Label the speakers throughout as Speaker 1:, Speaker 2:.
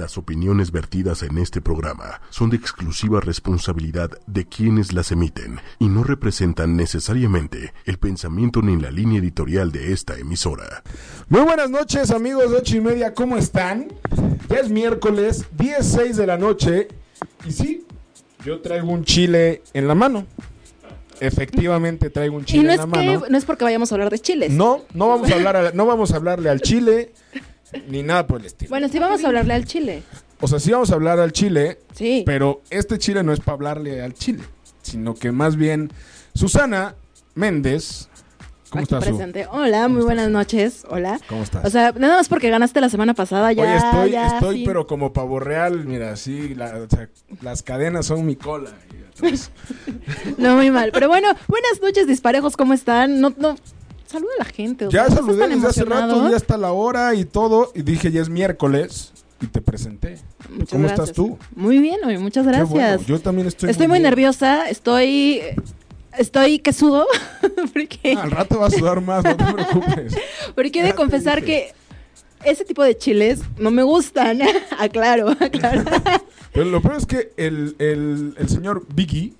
Speaker 1: Las opiniones vertidas en este programa son de exclusiva responsabilidad de quienes las emiten y no representan necesariamente el pensamiento ni la línea editorial de esta emisora.
Speaker 2: Muy buenas noches, amigos de ocho y media, ¿cómo están? Ya es miércoles, 16 de la noche, y sí, yo traigo un chile en la mano. Efectivamente traigo un
Speaker 3: Y
Speaker 2: chile
Speaker 3: no
Speaker 2: en
Speaker 3: es,
Speaker 2: la
Speaker 3: que,
Speaker 2: mano.
Speaker 3: no es porque vayamos a hablar de chiles.
Speaker 2: No, no vamos a hablar a- no vamos a hablarle al chile ni nada por el estilo.
Speaker 3: Bueno, sí vamos a hablarle al chile.
Speaker 2: O sea, sí vamos a hablar al chile,
Speaker 3: Sí.
Speaker 2: pero este chile no es para hablarle al chile, sino que más bien Susana Méndez. ¿Cómo
Speaker 3: Aquí
Speaker 2: estás? Su?
Speaker 3: presente. Hola, muy buenas noches. Hola.
Speaker 2: ¿Cómo estás?
Speaker 3: O sea, nada más porque ganaste la semana pasada ya.
Speaker 2: Oye, estoy,
Speaker 3: ya,
Speaker 2: estoy
Speaker 3: sí.
Speaker 2: pero como pavo real, mira, sí, la- o sea, las cadenas son mi cola. Entonces,
Speaker 3: No, muy mal. Pero bueno, buenas noches, disparejos, ¿cómo están? No, no. Saluda a la gente. o
Speaker 2: ya
Speaker 3: sea, ¿no
Speaker 2: saludé
Speaker 3: pues, estás tan
Speaker 2: desde hace rato,
Speaker 3: emocionado?
Speaker 2: ya está la hora y todo, y dije ya es miércoles y te presenté.
Speaker 3: Muchas
Speaker 2: ¿Cómo
Speaker 3: gracias.
Speaker 2: estás tú?
Speaker 3: Muy bien, oye, muchas gracias.
Speaker 2: Qué bueno, yo también estoy.
Speaker 3: estoy muy,
Speaker 2: bien.
Speaker 3: nerviosa, estoy. Estoy que sudo. porque.
Speaker 2: Ah, al rato vas a sudar más, no te preocupes.
Speaker 3: Porque he
Speaker 2: Ya
Speaker 3: de
Speaker 2: te
Speaker 3: confesar
Speaker 2: dije.
Speaker 3: que ese tipo de chiles no me gustan. aclaro, aclaro.
Speaker 2: Pero lo peor es que el, el- el señor Vicky,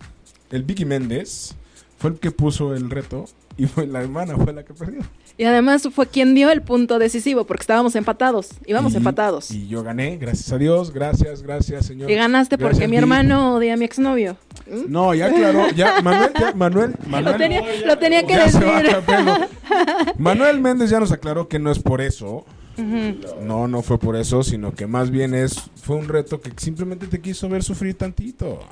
Speaker 2: el Vicky Méndez, fue el que puso el reto y fue la hermana fue la que perdió.
Speaker 3: y además fue quien dio el punto decisivo, porque estábamos empatados. Íbamos
Speaker 2: Y-
Speaker 3: empatados. Y,
Speaker 2: Y yo gané, gracias a Dios, gracias, gracias, señor.
Speaker 3: ganaste porque
Speaker 2: Gracias,
Speaker 3: mi
Speaker 2: Vicky.
Speaker 3: hermano odia a mi exnovio. ¿Mm?
Speaker 2: No, ya claro, ya, Manuel, ya, Manuel, Manuel.
Speaker 3: lo tenía, lo tenía que
Speaker 2: ya se va
Speaker 3: decir.
Speaker 2: Capelo. Manuel Méndez ya nos aclaró que no es por eso. No, no fue por eso, sino que más bien es fue un reto que simplemente te quiso ver sufrir tantito.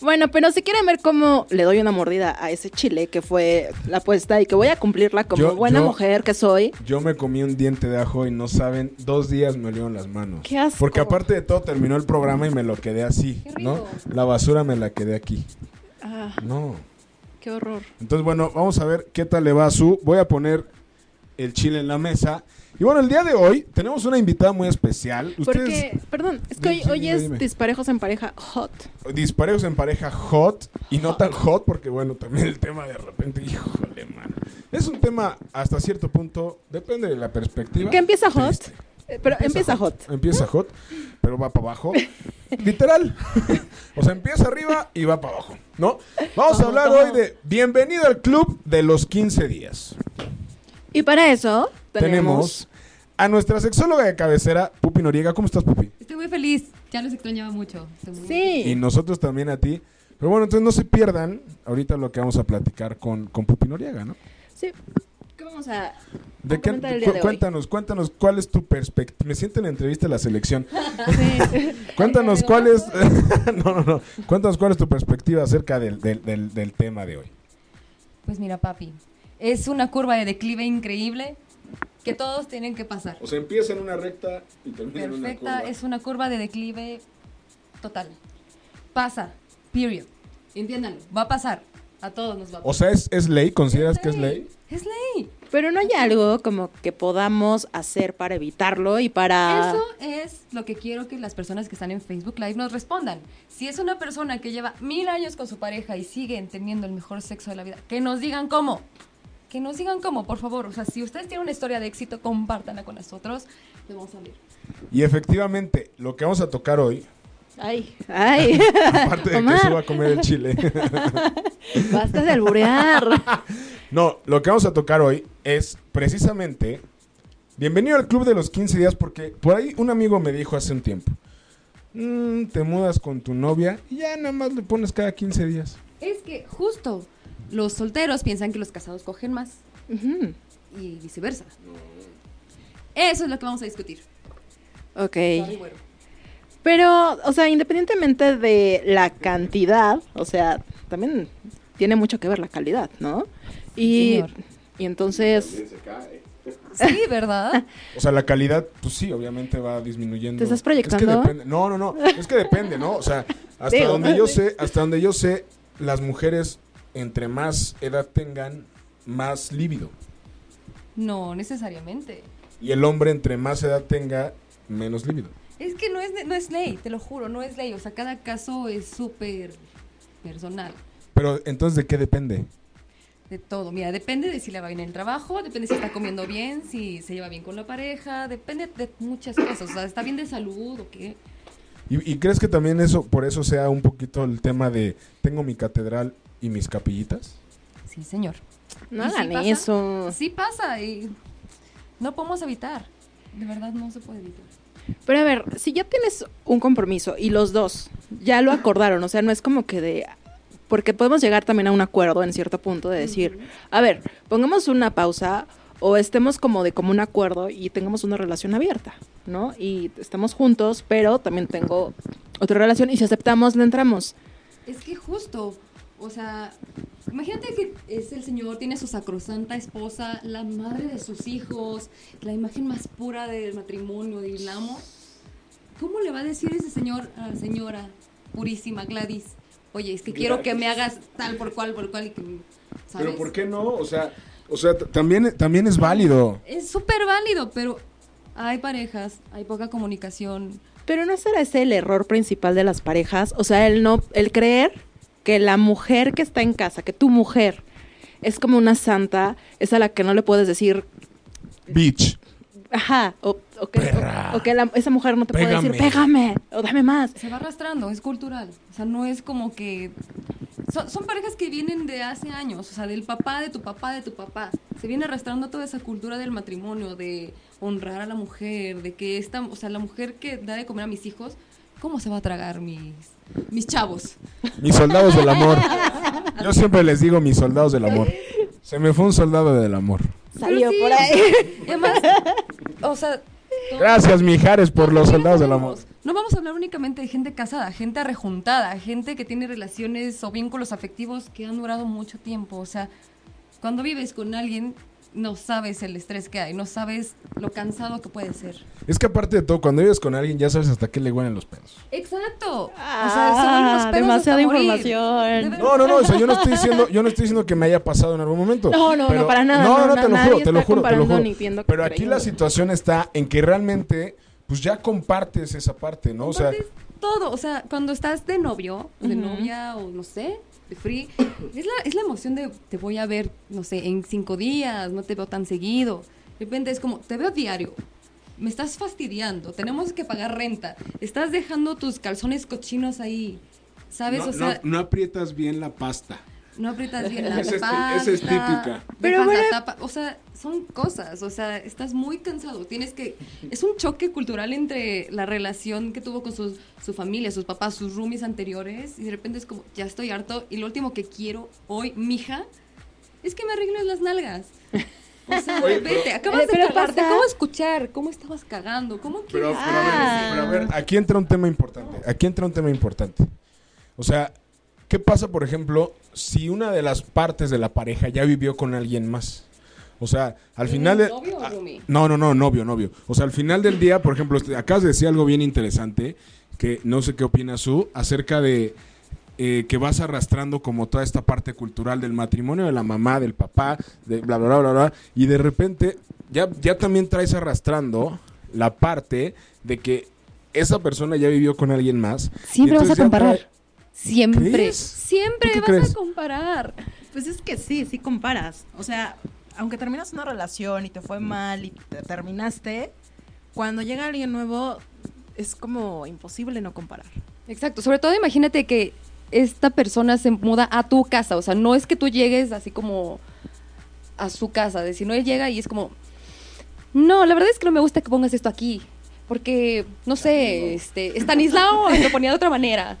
Speaker 3: Bueno, pero si quieren ver cómo le doy una mordida a ese chile que fue la apuesta y que voy a cumplirla como
Speaker 2: Yo-
Speaker 3: buena
Speaker 2: yo-
Speaker 3: mujer que soy.
Speaker 2: Yo me comí un diente de ajo y no saben, dos días me olieron las manos.
Speaker 3: Qué asco.
Speaker 2: Porque aparte de todo terminó el programa y me lo quedé así,
Speaker 3: Qué
Speaker 2: ¿no?
Speaker 3: rico.
Speaker 2: La basura me la quedé aquí.
Speaker 3: Ah,
Speaker 2: No.
Speaker 3: qué horror.
Speaker 2: Entonces, bueno, vamos a ver qué tal le va a su. Voy a poner el chile en la mesa. Y bueno, el día de hoy tenemos una invitada muy especial. Ustedes
Speaker 3: Porque, perdón, es que hoy,
Speaker 2: Dime,
Speaker 3: hoy
Speaker 2: dime, dime.
Speaker 3: es disparejos en pareja hot.
Speaker 2: disparejos en pareja hot y no
Speaker 3: Hot.
Speaker 2: tan hot porque bueno, también el tema de repente, híjole, man. Es un tema hasta cierto punto, depende de la perspectiva.
Speaker 3: Que empieza hot.
Speaker 2: Triste.
Speaker 3: Eh, Pero empieza hot.
Speaker 2: Empieza hot, pero va para abajo. Literal. o sea, empieza arriba y va para abajo, ¿no? Vamos a
Speaker 3: Como
Speaker 2: hablar
Speaker 3: todo.
Speaker 2: hoy de Bienvenido al Club de los 15 días.
Speaker 3: Y para eso tenemos.
Speaker 2: Tenemos a nuestra sexóloga de cabecera, Pupi Noriega. ¿Cómo estás, Pupi?
Speaker 4: Estoy muy feliz. Ya los extrañaba mucho. Estoy muy
Speaker 2: Y
Speaker 3: Sí.
Speaker 2: nosotros también a ti. Pero bueno, entonces no se pierdan ahorita lo que vamos a platicar con, con Pupi Noriega, ¿no?
Speaker 3: sí. ¿Qué vamos a.?
Speaker 2: ¿De
Speaker 3: a
Speaker 2: qué-
Speaker 3: comentar el día
Speaker 2: cu-
Speaker 3: de hoy?
Speaker 2: cuéntanos, cuéntanos cuál es tu perspectiva. Me siento en entrevista de la selección.
Speaker 3: Sí.
Speaker 2: Cuéntanos cuál es. no, no, no. Cuéntanos cuál es tu perspectiva acerca del, del- del- del tema de hoy.
Speaker 4: Pues mira, papi, es una curva de declive increíble que todos tienen que pasar.
Speaker 2: sea, empieza en una recta y termina
Speaker 4: Perfecta, es una curva de declive total. Pasa, period. Entiéndanlo, va a pasar. A todos nos va a
Speaker 2: O
Speaker 4: pasar.
Speaker 2: sea, ¿es, es ley? ¿Consideras que es ley?
Speaker 4: Es ley.
Speaker 3: Pero no hay algo como que podamos hacer para evitarlo y para.
Speaker 4: Eso es lo que quiero que las personas que están en Facebook Live nos respondan. Si es una persona que lleva mil años con su pareja y siguen teniendo el mejor sexo de la vida, que nos digan cómo. Que nos digan cómo, por favor. O sea, si ustedes tienen una historia de éxito, compártanla con nosotros. Lo vamos a abrir.
Speaker 2: Y efectivamente, lo que vamos a tocar hoy,
Speaker 3: Ay, ay.
Speaker 2: aparte de que
Speaker 3: Omar.
Speaker 2: suba a comer el chile,
Speaker 3: Basta de alburear.
Speaker 2: no, lo que vamos a tocar hoy es precisamente. Bienvenido al club de los 15 días, porque por ahí un amigo me dijo hace un tiempo: "Mm, Te mudas con tu novia y ya nada más le pones cada 15 días.
Speaker 4: Es que justo los solteros piensan que los casados cogen más
Speaker 3: Ujú.
Speaker 4: y viceversa. Eso es lo que vamos a discutir. Sorry,
Speaker 3: ok.
Speaker 4: güero.
Speaker 3: Pero, o sea, independientemente de la cantidad, o sea, también tiene mucho que ver la calidad, ¿no? Y,
Speaker 4: Señor.
Speaker 3: y entonces.
Speaker 4: Sí, ¿verdad?
Speaker 2: O sea, la calidad, pues sí, obviamente va disminuyendo.
Speaker 3: ¿Te estás
Speaker 2: Es que
Speaker 3: proyectando?
Speaker 2: depende- No, no, no. Es que depende, ¿no? O sea, hasta
Speaker 3: Digo,
Speaker 2: donde
Speaker 3: ¿no?
Speaker 2: yo sé, hasta donde yo sé, las mujeres entre más edad tengan, más lívido.
Speaker 4: No, necesariamente.
Speaker 2: Y el hombre entre más edad tenga, menos lívido.
Speaker 4: Es que no es, no es ley, te lo juro, no es ley. O sea, cada caso es súper personal.
Speaker 2: Pero entonces, ¿de qué depende?
Speaker 4: De todo. Mira, depende de si le va bien en el trabajo, depende si está comiendo bien, si se lleva bien con la pareja, depende de muchas cosas. O sea, está bien de salud o qué.
Speaker 2: ¿Y, y crees que también eso, por eso sea un poquito el tema de tengo mi catedral y mis capillitas?
Speaker 4: Sí, señor.
Speaker 3: No
Speaker 4: ¿Y sí
Speaker 3: hagan
Speaker 4: pasa?
Speaker 3: eso.
Speaker 4: Sí pasa y no podemos evitar. De verdad no se puede evitar.
Speaker 3: Pero a ver, si ya tienes un compromiso y los dos ya lo acordaron, o sea, no es como que de... Porque podemos llegar también a un acuerdo en cierto punto de decir, a ver, pongamos una pausa o estemos como de común acuerdo y tengamos una relación abierta, ¿no? Y estamos juntos, pero también tengo otra relación y si aceptamos, le entramos.
Speaker 4: Es que justo, o sea, imagínate que es el señor, tiene su sacrosanta esposa, la madre de sus hijos, la imagen más pura del matrimonio, del amor. ¿Cómo le va a decir ese señor a la señora purísima Gladys? Oye, es que quiero que me hagas tal por cual, por cual y que... ¿sabes?
Speaker 2: Pero ¿por qué no? O sea, o sea t- también, también es válido.
Speaker 4: Es súper válido, pero hay parejas, hay poca comunicación.
Speaker 3: Pero no será ese el error principal de las parejas, o sea, el no, el creer que la mujer que está en casa, que tu mujer es como una santa, es a la que no le puedes decir,
Speaker 2: Bitch.
Speaker 3: ajá, o, o que,
Speaker 2: Perra.
Speaker 3: o- o que la- esa mujer no te puede
Speaker 2: Pégame.
Speaker 3: decir, pégame, o dame más.
Speaker 4: Se va arrastrando, es cultural. O sea, no es como que... Son, son parejas que vienen de hace años, o sea, del papá, de tu papá, de tu papá. Se viene arrastrando toda esa cultura del matrimonio, de honrar a la mujer, de que esta... O sea, la mujer que da de comer a mis hijos, ¿cómo se va a tragar mis, mis chavos?
Speaker 2: Mis soldados del amor. Yo siempre les digo mis soldados del amor. Se me fue un soldado del amor.
Speaker 3: Salió
Speaker 4: sí,
Speaker 3: por
Speaker 4: o
Speaker 3: ahí.
Speaker 4: Y además, o sea... todo-
Speaker 2: Gracias, Mijares, por los
Speaker 4: Mira,
Speaker 2: soldados del amor.
Speaker 4: hablemos. No vamos a hablar únicamente de gente casada, gente arrejuntada, gente que tiene relaciones o vínculos afectivos que han durado mucho tiempo. O sea, cuando vives con alguien, no sabes el estrés que hay, no sabes lo cansado que puede ser.
Speaker 2: Es que aparte de todo, cuando vives con alguien ya sabes hasta qué le huelen los pedos.
Speaker 4: Exacto.
Speaker 3: Ah, demasiada información.
Speaker 2: No, no, no, o sea, yo no estoy diciendo, yo no estoy diciendo que me haya pasado en algún momento.
Speaker 3: No, no, no, para nada,
Speaker 2: No, no,
Speaker 3: no,
Speaker 2: te
Speaker 3: no,
Speaker 2: lo
Speaker 3: nadie
Speaker 2: juro, te lo
Speaker 3: está
Speaker 2: juro, te lo
Speaker 3: comparando
Speaker 2: juro.
Speaker 3: ni viendo
Speaker 2: Pero
Speaker 3: con
Speaker 2: aquí la
Speaker 3: creyendo.
Speaker 2: situación está en que realmente, pues ya compartes esa parte, ¿no? O sea,
Speaker 4: todo, o sea, cuando estás de novio, de
Speaker 3: Ujú.
Speaker 4: novia o no sé, de free, es la, es la emoción de te voy a ver, no sé, en cinco días, no te veo tan seguido. De repente es como, te veo diario, me estás fastidiando, tenemos que pagar renta, estás dejando tus calzones cochinos ahí, ¿sabes?
Speaker 5: No,
Speaker 4: o sea,
Speaker 5: no- no aprietas bien la pasta.
Speaker 4: no aprietas bien la
Speaker 5: Esa es-
Speaker 4: pasta.
Speaker 5: esa es típica.
Speaker 3: Pero
Speaker 4: dejas la
Speaker 3: bueno-
Speaker 4: tapa, o sea, son cosas, o sea, estás muy cansado, tienes que es un choque cultural entre la relación que tuvo con sus- su familia, sus papás, sus roomies anteriores y de repente es como, ya estoy harto y lo último que quiero hoy, mija, es que me arregles las nalgas. O sea, vete, acabas
Speaker 3: Eh,
Speaker 4: de
Speaker 3: pero
Speaker 4: cagarte,
Speaker 3: pasa-
Speaker 4: ¿cómo escuchar? ¿Cómo estabas cagando? ¿Cómo
Speaker 5: Pero,
Speaker 4: quieres?
Speaker 5: pero a
Speaker 3: Ah.
Speaker 5: ver,
Speaker 2: Pero a ver, aquí entra un tema importante. Aquí entra un tema importante. O sea, ¿qué pasa, por ejemplo, si una de las partes de la pareja ya vivió con alguien más? O sea, al
Speaker 4: ¿Tiene
Speaker 2: final de-
Speaker 4: novio o
Speaker 2: a-
Speaker 4: roomie?
Speaker 2: no, no, no, novio, novio. O sea, al final del día, por ejemplo, este- acabas de decir algo bien interesante que no sé qué opinas tú acerca de eh, que vas arrastrando como toda esta parte cultural del matrimonio, de la mamá, del papá, de bla, bla, bla, bla, bla, y de repente ya, ya también traes arrastrando la parte de que esa persona ya vivió con alguien más.
Speaker 4: Siempre
Speaker 2: y
Speaker 4: vas a
Speaker 2: entonces ya
Speaker 4: comparar.
Speaker 2: trae-
Speaker 4: Siempre,
Speaker 2: ¿Crees?
Speaker 4: siempre
Speaker 2: ¿Tú qué
Speaker 4: vas
Speaker 2: crees?
Speaker 4: a comparar.
Speaker 6: Pues es que sí, sí comparas. O sea, aunque terminas una relación y te fue mal y te terminaste, cuando llega alguien nuevo es como imposible no comparar.
Speaker 4: Exacto, sobre todo imagínate que esta persona se muda a tu casa, o sea, no es que tú llegues así como a su casa, de si no él llega y es como, no, la verdad es que no me gusta que pongas esto aquí, porque, no sé, este, Stanislao lo ponía de otra manera.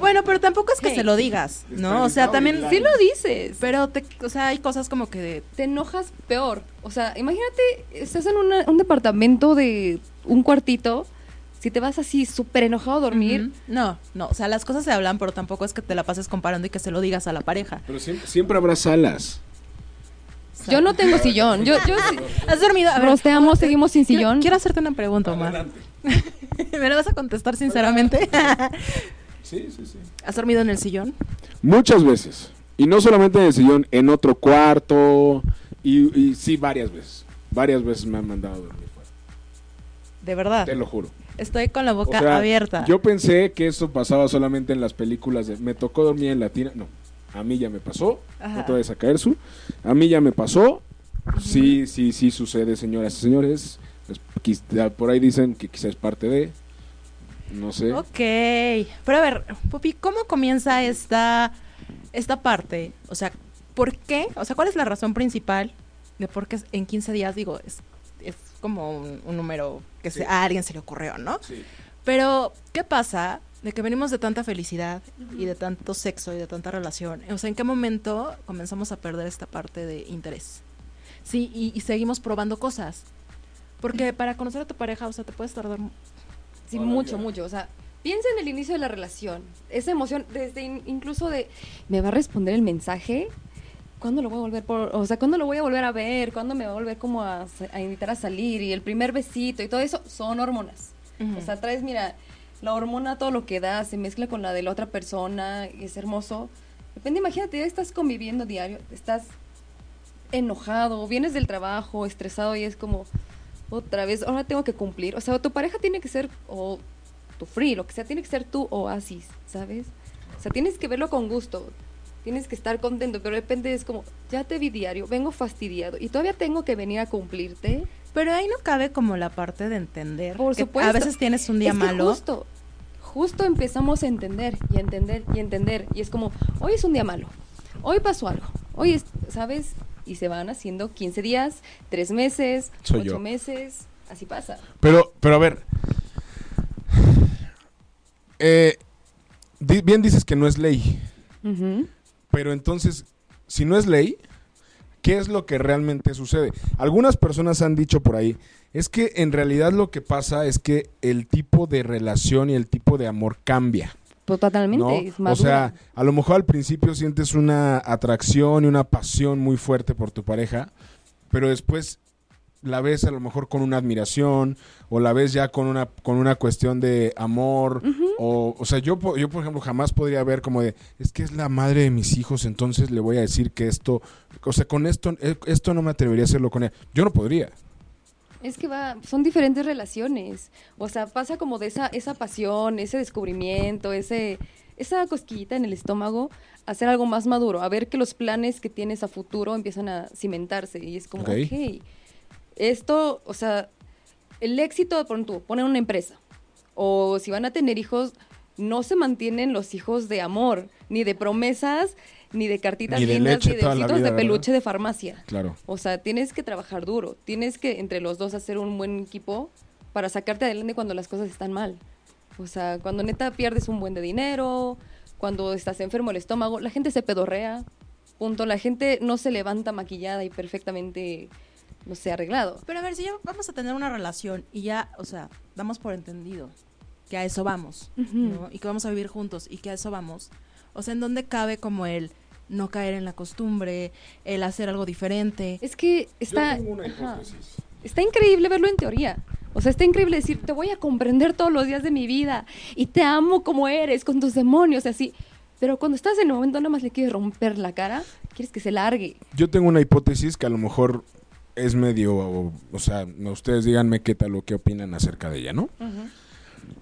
Speaker 6: Bueno, pero tampoco es que
Speaker 4: Hey.
Speaker 6: se lo digas, ¿no? O sea, también...
Speaker 4: Sí lo dices,
Speaker 6: Pero, te, o sea, hay cosas como que... de-
Speaker 4: te enojas peor, o sea, imagínate, estás en una- un departamento de un cuartito, si te vas así súper enojado a dormir,
Speaker 6: Ujú. No, no, o sea, las cosas se hablan, pero tampoco es que te la pases comparando y que se lo digas a la pareja.
Speaker 5: Pero siempre, siempre habrá salas.
Speaker 4: yo no tengo sillón, yo, yo sí-
Speaker 6: ¿Has dormido? A ver,
Speaker 4: Nos te amo, seguimos sin
Speaker 6: quiero-
Speaker 4: sillón.
Speaker 6: Quiero hacerte una pregunta, Omar. ¿Me la vas a contestar sinceramente?
Speaker 5: Sí, sí, sí.
Speaker 6: ¿Has dormido en el sillón?
Speaker 5: Muchas veces. Y no solamente en el sillón, en otro cuarto. Y, y sí, varias veces. Varias veces me han mandado a dormir fuera.
Speaker 6: De verdad.
Speaker 5: Te lo juro.
Speaker 6: Estoy con la
Speaker 5: O
Speaker 6: boca
Speaker 5: sea,
Speaker 6: abierta.
Speaker 5: Yo pensé que eso pasaba solamente en las películas de me tocó dormir en Latina. No.
Speaker 7: A mí ya me pasó.
Speaker 3: Ajá.
Speaker 7: Otra vez a caer su. A mí ya me pasó. Sí, sí, sí sucede, señoras y señores. Es quiz- por ahí dicen que quizás es parte de. No sé.
Speaker 3: Ok. Pero a ver, Pupi, ¿cómo comienza esta, esta parte? O sea, ¿por qué? O sea, ¿cuál es la razón principal de por qué en 15 días, digo, es, es como un, un número que se- a alguien se le ocurrió, ¿no? Pero, ¿qué pasa de que venimos de tanta felicidad y de tanto sexo y de tanta relación? O sea, ¿en qué momento comenzamos a perder esta parte de interés? Sí, y, y seguimos probando cosas. Porque para conocer a tu pareja, o sea, te puedes tardar...
Speaker 4: Sí, mucho, mucho. O sea, piensa en el inicio de la relación. Esa emoción, desde in- incluso de, ¿me va a responder el mensaje? ¿Cuándo lo voy a volver por, o sea, cuándo lo voy a volver a ver? ¿Cuándo me va a volver como a, sa- a invitar a salir? Y el primer besito y todo eso son hormonas. O sea, traes, mira, la hormona, todo lo que da, se mezcla con la de la otra persona, y es hermoso. Depende, imagínate, ya estás conviviendo diario, estás enojado, vienes del trabajo, estresado y es como otra vez, ahora tengo que cumplir. O sea, tu pareja tiene que ser, o tu free, lo que sea, tiene que ser tu oasis, ¿sabes? O sea, tienes que verlo con gusto, tienes que estar contento, pero de repente es como, ya te vi diario, vengo fastidiado y todavía tengo que venir a cumplirte.
Speaker 3: Pero ahí no cabe como la parte de entender.
Speaker 4: Por
Speaker 3: que
Speaker 4: supuesto.
Speaker 3: A veces tienes un día
Speaker 4: Es que
Speaker 3: malo.
Speaker 4: Justo, justo empezamos a entender y a entender y a entender. Y es como, hoy es un día malo. Hoy pasó algo. Hoy es, ¿sabes? Y se van haciendo 15 días, 3 meses,
Speaker 2: Soy
Speaker 4: 8
Speaker 2: yo.
Speaker 4: meses. Así pasa.
Speaker 2: Pero, pero a ver. Eh, di- bien dices que no es ley. Pero entonces, si no es ley, ¿qué es lo que realmente sucede? Algunas personas han dicho por ahí, es que en realidad lo que pasa es que el tipo de relación y el tipo de amor cambia.
Speaker 4: Pues totalmente.
Speaker 2: ¿no?
Speaker 4: es
Speaker 2: O sea,
Speaker 4: madura.
Speaker 2: a lo mejor al principio sientes una atracción y una pasión muy fuerte por tu pareja, pero después la ves a lo mejor con una admiración o la ves ya con una con una cuestión de amor o o sea yo po- yo por ejemplo jamás podría ver como de es que es la madre de mis hijos entonces le voy a decir que esto o sea con esto eh, esto no me atrevería a hacerlo con ella yo no podría
Speaker 4: Es que va, son diferentes relaciones. O sea, pasa como de esa, esa pasión, ese descubrimiento, ese, esa cosquillita en el estómago, a hacer algo más maduro, a ver que los planes que tienes a futuro empiezan a cimentarse. Y es como,
Speaker 2: Ok.
Speaker 4: ok, esto, o sea, el éxito, pon tú, poner una empresa. O si van a tener hijos, no se mantienen los hijos de amor, ni de promesas, ni de cartitas
Speaker 2: Ni de
Speaker 4: lindas,
Speaker 2: leche
Speaker 4: ni de
Speaker 2: toda la
Speaker 4: besitos
Speaker 2: vida,
Speaker 4: de
Speaker 2: ¿verdad?
Speaker 4: peluche de farmacia.
Speaker 2: claro
Speaker 4: O sea, tienes que trabajar duro, tienes que entre los dos hacer un buen equipo para sacarte adelante cuando las cosas están mal. O sea, cuando neta pierdes un buen de dinero, cuando estás enfermo el estómago, la gente se pedorrea, punto, la gente no se levanta maquillada y perfectamente, no sé, arreglado.
Speaker 3: Pero a ver, si ya vamos a tener una relación y ya, o sea, damos por entendido que a eso vamos, ¿no? Y que vamos a vivir juntos y que a eso vamos. O sea, ¿en dónde cabe como el no caer en la costumbre, el hacer algo diferente?
Speaker 4: Es que está... Ajá. Está increíble verlo en teoría. O sea, está increíble decir, te voy a comprender todos los días de mi vida y te amo como eres, con tus demonios, así. Pero cuando estás en el momento nada más le quieres romper la cara, quieres que se largue.
Speaker 2: Yo tengo una hipótesis que a lo mejor es medio, o, o sea, no, ustedes díganme qué tal o qué opinan acerca de ella, ¿no?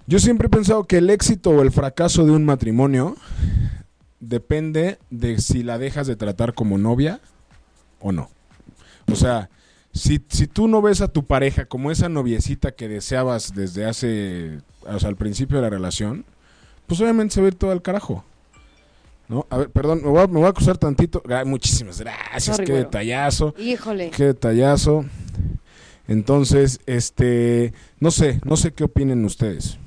Speaker 2: Yo siempre he pensado que el éxito o el fracaso de un matrimonio depende de si la dejas de tratar como novia o no. O sea, si, si tú no ves a tu pareja como esa noviecita que deseabas desde hace, o sea, al principio de la relación, pues obviamente se va a ir todo al carajo. ¿No? A ver, perdón, me voy a, me voy a acusar tantito. Gra- muchísimas gracias,
Speaker 4: Sorry,
Speaker 2: qué
Speaker 4: güero.
Speaker 2: detallazo.
Speaker 4: Híjole.
Speaker 2: Qué detallazo. Entonces, este, no sé, no sé qué opinen ustedes.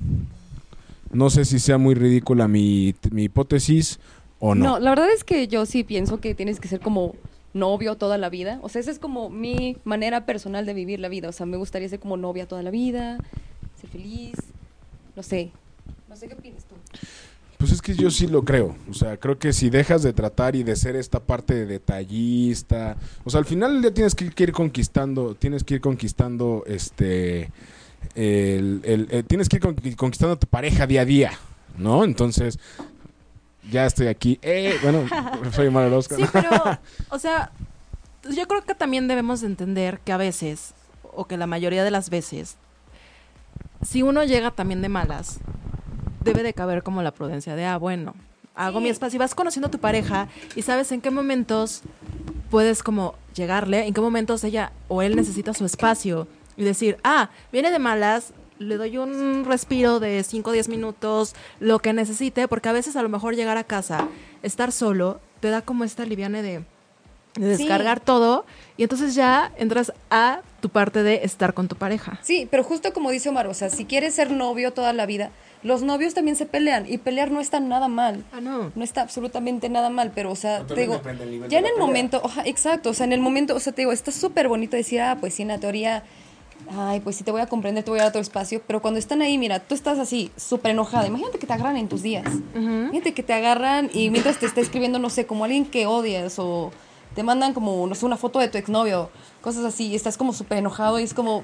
Speaker 2: No sé si sea muy ridícula mi, mi hipótesis o no.
Speaker 4: la verdad es que yo sí pienso que tienes que ser como novio toda la vida. O sea, esa es como mi manera personal de vivir la vida. O sea, me gustaría ser como novia toda la vida, ser feliz, no sé. No sé qué opinas tú.
Speaker 2: Pues es que yo sí lo creo. O sea, creo que si dejas de tratar y de ser esta parte de detallista, o sea, al final ya tienes que, que ir conquistando, tienes que ir conquistando este el, el- eh, tienes que ir conqui- conquistando a tu pareja día a día, ¿no? Entonces, ya estoy aquí. Eh, bueno, soy Mario Orozco,
Speaker 3: Sí,
Speaker 2: ¿no?
Speaker 3: pero, o sea, yo creo que también debemos de entender que a veces, o que la mayoría de las veces, si uno llega también de malas, debe de caber como la prudencia de, ah, bueno, hago mi espacio y vas conociendo a tu pareja y sabes en qué momentos puedes como llegarle, en qué momentos ella o él necesita su espacio y decir, ah, viene de malas, le doy un respiro de 5 o 10 minutos, lo que necesite, porque a veces a lo mejor llegar a casa, estar solo, te da como esta liviane de, de
Speaker 4: Sí.
Speaker 3: descargar todo y entonces ya entras a tu parte de estar con tu pareja.
Speaker 4: Sí, pero justo como dice Omar, o sea, si quieres ser novio toda la vida, los novios también se pelean y pelear no está nada mal.
Speaker 3: Ah, no.
Speaker 4: No está absolutamente nada mal, pero, o sea,
Speaker 8: No,
Speaker 4: te
Speaker 8: también
Speaker 4: digo,
Speaker 8: depende del nivel de
Speaker 4: ya en
Speaker 8: la
Speaker 4: el
Speaker 8: pelea.
Speaker 4: momento, ajá, exacto, o sea, en el momento, o sea, te digo, está súper bonito decir, ah, pues sí, en la teoría, ay, pues sí, te voy a comprender, te voy a dar otro espacio, pero cuando están ahí, mira, tú estás así, súper enojada, imagínate que te agarran en tus días, imagínate que te agarran y mientras te está escribiendo, no sé, como alguien que odias o te mandan como, no sé, una foto de tu exnovio, cosas así, y estás como súper enojado y es como,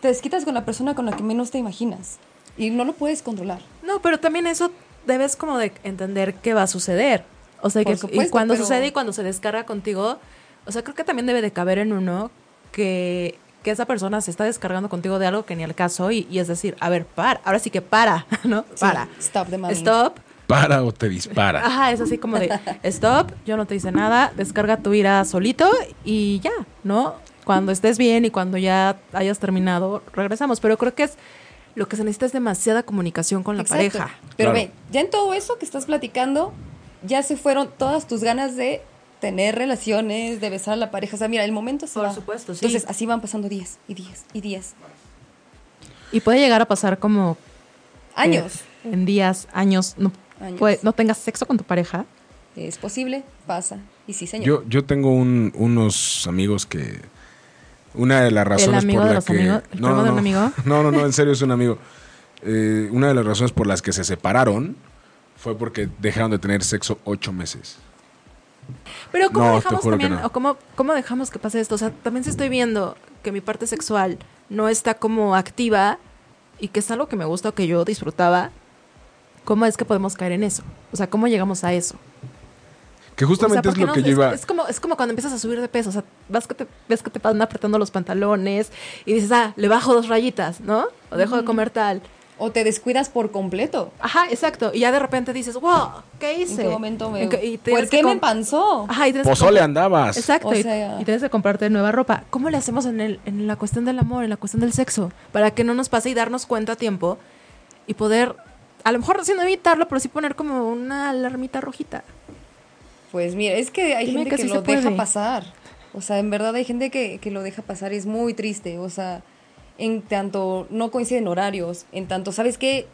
Speaker 4: te desquitas con la persona con la que menos te imaginas y no lo puedes controlar.
Speaker 3: No, pero también eso debes como de entender que va a suceder. O sea,
Speaker 4: Por
Speaker 3: que y
Speaker 4: supuesto,
Speaker 3: cuando
Speaker 4: pero-
Speaker 3: sucede y cuando se descarga contigo, o sea, creo que también debe de caber en uno que, que esa persona se está descargando contigo de algo que ni al caso y, y es decir, a ver, para, ahora sí que para, ¿no?
Speaker 4: Sí,
Speaker 3: Para.
Speaker 4: stop de mami.
Speaker 3: Stop.
Speaker 2: Para o te dispara.
Speaker 3: Ajá, es así como de, stop, yo no te hice nada, descarga tu ira solito y ya, ¿no? Cuando estés bien y cuando ya hayas terminado, regresamos. Pero creo que es lo que se necesita es demasiada comunicación con la
Speaker 4: Exacto.
Speaker 3: pareja.
Speaker 4: Pero
Speaker 2: Claro.
Speaker 4: ve, ya en todo eso que estás platicando, ya se fueron todas tus ganas de tener relaciones, de besar a la pareja. O sea, mira, el momento se
Speaker 3: Por
Speaker 4: va.
Speaker 3: supuesto, sí.
Speaker 4: Entonces, así van pasando días y días y días.
Speaker 3: Y puede llegar a pasar como
Speaker 4: Años.
Speaker 3: eh, en días, años, no,
Speaker 4: Años.
Speaker 3: puede- no tengas sexo con tu pareja. Eh.
Speaker 4: Es posible, pasa. Y sí, señor.
Speaker 2: Yo, yo tengo un- unos amigos que. Una de las razones
Speaker 3: amigo
Speaker 2: por la
Speaker 3: de los
Speaker 2: que.
Speaker 3: amigos? ¿El primo de un amigo?
Speaker 2: No, no, no, en serio es un amigo. Eh, una de las razones por las que se separaron fue porque dejaron de tener sexo ocho meses.
Speaker 3: Pero ¿cómo
Speaker 2: No, te
Speaker 3: dejamos
Speaker 2: juro que
Speaker 3: también,
Speaker 2: no.
Speaker 3: o cómo, cómo dejamos que pase esto? O sea, también si estoy viendo que mi parte sexual no está como activa y que es algo que me gusta o que yo disfrutaba, ¿cómo es que podemos caer en eso? O sea, ¿cómo llegamos a eso?
Speaker 2: Que justamente
Speaker 3: O sea,
Speaker 2: es lo
Speaker 3: porque no-
Speaker 2: que yo iba.
Speaker 3: Es, como, es como cuando empiezas a subir de peso, o sea, vas que te, ves que te van apretando los pantalones y dices, ah, le bajo dos rayitas, ¿no? O dejo de comer tal.
Speaker 4: O te descuidas por completo.
Speaker 3: Ajá, exacto. Y ya de repente dices, wow, ¿qué hice?
Speaker 4: ¿En qué momento me.?
Speaker 3: ¿En qué- y tienes
Speaker 4: ¿Por qué
Speaker 3: que
Speaker 4: me
Speaker 3: com-
Speaker 4: empanzó?
Speaker 3: Ajá, y tienes que
Speaker 2: Pozole
Speaker 3: comprar-
Speaker 2: andabas.
Speaker 3: Exacto.
Speaker 4: O
Speaker 3: y-
Speaker 4: sea-
Speaker 3: y, tienes que comprarte nueva ropa. ¿Cómo le hacemos en, el, en la cuestión del amor, en la cuestión del sexo? Para que no nos pase y darnos cuenta a tiempo y poder, a lo mejor sí no evitarlo, pero sí poner como una alarmita rojita.
Speaker 4: Pues mira, es que hay
Speaker 3: Dime
Speaker 4: gente
Speaker 3: que
Speaker 4: que,
Speaker 3: sí se
Speaker 4: lo deja
Speaker 3: puede.
Speaker 4: pasar. O sea, en verdad hay gente que, que lo deja pasar y es muy triste. O sea, en tanto no coinciden horarios, en tanto, ¿sabes qué?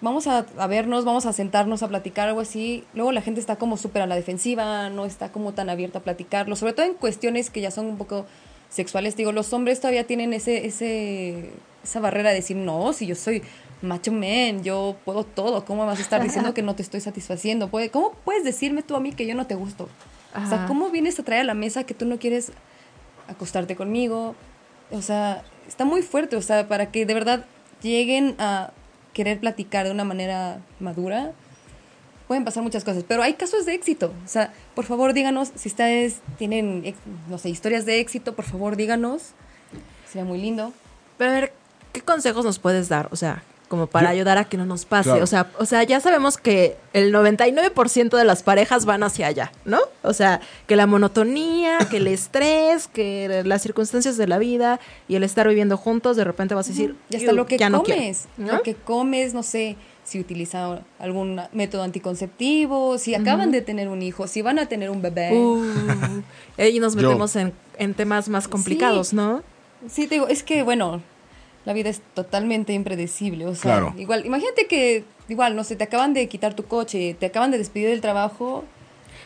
Speaker 4: Vamos a, a vernos, vamos a sentarnos a platicar algo así. Luego la gente está como súper a la defensiva, no está como tan abierta a platicarlo, sobre todo en cuestiones que ya son un poco sexuales. Digo, los hombres todavía tienen ese, ese, esa barrera de decir, no, si yo soy macho man, yo puedo todo, ¿cómo vas a estar diciendo que no te estoy satisfaciendo? Puede- ¿Cómo puedes decirme tú a mí que yo no te gusto? O sea,
Speaker 3: Ajá.
Speaker 4: ¿cómo vienes a traer a la mesa que tú no quieres acostarte conmigo? O sea, está muy fuerte, o sea, para que de verdad lleguen a querer platicar de una manera madura, pueden pasar muchas cosas, pero hay casos de éxito. O sea, por favor díganos si ustedes tienen, ex- no sé, historias de éxito, por favor díganos. Sería muy lindo.
Speaker 3: Pero a ver, ¿qué consejos nos puedes dar? O sea, como para
Speaker 2: Yo-
Speaker 3: ayudar a que no nos pase.
Speaker 2: Claro.
Speaker 3: O, sea, o sea, ya sabemos que el 99% de las parejas van hacia allá, ¿no? O sea, que la monotonía, que el estrés, que las circunstancias de la vida y el estar viviendo juntos, de repente vas a decir,
Speaker 4: Ya está
Speaker 3: "Ew,
Speaker 4: lo que
Speaker 3: ya no quiero",
Speaker 4: comes,
Speaker 3: ¿no?
Speaker 4: lo que comes, no sé, si utiliza algún método anticonceptivo, si acaban de tener un hijo, si van a tener un bebé.
Speaker 3: Uh, ahí nos
Speaker 2: Yo-
Speaker 3: metemos en, en temas más complicados, ¿no?
Speaker 4: Sí, te digo, es que bueno, la vida es totalmente impredecible, o sea,
Speaker 2: Claro.
Speaker 4: igual, imagínate que igual, no sé, te acaban de quitar tu coche, te acaban de despedir del trabajo,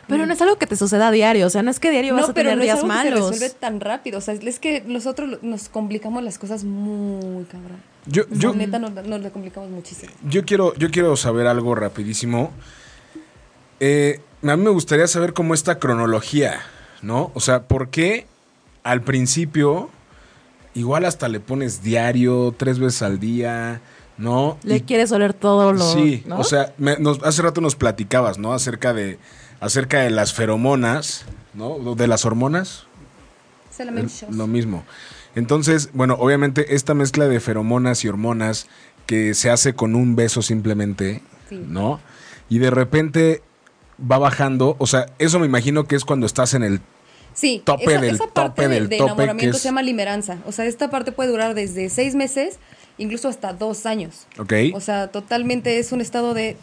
Speaker 4: Mm.
Speaker 3: Pero no es algo que te suceda a diario, o sea, no es que diario vas a tener días
Speaker 4: es algo
Speaker 3: malos.
Speaker 4: Que se resuelve tan rápido. O sea, es que nosotros lo- nos complicamos las cosas muy cabrón.
Speaker 2: Yo,
Speaker 4: O sea,
Speaker 2: yo,
Speaker 4: neta, nos, nos lo complicamos muchísimo.
Speaker 2: yo quiero, yo quiero saber algo rapidísimo. Eh, a mí me gustaría saber cómo esta cronología, ¿no? O sea, ¿por qué al principio igual hasta le pones diario, tres veces al día, ¿no?
Speaker 3: Le
Speaker 2: Y-
Speaker 3: quieres oler todo lo.
Speaker 2: Sí,
Speaker 3: ¿no?
Speaker 2: o sea, me- nos- hace rato nos platicabas, ¿no? Acerca de, acerca de las feromonas, ¿no? De las hormonas.
Speaker 4: Solamente
Speaker 2: El-
Speaker 4: shows.
Speaker 2: Lo mismo. Entonces, bueno, obviamente esta mezcla de feromonas y hormonas que se hace con un beso simplemente,
Speaker 4: Sí.
Speaker 2: ¿no? Y de repente va bajando, o sea, eso me imagino que es cuando estás en el...
Speaker 4: Sí,
Speaker 2: Tope
Speaker 4: esa,
Speaker 2: del
Speaker 4: esa parte
Speaker 2: tope
Speaker 4: de,
Speaker 2: del
Speaker 4: de
Speaker 2: tope, que
Speaker 4: enamoramiento
Speaker 2: es-
Speaker 4: se llama limeranza. O sea, esta parte puede durar desde seis meses, incluso hasta dos años.
Speaker 2: ¿Ok?
Speaker 4: O sea, totalmente es un estado de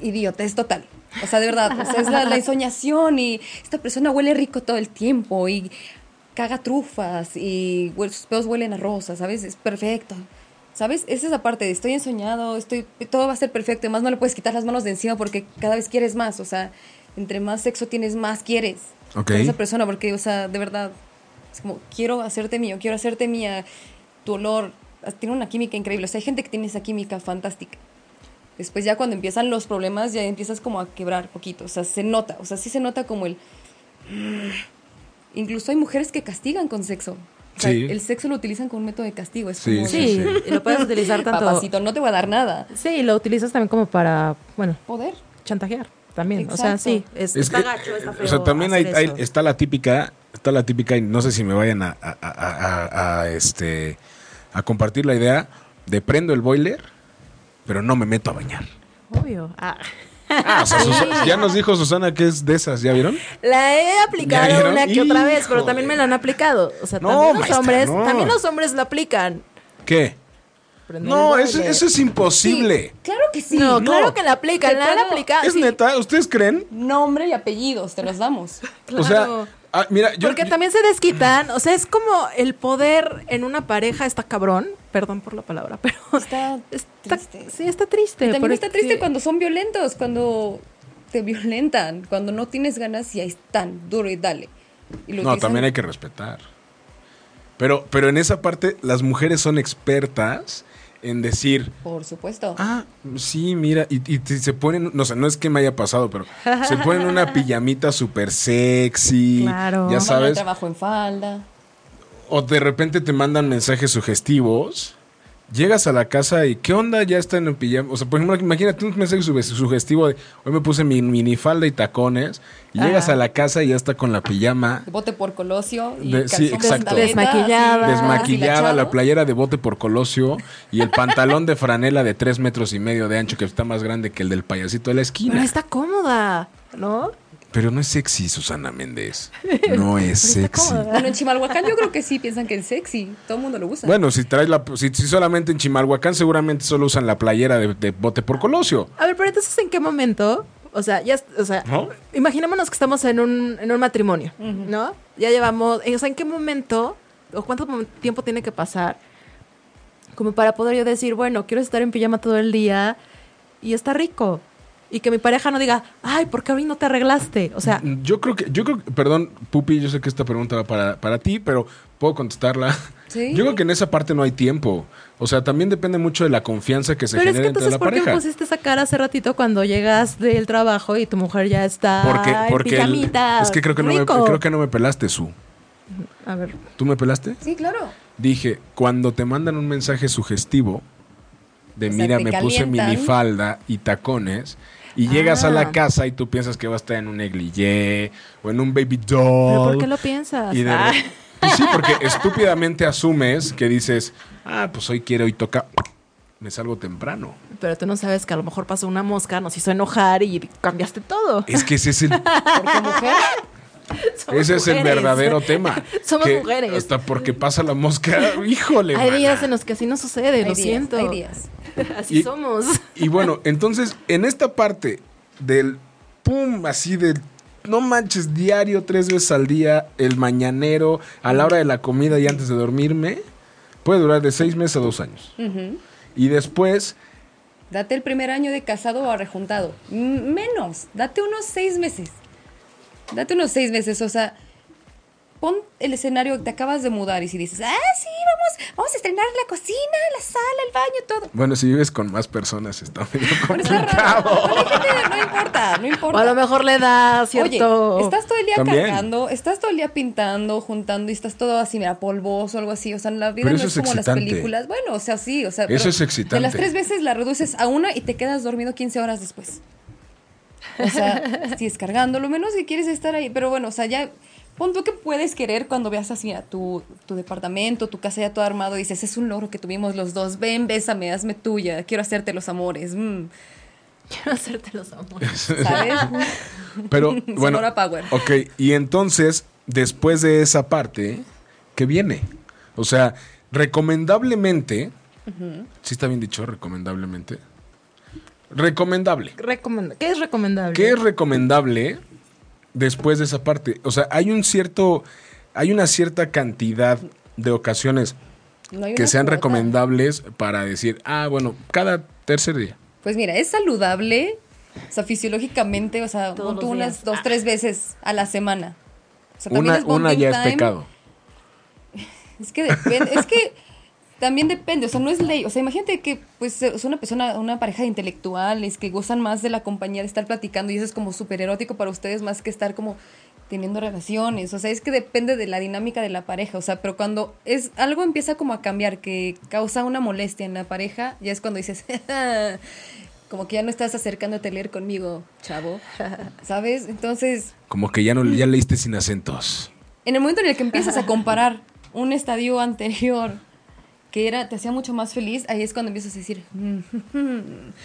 Speaker 4: idiotez total. O sea, de verdad, o sea, es la, la ensoñación y esta persona huele rico todo el tiempo y caga trufas y hue- sus pedos huelen a rosas, ¿sabes? Es perfecto. ¿Sabes? Es esa parte de estoy ensoñado, estoy, todo va a ser perfecto. Además, no le puedes quitar las manos de encima porque cada vez quieres más. O sea, entre más sexo tienes, más quieres.
Speaker 2: Ok.
Speaker 4: con esa persona porque, o sea, de verdad, es como, quiero hacerte mío, quiero hacerte mía. Tu olor ah, tiene una química increíble. O sea, hay gente que tiene esa química fantástica. Después ya cuando empiezan los problemas, ya empiezas como a quebrar poquito. O sea, se nota. O sea, sí se nota como el... Incluso hay mujeres que castigan con sexo. O sea,
Speaker 2: Sí.
Speaker 4: El sexo lo utilizan como un método de castigo. Es
Speaker 2: Sí,
Speaker 4: como...
Speaker 2: sí,
Speaker 3: Sí,
Speaker 2: sí.
Speaker 3: y lo puedes utilizar tanto.
Speaker 4: Papacito, no te voy a dar nada.
Speaker 3: Sí, lo utilizas también como para, bueno,
Speaker 4: Poder.
Speaker 3: chantajear también. O sea,
Speaker 4: Exacto.
Speaker 3: sí, es,
Speaker 2: Es
Speaker 3: está
Speaker 2: que,
Speaker 3: gacho, está
Speaker 2: eh,
Speaker 3: feo
Speaker 2: O sea, también hay,
Speaker 3: hacer
Speaker 2: hay-
Speaker 3: eso.
Speaker 2: está la típica, está la típica, y no sé si me vayan a, a- a- a- a, este, a compartir la idea de prendo el boiler, pero no me meto a bañar.
Speaker 3: Obvio. Ah.
Speaker 2: Ah, o sea, Susa- ya nos dijo Susana que es de esas, ¿ya vieron?
Speaker 3: La he
Speaker 2: ¿Ya
Speaker 3: aplicado
Speaker 2: vieron?
Speaker 3: una que otra vez,
Speaker 2: Híjole.
Speaker 3: pero también me la han aplicado. O sea,
Speaker 2: No,
Speaker 3: también los
Speaker 2: maestra,
Speaker 3: hombres,
Speaker 2: no.
Speaker 3: también los hombres la aplican.
Speaker 2: ¿Qué?
Speaker 3: Prender
Speaker 2: No,
Speaker 3: el
Speaker 2: eso,
Speaker 3: boiler.
Speaker 2: eso es imposible.
Speaker 4: Sí, claro que sí.
Speaker 3: No,
Speaker 2: no.
Speaker 3: claro que la aplican,
Speaker 4: Te
Speaker 3: la han
Speaker 4: puedo-
Speaker 3: aplicado.
Speaker 2: ¿Es
Speaker 3: sí,
Speaker 2: neta? ¿Ustedes creen?
Speaker 4: Nombre y apellidos, te los damos.
Speaker 2: O sea,
Speaker 3: claro.
Speaker 2: ah, mira, yo...
Speaker 3: Porque
Speaker 2: yo-
Speaker 3: también se desquitan, o sea, es como el poder en una pareja está cabrón, perdón por la palabra, pero
Speaker 4: Está triste.
Speaker 3: Sí, está triste.
Speaker 4: Y también
Speaker 3: porque-
Speaker 4: está triste cuando son violentos, cuando te violentan, cuando no tienes ganas y ahí están, duro y dale. Y lo
Speaker 2: No,
Speaker 4: utilizan-
Speaker 2: también hay que respetar. Pero, pero en esa parte, las mujeres son expertas en decir,
Speaker 4: Por supuesto.
Speaker 2: Ah, sí, mira, y, y te- se ponen, no sé, no es que me haya pasado, pero se ponen una pijamita súper sexy, ya
Speaker 3: Claro.
Speaker 4: Van al
Speaker 2: sabes,
Speaker 4: trabajo en falda.
Speaker 2: o de repente te mandan mensajes sugestivos, llegas a la casa y, ¿qué onda? Ya están en pijama, o sea, por ejemplo, imagínate un mensaje suge- sugestivo de, hoy me puse mi minifalda y tacones, y llegas a la casa y ya está con la pijama,
Speaker 4: Bote por Colosio. Y
Speaker 2: De- sí,
Speaker 4: calzón
Speaker 2: exacto.
Speaker 4: con tabletas,
Speaker 3: Desmaquillada.
Speaker 4: así,
Speaker 2: desmaquillada,
Speaker 4: Ah, deshilachado.
Speaker 2: la playera de bote por Colosio y el pantalón de franela de tres metros y medio de ancho que está más grande que el del payasito de la esquina.
Speaker 3: Pero está cómoda, ¿no?
Speaker 2: Pero no es sexy, Susana Méndez. No es sexy.
Speaker 4: Bueno, en Chimalhuacán yo creo que sí piensan que es sexy. Todo el mundo lo usa.
Speaker 2: Bueno, si traes la, si, si solamente en Chimalhuacán seguramente solo usan la playera de, de bote por Colosio.
Speaker 3: A ver, pero entonces, ¿en qué momento? O sea, ya, es- o sea,
Speaker 2: ¿No?
Speaker 3: imaginémonos que estamos en un, en un matrimonio, ¿no? Ya llevamos, eh, o sea, ¿en qué momento o cuánto mom- tiempo tiene que pasar como para poder yo decir, bueno, quiero estar en pijama todo el día y está rico? Y que mi pareja no diga, ay, ¿por qué hoy no te arreglaste? O sea,
Speaker 2: Yo creo que, yo creo que, perdón, Pupi, yo sé que esta pregunta va para, para ti, pero puedo contestarla.
Speaker 4: Sí.
Speaker 2: Yo creo que en esa parte no hay tiempo. O sea, también depende mucho de la confianza que se
Speaker 3: pero es que
Speaker 2: genere entre
Speaker 3: entonces,
Speaker 2: la
Speaker 3: ¿por qué me
Speaker 2: pareja.
Speaker 3: pusiste esa cara hace ratito cuando llegas del trabajo y tu mujer ya está
Speaker 2: Porque,
Speaker 3: en
Speaker 2: porque el-
Speaker 3: pijamita?
Speaker 2: es que creo que no me,
Speaker 3: Rico.
Speaker 2: creo que no me pelaste, Su.
Speaker 3: A ver,
Speaker 2: ¿Tú me pelaste?
Speaker 4: Sí, claro.
Speaker 2: Dije, cuando te mandan un mensaje sugestivo de
Speaker 4: O sea,
Speaker 2: mira,
Speaker 4: te
Speaker 2: me puse
Speaker 4: calientan".
Speaker 2: minifalda y tacones, y llegas a
Speaker 3: Ah.
Speaker 2: la casa y tú piensas que va a estar en un negligé o en un baby
Speaker 3: ¿pero
Speaker 2: doll.
Speaker 3: por qué lo piensas?
Speaker 2: y de
Speaker 3: Ah.
Speaker 2: re- Pues sí, porque estúpidamente asumes que dices, ah, pues hoy quiero, hoy toca, me salgo temprano.
Speaker 3: Pero tú no sabes que a lo mejor pasó una mosca, nos hizo enojar y cambiaste todo.
Speaker 2: Es que ese es el,
Speaker 4: Porque mujer,
Speaker 3: Somos
Speaker 2: ese es el
Speaker 3: mujeres.
Speaker 2: verdadero tema.
Speaker 3: Somos
Speaker 2: que
Speaker 3: mujeres.
Speaker 2: Hasta porque pasa la mosca, híjole.
Speaker 3: Hay
Speaker 2: mana.
Speaker 3: días en los que así no sucede,
Speaker 4: hay
Speaker 3: lo
Speaker 4: días,
Speaker 3: siento.
Speaker 4: hay días.
Speaker 3: Así
Speaker 2: Y-
Speaker 3: somos.
Speaker 2: Y bueno, entonces, en esta parte del pum, así del no manches diario, tres veces al día, el mañanero, a la hora de la comida y antes de dormirme, puede durar de seis meses a dos años.
Speaker 4: Ujú.
Speaker 2: Y después,
Speaker 4: Date el primer año de casado o rejuntado. M- menos. Date unos seis meses. Date unos seis meses. O sea, pon el escenario que te acabas de mudar y si dices, ah, sí, vamos, vamos a estrenar la cocina, la sala, el baño, todo.
Speaker 2: bueno, si vives con más personas, está medio
Speaker 4: Bueno, está raro.
Speaker 2: complicado.
Speaker 4: Bueno, hay gente- no importa, no
Speaker 3: O
Speaker 4: importa.
Speaker 3: a lo mejor le da cierto.
Speaker 4: Oye, estás todo el día
Speaker 2: También.
Speaker 4: cargando, estás todo el día pintando, juntando y estás todo así, mira, polvoso, algo así. O sea, la vida
Speaker 2: Pero
Speaker 4: no
Speaker 2: eso
Speaker 4: es,
Speaker 2: es
Speaker 4: como
Speaker 2: excitante.
Speaker 4: las películas. Bueno, o sea, sí, o sea.
Speaker 2: Eso
Speaker 4: pero
Speaker 2: es excitante.
Speaker 4: De las tres veces la reduces a una y te quedas dormido 15 horas después. O sea, sigues cargando, lo menos que quieres es estar ahí. Pero bueno, o sea, ya Pon tú que puedes querer cuando veas así a tu, tu departamento, tu casa ya todo armado, y dices, es un logro que tuvimos los dos, ven, bésame, hazme tuya, quiero hacerte los amores. mm",
Speaker 3: Quiero hacerte los amores.
Speaker 4: ¿Sabes?
Speaker 2: Pero bueno.
Speaker 4: Sonora Power.
Speaker 2: Ok, y entonces, después de esa parte, ¿qué viene? O sea, recomendablemente, sí está bien dicho, recomendablemente. Recomendable.
Speaker 3: Recomenda- ¿Qué es recomendable?
Speaker 2: ¿Qué es recomendable después de esa parte? O sea, hay un cierto, hay una cierta cantidad de ocasiones
Speaker 4: No hay
Speaker 2: que
Speaker 4: una
Speaker 2: sean
Speaker 4: cuota.
Speaker 2: recomendables para decir, ah, bueno, cada tercer día.
Speaker 4: Pues mira, es saludable, o sea, fisiológicamente, o sea,
Speaker 3: Todos
Speaker 4: pon tú
Speaker 3: los
Speaker 4: unas
Speaker 3: días.
Speaker 4: dos, tres veces a la semana. O sea, también
Speaker 2: Una,
Speaker 4: es
Speaker 2: una
Speaker 4: bonding
Speaker 2: ya es
Speaker 4: time.
Speaker 2: pecado.
Speaker 4: Es que depende, es que también depende, o sea, no es ley. O sea, imagínate que pues es una persona, una pareja de intelectuales que gozan más de la compañía de estar platicando y eso es como súper erótico para ustedes más que estar como teniendo relaciones. O sea, es que depende de la dinámica de la pareja. O sea, pero cuando es algo empieza como a cambiar, que causa una molestia en la pareja, ya es cuando dices como que ya no estás acercándote a leer conmigo, chavo. ¿Sabes? Entonces,
Speaker 2: Como que ya no ya leíste sin acentos.
Speaker 4: en el momento en el que empiezas a comparar un estadio anterior que era te hacía mucho más feliz, ahí es cuando empiezas a decir, "Mm".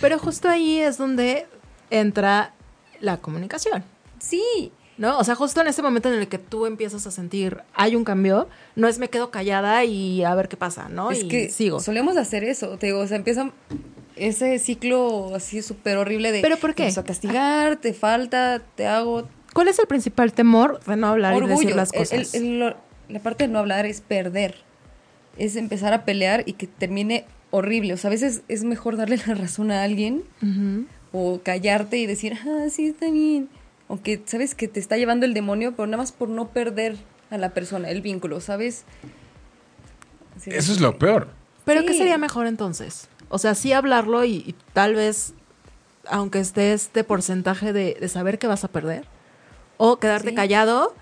Speaker 3: Pero justo ahí es donde entra la comunicación.
Speaker 4: sí,
Speaker 3: ¿No? O sea, justo en ese momento en el que tú empiezas a sentir hay un cambio, no es me quedo callada y a ver qué pasa, ¿no?
Speaker 4: es
Speaker 3: y
Speaker 4: que
Speaker 3: sigo.
Speaker 4: solemos hacer eso, te digo, o sea, empieza ese ciclo así súper horrible de
Speaker 3: ¿Pero por qué?
Speaker 4: empiezo a castigar, te falta, te hago
Speaker 3: ¿Cuál es el principal temor de no hablar y decir
Speaker 4: orgullo.
Speaker 3: las
Speaker 4: El- el-
Speaker 3: cosas?
Speaker 4: el- lo- la parte de no hablar es perder, es empezar a pelear y que termine horrible. O sea, a veces es mejor darle la razón a alguien
Speaker 3: Ujú.
Speaker 4: o callarte y decir, ah, sí, está bien. Aunque sabes que te está llevando el demonio, pero nada más por no perder a la persona, el vínculo, ¿sabes? Sí.
Speaker 2: Eso es lo peor.
Speaker 3: Pero ¿qué
Speaker 4: Sí.
Speaker 3: sería mejor entonces? O sea, sí hablarlo y, y tal vez, aunque esté este porcentaje de, de saber que vas a perder, o quedarte
Speaker 4: Sí.
Speaker 3: callado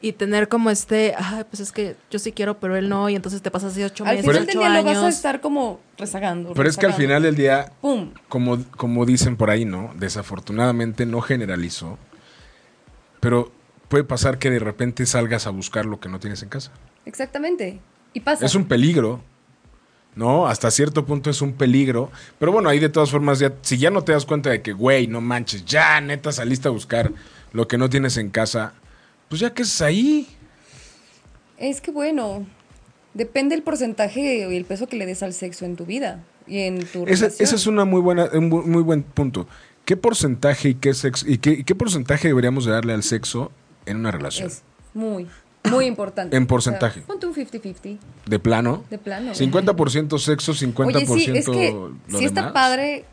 Speaker 3: y tener como este, ay, pues es que yo sí quiero, pero él no, y entonces te pasas así ocho
Speaker 4: Al
Speaker 3: meses,
Speaker 4: final del
Speaker 3: ocho
Speaker 4: día lo vas a
Speaker 3: años.
Speaker 4: estar como rezagando.
Speaker 2: Pero es que al
Speaker 4: rezagando.
Speaker 2: final del día
Speaker 4: ¡Pum!
Speaker 2: como, como dicen por ahí, ¿no? Desafortunadamente no generalizo, pero puede pasar que de repente salgas a buscar lo que no tienes en casa.
Speaker 4: Exactamente. Y pasa.
Speaker 2: Es un peligro, ¿no? Hasta cierto punto es un peligro, pero bueno, ahí de todas formas, ya, si ya no te das cuenta de que, güey, no manches, ya neta saliste a buscar lo que no tienes en casa, pues ya que es ahí.
Speaker 4: Es que bueno, depende el porcentaje y el peso que le des al sexo en tu vida y en tu
Speaker 2: Ese,
Speaker 4: relación.
Speaker 2: ese es una muy buena, un bu- muy buen punto. ¿Qué porcentaje y qué, sexo, y qué, y qué porcentaje deberíamos de darle al sexo en una relación?
Speaker 4: Es muy, muy importante.
Speaker 2: En porcentaje.
Speaker 4: O sea, ponte un 50-50,
Speaker 2: ¿De plano?
Speaker 4: de plano.
Speaker 2: 50% sexo, 50%
Speaker 4: Oye, sí, es que
Speaker 2: lo
Speaker 4: sí está
Speaker 2: demás.
Speaker 4: padre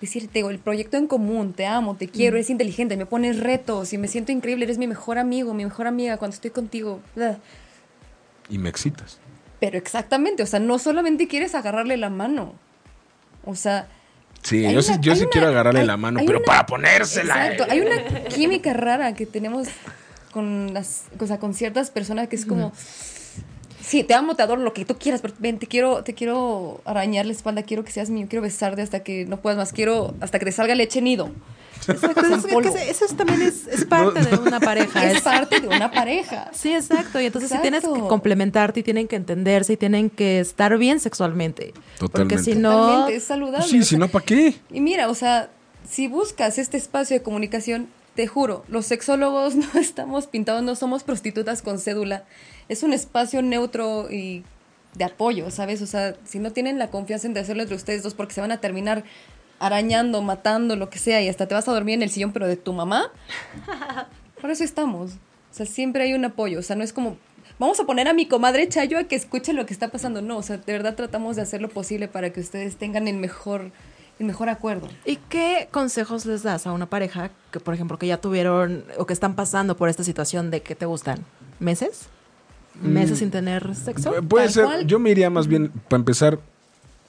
Speaker 4: decirte, digo, el proyecto en común, te amo, te quiero, eres inteligente, me pones retos y me siento increíble, eres mi mejor amigo, mi mejor amiga cuando estoy contigo. bla.
Speaker 2: Y me excitas.
Speaker 4: Pero exactamente, o sea, no solamente quieres agarrarle la mano. O sea,
Speaker 2: Sí,
Speaker 4: Hay
Speaker 2: yo sí,
Speaker 4: una-
Speaker 2: yo
Speaker 4: hay
Speaker 2: sí
Speaker 4: una-
Speaker 2: quiero agarrarle
Speaker 4: hay-
Speaker 2: la mano,
Speaker 4: hay
Speaker 2: pero
Speaker 4: una-
Speaker 2: para ponérsela. eh.
Speaker 4: exacto, hay una química rara que tenemos con las o sea, con ciertas personas que es como Sí, te amo, te adoro, lo que tú quieras, pero ven, te quiero, te quiero arañar la espalda, quiero que seas mío, quiero besarte hasta que no puedas más, quiero hasta que te salga leche nido.
Speaker 3: Exacto,
Speaker 4: San
Speaker 3: es que-
Speaker 4: Polo.
Speaker 3: que se- eso también es, es parte de una pareja.
Speaker 4: es
Speaker 3: es-
Speaker 4: parte de una pareja.
Speaker 3: sí, exacto. Y entonces sí tienes que
Speaker 4: Exacto.
Speaker 3: complementarte y tienen que entenderse y tienen que estar bien sexualmente. Porque
Speaker 2: Totalmente.
Speaker 3: si no,
Speaker 4: Totalmente, es saludable.
Speaker 2: Pues Sí,
Speaker 4: o
Speaker 2: si
Speaker 4: sea,
Speaker 2: no, ¿para qué?
Speaker 4: Y mira, o sea, si buscas este espacio de comunicación, te juro, los sexólogos no estamos pintados, no somos prostitutas con cédula. Es un espacio neutro y de apoyo, ¿sabes? O sea, si no tienen la confianza entre hacerlo entre ustedes dos porque se van a terminar arañando, matando, lo que sea, y hasta te vas a dormir en el sillón, pero de tu mamá, por eso estamos. O sea, siempre hay un apoyo. O sea, no es como, vamos a poner a mi comadre Chayo a que escuche lo que está pasando. No, o sea, de verdad tratamos de hacer lo posible para que ustedes tengan el mejor, el mejor acuerdo.
Speaker 3: ¿Y qué consejos les das a una pareja que, por ejemplo, que ya tuvieron o que están pasando por esta situación de que te gustan? ¿Meses?
Speaker 2: Mm.
Speaker 3: ¿Meses sin tener sexo?
Speaker 2: Pu- Puede
Speaker 4: tal
Speaker 2: ser,
Speaker 4: cual.
Speaker 2: yo me iría más bien, para empezar,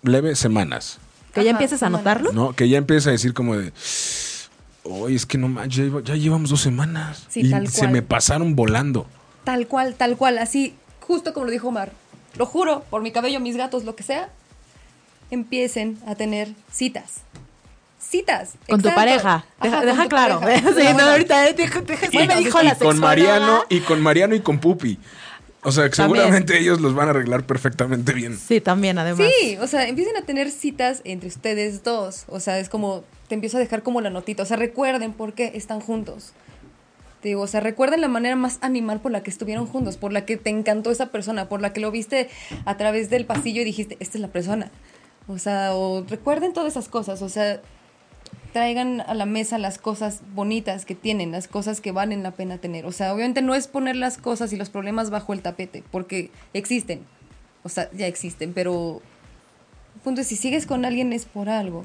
Speaker 2: leve, semanas.
Speaker 3: Que ya
Speaker 4: Ajá,
Speaker 3: empieces a
Speaker 4: semanas.
Speaker 3: notarlo.
Speaker 2: ¿No? Que ya empieza a decir como de. Oye, es que no manches, ya, iba- ya llevamos dos semanas.
Speaker 4: Sí,
Speaker 2: y
Speaker 4: tal
Speaker 2: se
Speaker 4: cual.
Speaker 2: me pasaron volando.
Speaker 4: Tal cual, tal cual, así, justo como lo dijo Omar. Lo juro, por mi cabello, mis gatos, lo que sea, empiecen a tener citas. citas.
Speaker 3: Con tu
Speaker 4: exacto.
Speaker 3: pareja. Deja,
Speaker 4: Ajá,
Speaker 3: deja
Speaker 4: con tu
Speaker 3: claro.
Speaker 4: pareja.
Speaker 3: Sí, no,
Speaker 4: Bueno,
Speaker 3: ahorita eh, deja- deja-
Speaker 2: Y,
Speaker 3: me dijo
Speaker 2: y
Speaker 3: la
Speaker 2: con
Speaker 3: sexóloga.
Speaker 2: Mariano y con Mariano y con Pupi. O sea, que
Speaker 3: También.
Speaker 2: seguramente ellos los van a arreglar perfectamente bien.
Speaker 3: Sí, también, además.
Speaker 4: Sí, o sea, empiecen a tener citas entre ustedes dos. O sea, es como, te empiezo a dejar como la notita. O sea, recuerden por qué están juntos. Te digo, o sea, recuerden la manera más animal por la que estuvieron juntos, por la que te encantó esa persona, por la que lo viste a través del pasillo y dijiste, esta es la persona. O sea, o recuerden todas esas cosas. O sea, traigan a la mesa las cosas bonitas que tienen, las cosas que valen la pena tener. O sea, obviamente no es poner las cosas y los problemas bajo el tapete, porque existen. O sea, ya existen, pero el punto es si sigues con alguien es por algo.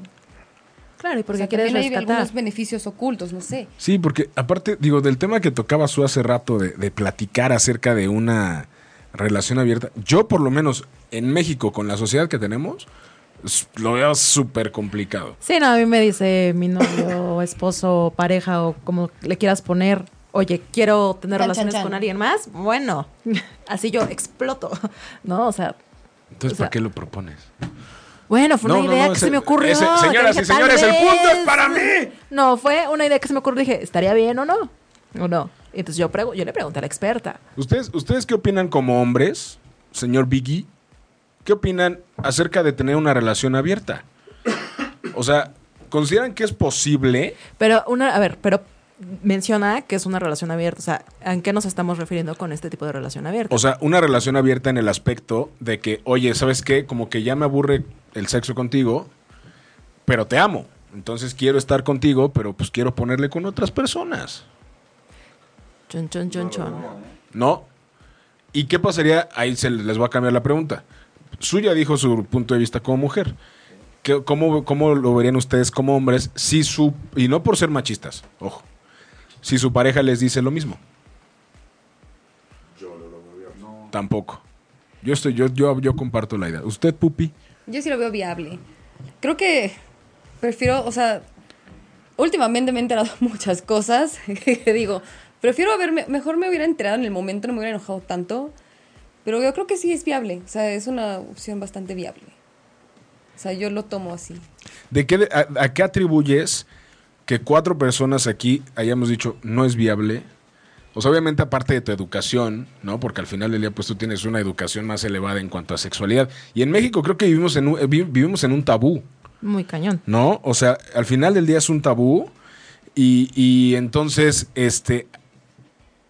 Speaker 3: Claro, y
Speaker 4: Porque
Speaker 3: porque quieres
Speaker 4: también hay
Speaker 3: rescatar.
Speaker 4: algunos beneficios ocultos, no sé.
Speaker 2: Sí, porque aparte, digo, del tema que tocabas tú hace rato de, de platicar acerca de una relación abierta, yo por lo menos en México, con la sociedad que tenemos, s- lo veo súper complicado.
Speaker 3: Sí, no, a mí me dice mi novio, o esposo, o pareja o como le quieras poner, oye, quiero tener
Speaker 4: Chan,
Speaker 3: relaciones
Speaker 4: chan, chan.
Speaker 3: con alguien más. Bueno, así yo exploto, ¿no? O sea,
Speaker 2: Entonces,
Speaker 3: O sea,
Speaker 2: ¿para qué lo propones?
Speaker 3: bueno, fue una idea que
Speaker 2: ese-
Speaker 3: se me ocurrió.
Speaker 2: ese-
Speaker 3: que
Speaker 2: señoras
Speaker 3: dije,
Speaker 2: y
Speaker 3: "Tal
Speaker 2: señores, el punto es
Speaker 3: vez".
Speaker 2: para mí.
Speaker 3: No, fue una idea que se me ocurrió. Dije, ¿estaría bien o no? ¿O no? Y Entonces yo, pregu- yo le pregunté a la experta.
Speaker 2: ¿Ustedes, ¿Ustedes qué opinan como hombres, señor Biggie? ¿Qué opinan acerca de tener una relación abierta? O sea, ¿consideran que es posible?
Speaker 3: Pero una, a ver, pero menciona que es una relación abierta. O sea, ¿a qué nos estamos refiriendo con este tipo de relación abierta?
Speaker 2: O sea, una relación abierta en el aspecto de que, oye, ¿sabes qué? Como que ya me aburre el sexo contigo, pero te amo. Entonces quiero estar contigo, pero pues quiero ponerle con otras personas.
Speaker 3: Chon, chon, chon, chon.
Speaker 2: ¿No? ¿Y qué pasaría? Ahí se les va a cambiar la pregunta. Suya dijo su punto de vista como mujer. ¿Qué- cómo, cómo lo verían ustedes como hombres si su... Y no por ser machistas, ojo. Si su pareja les dice lo mismo. Tampoco. Yo, estoy, yo, yo, yo comparto la idea. ¿Usted, Pupi?
Speaker 4: Yo sí lo veo viable. Creo que prefiero, o sea, últimamente me he enterado muchas cosas que digo, prefiero haberme, mejor me hubiera enterado en el momento, no me hubiera enojado tanto, pero yo creo que sí es viable, o sea, es una opción bastante viable. O sea, yo lo tomo así.
Speaker 2: ¿De qué, a, a qué atribuyes que cuatro personas aquí hayamos dicho no es viable? O sea, obviamente aparte de tu educación, ¿no? Porque al final del día pues tú tienes una educación más elevada en cuanto a sexualidad. Y en México creo que vivimos en un, eh, vi- vivimos en un tabú,
Speaker 3: Muy cañón.
Speaker 2: ¿no? O sea, al final del día es un tabú y, y entonces este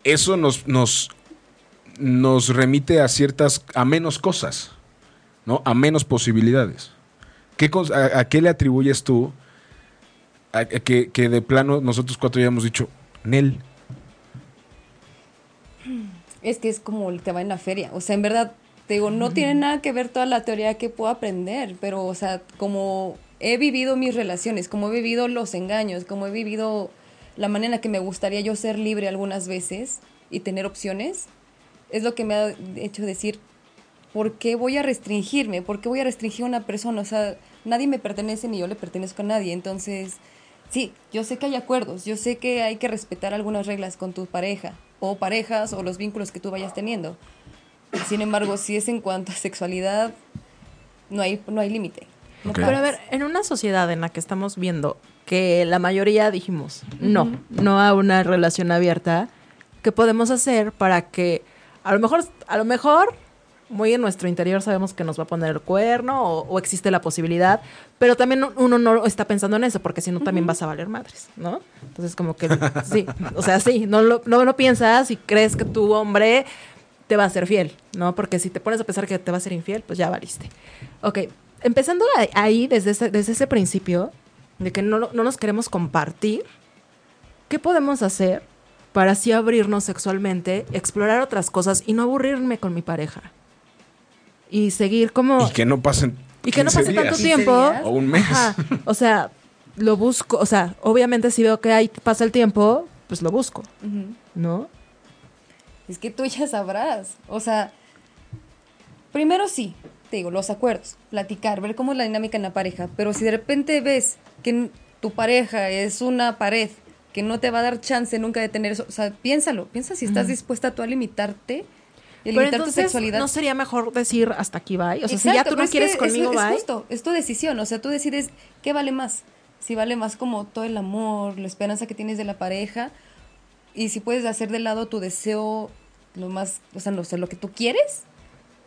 Speaker 2: eso nos, nos, nos remite a ciertas, a menos cosas, ¿no? A menos posibilidades. ¿Qué cons- a, a qué le atribuyes tú a- a que, que de plano nosotros cuatro ya hemos dicho, Nel,
Speaker 4: Es que es como el que va en la feria. O sea, en verdad, te digo, no tiene nada que ver toda la teoría que puedo aprender, pero, o sea, como he vivido mis relaciones, como he vivido los engaños, como he vivido la manera en la que me gustaría yo ser libre algunas veces y tener opciones, es lo que me ha hecho decir, ¿por qué voy a restringirme? ¿Por qué voy a restringir a una persona? O sea, nadie me pertenece ni yo le pertenezco a nadie. Entonces, sí, yo sé que hay acuerdos, yo sé que hay que respetar algunas reglas con tu pareja o parejas o los vínculos que tú vayas teniendo. Sin embargo, si es en cuanto a sexualidad, no hay, no hay límite. No
Speaker 2: Ok.
Speaker 4: paras.
Speaker 3: Pero a ver, en una sociedad en la que estamos viendo que la mayoría dijimos no, no a una relación abierta, ¿qué podemos hacer para que a lo mejor, a lo mejor, muy en nuestro interior sabemos que nos va a poner el cuerno o, o existe la posibilidad, pero también uno no está pensando en eso porque si no también vas a valer madres, ¿no? Entonces como que sí, o sea, sí, no lo, no lo piensas y crees que tu hombre te va a ser fiel, ¿no? Porque si te pones a pensar que te va a ser infiel, pues ya valiste. Ok, empezando a- ahí, desde ese, desde ese principio, de que no, lo- no nos queremos compartir, ¿qué podemos hacer para así abrirnos sexualmente, explorar otras cosas y no aburrirme con mi pareja? Y seguir como...
Speaker 2: y que no pasen
Speaker 3: Y que no
Speaker 2: 15
Speaker 3: pase tanto
Speaker 2: días.
Speaker 3: tiempo.
Speaker 4: días.
Speaker 2: O un mes.
Speaker 3: Ajá. O sea, lo busco. O sea, obviamente si veo que ahí pasa el tiempo, pues lo busco,
Speaker 4: Ujú.
Speaker 3: ¿no?
Speaker 4: Es que tú ya sabrás. O sea, primero sí, te digo, los acuerdos, platicar, ver cómo es la dinámica en la pareja. Pero si de repente ves que n- tu pareja es una pared que no te va a dar chance nunca de tener eso, o sea, piénsalo, piensa si estás dispuesta tú a limitarte y a
Speaker 3: Pero
Speaker 4: limitar tu
Speaker 3: entonces,
Speaker 4: sexualidad.
Speaker 3: ¿no sería mejor decir hasta aquí bye? O sea, si
Speaker 4: Exacto,
Speaker 3: ya tú
Speaker 4: pero
Speaker 3: no
Speaker 4: es
Speaker 3: quieres
Speaker 4: que es-
Speaker 3: conmigo,
Speaker 4: es,
Speaker 3: bye.
Speaker 4: justo, es tu decisión, o sea, tú decides qué vale más, si vale más como todo el amor, la esperanza que tienes de la pareja y si puedes hacer de lado tu deseo, lo más, o sea, no, o sea, lo que tú quieres.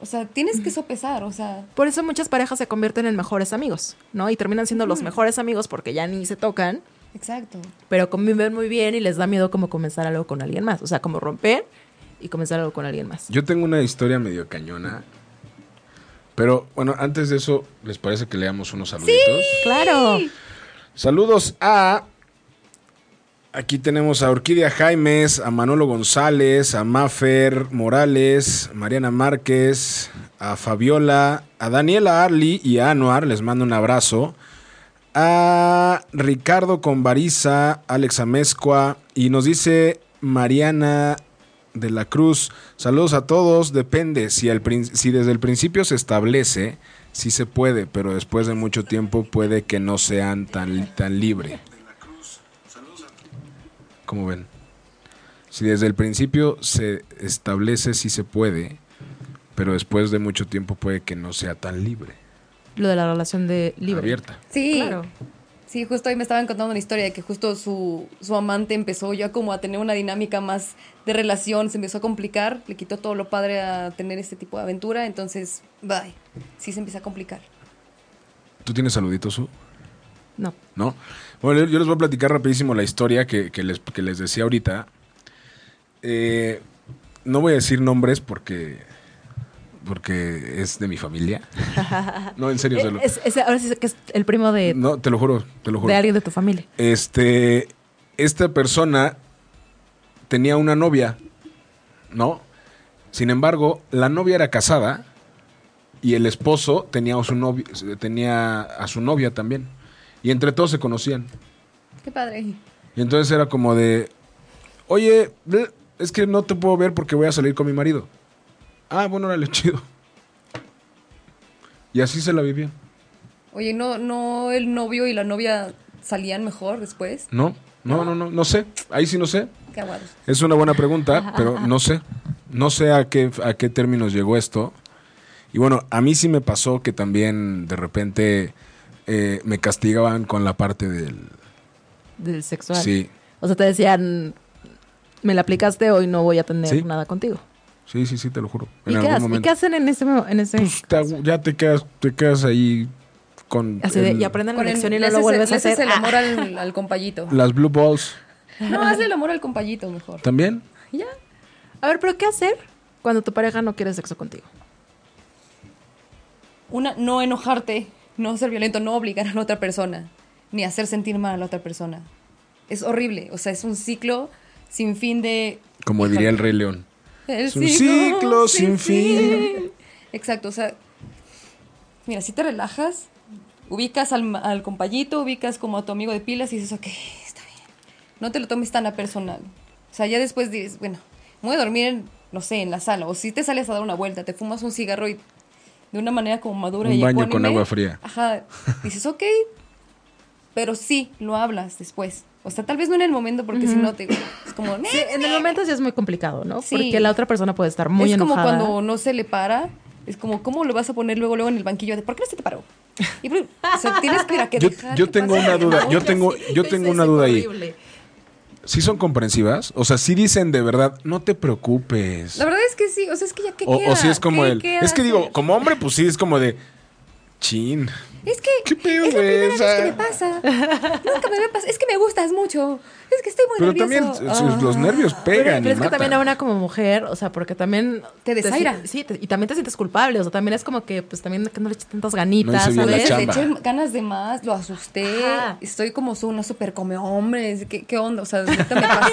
Speaker 4: O sea, tienes que sopesar, o sea,
Speaker 3: Por eso muchas parejas se convierten en mejores amigos, ¿no? Y terminan siendo
Speaker 4: Mm.
Speaker 3: los mejores amigos porque ya ni se tocan,
Speaker 4: exacto.
Speaker 3: pero conviven muy bien y les da miedo como comenzar algo con alguien más. O sea, como romper y comenzar algo con alguien más.
Speaker 2: Yo tengo una historia medio cañona. Pero bueno, antes de eso, ¿les parece que leamos unos saluditos?
Speaker 3: ¡Claro!
Speaker 2: Saludos a. Aquí tenemos a Orquídea Jaimes, a Manolo González, a Mafer Morales, Mariana Márquez, a Fabiola, a Daniela Arli y a Anuar. Les mando un abrazo. A Ricardo Convariza, Alex Amezcua y nos dice Mariana de la Cruz. Saludos a todos. Depende si, al prin- si desde el principio se establece, sí se puede, pero después de mucho tiempo puede que no sean tan, tan libre. ¿Cómo ven? Si desde el principio se establece, sí se puede, pero después de mucho tiempo puede que no sea tan libre,
Speaker 3: Lo de la relación de libre.
Speaker 2: abierta.
Speaker 4: Sí.
Speaker 3: Claro.
Speaker 4: Sí, justo hoy me estaban contando una historia de que justo su, su amante empezó ya como a tener una dinámica más de relación, se empezó a complicar, le quitó todo lo padre a tener este tipo de aventura, entonces, bye, sí se empieza a complicar.
Speaker 2: ¿Tú tienes saluditos, Su?
Speaker 3: No.
Speaker 2: ¿no? Bueno, yo- yo les voy a platicar rapidísimo la historia que, que les, que les decía ahorita. Eh, no voy a decir nombres porque, porque es de mi familia. no, en serio, se lo-
Speaker 3: E-, Es- es- ahora sí sé que es el primo de,
Speaker 2: no, te lo juro, te lo juro.
Speaker 3: de alguien de tu familia.
Speaker 2: Este, esta persona tenía una novia, ¿no? Sin embargo, la novia era casada y el esposo tenía a su novia, tenía a su novia también. Y entre todos se conocían.
Speaker 4: Qué padre.
Speaker 2: Y entonces era como de, oye, eh, es que no te puedo ver porque voy a salir con mi marido. Ah, bueno, órale, chido. Y así se la vivía,
Speaker 4: Oye, ¿no, no el novio y la novia salían mejor después?
Speaker 2: ¿no? No, no, no, no sé. Ahí sí no sé.
Speaker 4: Qué aguados.
Speaker 2: Es una buena pregunta, pero no sé. No sé a qué, a qué términos llegó esto. Y bueno, a mí sí me pasó que también de repente eh, me castigaban con la parte del...
Speaker 3: Del sexual.
Speaker 2: Sí,
Speaker 3: O sea, te decían, me la aplicaste hoy, no voy a tener
Speaker 2: Sí.
Speaker 3: nada contigo.
Speaker 2: sí, sí, sí, te lo juro.
Speaker 3: ¿Y qué, haces? ¿Y qué hacen en ese mo- en ese
Speaker 2: Pues, te agu- ya te quedas, te quedas ahí con
Speaker 3: Así de,
Speaker 2: el-
Speaker 3: y aprenden la
Speaker 4: Con el-
Speaker 3: lección y
Speaker 4: le
Speaker 3: no lo
Speaker 4: haces-
Speaker 3: vuelves
Speaker 4: le
Speaker 3: a
Speaker 4: haces
Speaker 3: hacer.
Speaker 4: el
Speaker 3: Ah.
Speaker 4: amor al, al compayito.
Speaker 2: las blue balls
Speaker 4: No, hazle el amor al compayito mejor.
Speaker 2: también.
Speaker 4: Ya.
Speaker 3: A ver, pero ¿qué hacer cuando tu pareja no quiere sexo contigo?
Speaker 4: Una, no enojarte, no ser violento, no obligar a la otra persona, ni hacer sentir mal a la otra persona. Es horrible, o sea, es un ciclo sin fin de...
Speaker 2: Como diría el Rey León.
Speaker 4: El
Speaker 2: Es un ciclo sin fin.
Speaker 4: Exacto, o sea, mira, si te relajas, ubicas al, ma- al compayito, ubicas como a tu amigo de pilas y dices, ok, está bien. No te lo tomes tan a personal. O sea, ya después dices, bueno, me voy a dormir, en, no sé, en la sala. O si te sales a dar una vuelta, te fumas un cigarro y de una manera como madura
Speaker 2: Un
Speaker 4: y
Speaker 2: baño con
Speaker 4: ecuánime,
Speaker 2: agua fría.
Speaker 4: Ajá, dices, ok, pero sí, lo hablas después. O sea, tal vez no en el momento, porque si no te... Es como...
Speaker 3: En el momento sí es muy complicado, ¿no?
Speaker 4: Sí.
Speaker 3: Porque la otra persona puede estar muy
Speaker 4: es como
Speaker 3: enojada.
Speaker 4: cuando no se le para. Es como, ¿cómo lo vas a poner luego, luego en el banquillo? De, ¿Por qué no se te paró? Y, por- o sea, tienes que, mira, que
Speaker 2: Yo-
Speaker 4: dejar
Speaker 2: yo
Speaker 4: que
Speaker 2: tengo
Speaker 4: pase
Speaker 2: una
Speaker 4: la
Speaker 2: duda, yo
Speaker 4: otra,
Speaker 2: tengo-
Speaker 4: sí.
Speaker 2: yo tengo una duda ahí. ¿Sí son comprensivas? O sea, sí dicen de verdad, no te preocupes.
Speaker 4: La verdad es que sí, o sea, es que ya que
Speaker 2: O,
Speaker 4: queda.
Speaker 2: o si es como
Speaker 4: ¿Qué
Speaker 2: el...
Speaker 4: queda
Speaker 2: Es que digo,
Speaker 4: hacer?
Speaker 2: como hombre, pues sí, es como de... Chin.
Speaker 4: Es que
Speaker 2: ¿Qué pedo,
Speaker 4: es la
Speaker 2: güey?
Speaker 4: primera
Speaker 2: O sea-
Speaker 4: vez que me pasa. Nunca me había pasado. Es que me gustas mucho. Es que estoy muy
Speaker 2: Pero también eh,
Speaker 4: nervioso. Ah.
Speaker 2: sus- los nervios
Speaker 3: Pero,
Speaker 2: pegan.
Speaker 3: pero
Speaker 2: y
Speaker 3: es que
Speaker 2: matan.
Speaker 3: también a una como mujer, o sea, porque también...
Speaker 4: Te desaira.
Speaker 3: si- sí, te- y también te sientes culpable, o sea, también es como que, pues también que no le eches tantas ganitas,
Speaker 2: No hice bien la
Speaker 3: ¿sabes?
Speaker 2: chamba.
Speaker 4: Le eché ganas de más, lo asusté.
Speaker 3: Ajá.
Speaker 4: Estoy como su- una super come hombres. ¿Qué, qué onda? O sea, neta me pasé.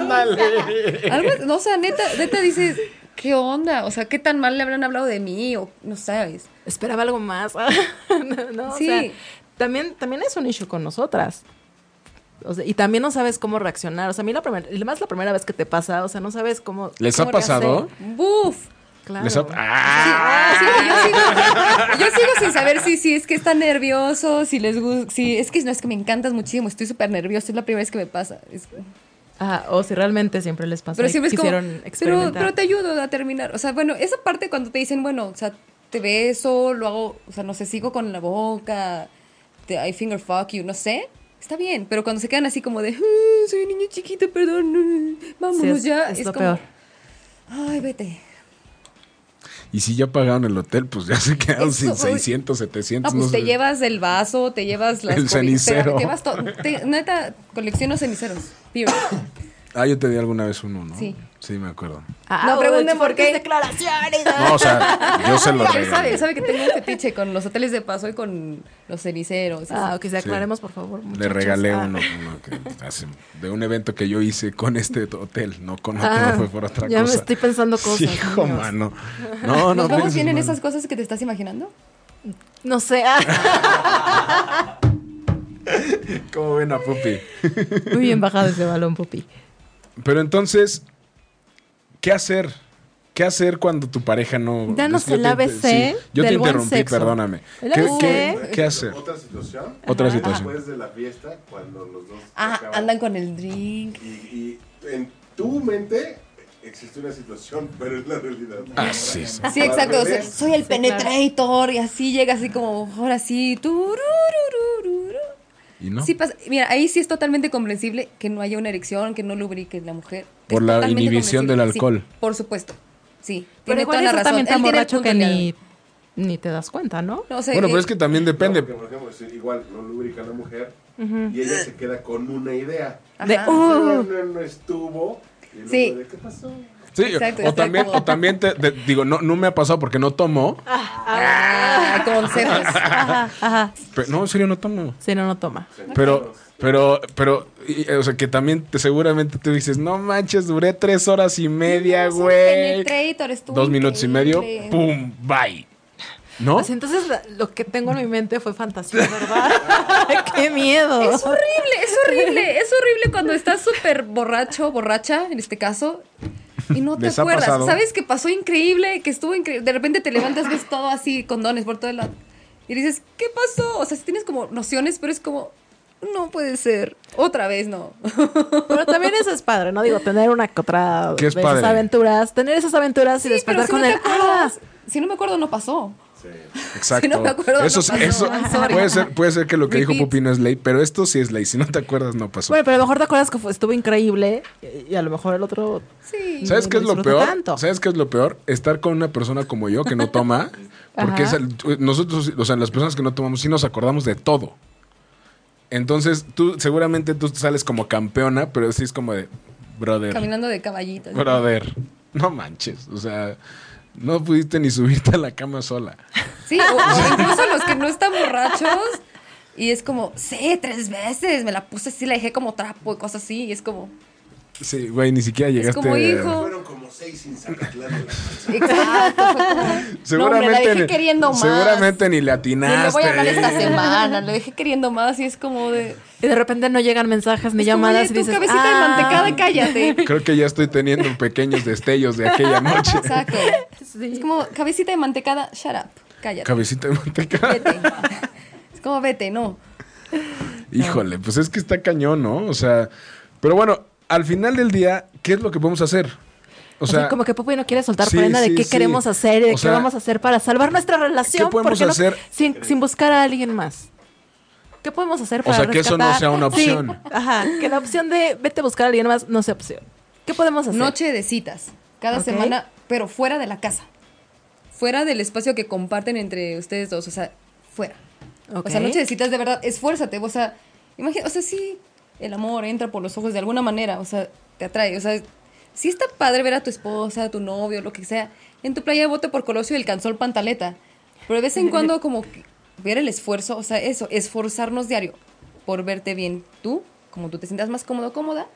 Speaker 2: ¡Ándale!
Speaker 4: Algo, no, o sea, neta, neta dices, ¿qué onda? O sea, ¿qué tan mal le habrán hablado de mí? O no sabes.
Speaker 3: Esperaba algo más. no, no,
Speaker 4: Sí.
Speaker 3: o sea, también, también es un issue con nosotras. O sea, y también no sabes cómo reaccionar. O sea, a mí la primera, y más la primera vez que te pasa, o sea, no sabes cómo.
Speaker 2: ¿Les ha
Speaker 4: ¿Cómo le
Speaker 2: pasado?
Speaker 4: hacen? ¡Buf!
Speaker 3: Claro.
Speaker 2: ¿Les ha... ¡Ah!
Speaker 4: Sí, yo, sigo, yo sigo sin saber si, si es que está nervioso, si les gusta, si es que no es que me encantas muchísimo, estoy súper nervioso, es la primera vez que me pasa. Es-
Speaker 3: Ajá, o si realmente siempre les pasa.
Speaker 4: pero
Speaker 3: y
Speaker 4: siempre es como,
Speaker 3: quisieron
Speaker 4: pero,
Speaker 3: experimentar.
Speaker 4: pero te ayudo a terminar. O sea, bueno, esa parte cuando te dicen, bueno, o sea, te beso, lo hago, o sea, no sé, sigo con la boca, te- I finger fuck you, no sé, está bien. Pero cuando se quedan así como de, "Ah, soy un niño chiquito, perdón, ah,
Speaker 3: Sí,
Speaker 4: vámonos
Speaker 3: es,
Speaker 4: ya.
Speaker 3: es lo
Speaker 4: como,
Speaker 3: peor.
Speaker 4: Ay, vete.
Speaker 2: Y si ya pagaron el hotel, pues ya se quedaron
Speaker 4: Eso,
Speaker 2: sin
Speaker 4: uy.
Speaker 2: 600, 700.
Speaker 4: No, pues
Speaker 2: no
Speaker 4: te
Speaker 2: sé.
Speaker 4: llevas el vaso, te llevas las
Speaker 2: El
Speaker 4: cobi-
Speaker 2: cenicero.
Speaker 4: Te, te llevas todo. Neta, colecciono ceniceros. period.
Speaker 2: Ah, yo te di alguna vez uno, ¿no?
Speaker 4: Sí.
Speaker 2: Sí, me acuerdo.
Speaker 3: Ah,
Speaker 4: No pregunten por qué.
Speaker 2: No, o sea, yo se lo
Speaker 4: Él sabe, él
Speaker 2: regalé.
Speaker 4: sabe que tengo un fetiche con los hoteles de paso y con los ceniceros.
Speaker 3: Ah, ok, se aclaremos, por favor.
Speaker 2: Le
Speaker 3: muchachos.
Speaker 2: regalé
Speaker 3: Ah.
Speaker 2: uno, uno que hace- de un evento que yo hice con este hotel, no con otro,
Speaker 3: Ah,
Speaker 2: no fue por otra
Speaker 3: ya me
Speaker 2: cosa.
Speaker 3: estoy pensando cosas,
Speaker 2: Sí, hijo,
Speaker 3: Dios.
Speaker 2: mano. No, pues, no.
Speaker 4: ¿Nos vamos
Speaker 2: pienses,
Speaker 4: bien en
Speaker 2: mano.
Speaker 4: esas cosas que te estás imaginando?
Speaker 3: No sé. ah.
Speaker 2: ¿Cómo ven a Pupi?
Speaker 3: Muy bien bajado ese balón, Pupi.
Speaker 2: Pero entonces, ¿qué hacer? ¿Qué hacer cuando tu pareja no...
Speaker 3: Danos
Speaker 2: Yo
Speaker 3: el
Speaker 2: te-
Speaker 3: ABC
Speaker 2: sí, yo te
Speaker 3: del buen
Speaker 2: interrumpí,
Speaker 3: sexo.
Speaker 2: perdóname.
Speaker 3: El
Speaker 2: ¿Qué,
Speaker 3: ABC.
Speaker 2: qué, qué hacer?
Speaker 9: Otra situación. Ah,
Speaker 2: Otra situación.
Speaker 9: Después de la fiesta, cuando los dos.
Speaker 4: Ah,
Speaker 9: acaban-
Speaker 4: andan con el drink.
Speaker 9: Y, y en tu mente existe una situación, pero es la realidad.
Speaker 2: Así es.
Speaker 4: Sí, exacto. o sea,
Speaker 9: revés.
Speaker 4: soy el penetrator y así llega así como, ahora sí. turururururu.
Speaker 2: ¿Y no?
Speaker 4: Sí pasa- Mira, ahí sí es totalmente comprensible que no haya una erección, que no lubrique la mujer.
Speaker 2: Por
Speaker 4: Es
Speaker 2: la
Speaker 4: totalmente
Speaker 2: inhibición del
Speaker 4: comprensible,
Speaker 2: alcohol.
Speaker 4: sí, por supuesto. Sí.
Speaker 3: Pero
Speaker 4: tiene
Speaker 3: igual
Speaker 4: toda la
Speaker 3: está también
Speaker 4: razón. Él
Speaker 3: tan
Speaker 4: tiene el
Speaker 3: borracho
Speaker 4: punto
Speaker 3: que
Speaker 4: ideal.
Speaker 3: ni, ni te das cuenta, ¿no?
Speaker 4: No, eh, o sea,
Speaker 2: Bueno, pero
Speaker 4: él-
Speaker 2: es que también depende.
Speaker 9: Porque, por ejemplo, si igual no lubrica a la mujer y ella se queda con una idea.
Speaker 3: De,
Speaker 4: Ajá.
Speaker 3: "Uh,
Speaker 9: No, no, no estuvo. Y luego
Speaker 4: Sí.
Speaker 9: de, ¿Qué pasó?
Speaker 2: Sí,
Speaker 4: Exacto,
Speaker 2: o,
Speaker 4: exacto.
Speaker 2: también, o también te, te- digo, no, no me ha pasado porque no tomo.
Speaker 4: Ah, consejos.
Speaker 3: Ajá, ajá.
Speaker 2: Pero, no, en serio, no tomo.
Speaker 3: Sí, no, no toma.
Speaker 2: Pero, pero, pero, y- eh, o sea, que también te, seguramente tú dices, no manches, duré tres horas y media,
Speaker 4: Eres un
Speaker 2: güey.
Speaker 4: penetrator, estuvo
Speaker 2: Dos minutos y medio,
Speaker 4: increíble.
Speaker 2: pum, bye. ¿No?
Speaker 3: Pues entonces la- lo que tengo en mi mente fue fantasía, ¿verdad? ¡Qué miedo!
Speaker 4: Es horrible, es horrible, es horrible cuando estás súper borracho, borracha, en este caso, y no te
Speaker 2: ¿Les ha
Speaker 4: acuerdas.
Speaker 2: pasado?
Speaker 4: Sabes que pasó increíble, que estuvo increíble. De repente te levantas, ves todo así, condones por todo el lado. Y dices, ¿qué pasó? O sea, si tienes como nociones, pero es como, no puede ser. Otra vez no.
Speaker 3: Pero también eso es padre, ¿no? Digo, tener una que otra
Speaker 2: Que es
Speaker 3: de
Speaker 2: padre.
Speaker 3: esas aventuras, tener esas aventuras y despertar
Speaker 4: pero
Speaker 3: con
Speaker 4: si no
Speaker 3: el ¡Ah!
Speaker 4: te acuerdas, si no me acuerdo, no pasó.
Speaker 2: Exacto.
Speaker 4: si no me acuerdo,
Speaker 2: eso,
Speaker 4: no
Speaker 2: sí-
Speaker 4: pasó.
Speaker 2: eso
Speaker 4: I'm sorry.
Speaker 2: puede ser, puede ser que lo que dijo
Speaker 4: Repeat.
Speaker 2: Pupi no es ley, pero esto sí es ley. Si no te acuerdas, no pasó.
Speaker 3: Bueno, pero a lo mejor te acuerdas que fue- estuvo increíble y, y a lo mejor el otro...
Speaker 4: Sí.
Speaker 2: ¿Sabes
Speaker 3: no
Speaker 2: qué es lo
Speaker 3: disfruto
Speaker 2: peor?
Speaker 3: tanto.
Speaker 2: ¿Sabes qué es lo peor? Estar con una persona como yo que no toma. Porque
Speaker 3: Ajá.
Speaker 2: es el- nosotros, o sea, las personas que no tomamos, sí nos acordamos de todo. Entonces, tú seguramente tú sales como campeona, pero sí es como de, brother,
Speaker 4: Caminando de caballitas.
Speaker 2: brother, no manches. O sea, no pudiste ni subirte a la cama sola.
Speaker 4: Sí, o, o incluso los que no están borrachos. Y es como, sí, tres veces. Me la puse así, la dejé como trapo y cosas así. Y es como,
Speaker 2: Sí, güey, ni siquiera llegaste.
Speaker 4: como hijo.
Speaker 9: Fueron como seis sin Zacatlán de la casa.
Speaker 4: Exacto. fue como,
Speaker 2: Seguramente,
Speaker 4: No, hombre, la dejé
Speaker 2: ni-
Speaker 4: queriendo más.
Speaker 2: seguramente ni le
Speaker 4: "Ni le
Speaker 2: atinaste.
Speaker 4: voy a hablar esta semana. Lo dejé queriendo más y es como de.
Speaker 3: Y de repente no llegan mensajes ni
Speaker 4: es como,
Speaker 3: llamadas
Speaker 4: "Oye,
Speaker 3: y dices...
Speaker 4: Tu cabecita de
Speaker 3: "Ah".
Speaker 4: mantecada, cállate.
Speaker 2: Creo que ya estoy teniendo pequeños destellos de aquella noche.
Speaker 4: Exacto. Es como, cabecita de mantecada, shut up. Cállate.
Speaker 2: Cabecita de manteca.
Speaker 4: vete. Es como, vete, no.
Speaker 2: Híjole, pues es que está cañón, ¿no? O sea, pero bueno, al final del día, ¿qué es lo que podemos hacer? O
Speaker 3: O
Speaker 2: sea,
Speaker 3: sea, como que Pupi no quiere soltar
Speaker 2: sí,
Speaker 3: prenda
Speaker 2: sí,
Speaker 3: de qué
Speaker 2: sí.
Speaker 3: queremos hacer y
Speaker 2: O
Speaker 3: de
Speaker 2: sea,
Speaker 3: qué vamos a hacer para salvar nuestra relación.
Speaker 2: podemos
Speaker 3: porque no-
Speaker 2: hacer?
Speaker 3: sin, sin buscar a alguien más. ¿Qué podemos hacer para
Speaker 2: sea, que eso no
Speaker 3: rescatar?
Speaker 2: sea una
Speaker 3: Sí,
Speaker 2: opción.
Speaker 3: ajá, que la opción de vete a buscar a alguien más no sea opción. ¿Qué podemos hacer?
Speaker 4: Noche de citas. Cada
Speaker 3: Ok.
Speaker 4: semana, pero fuera de la casa. Fuera del espacio que comparten entre ustedes dos. O sea, fuera.
Speaker 3: Ok.
Speaker 4: O sea, noche de citas, de verdad, esfuérzate. O sea, imagina, o sea, sí, el amor entra por los ojos de alguna manera. O sea, te atrae. O sea, sí está padre ver a tu esposa, a tu novio, lo que sea. En tu playa de bote por Colosio y el canzón pantaleta. Pero de vez en cuando, como que ver el esfuerzo, o sea, eso, esforzarnos diario por verte bien tú, como tú te sientas más cómodo, cómoda.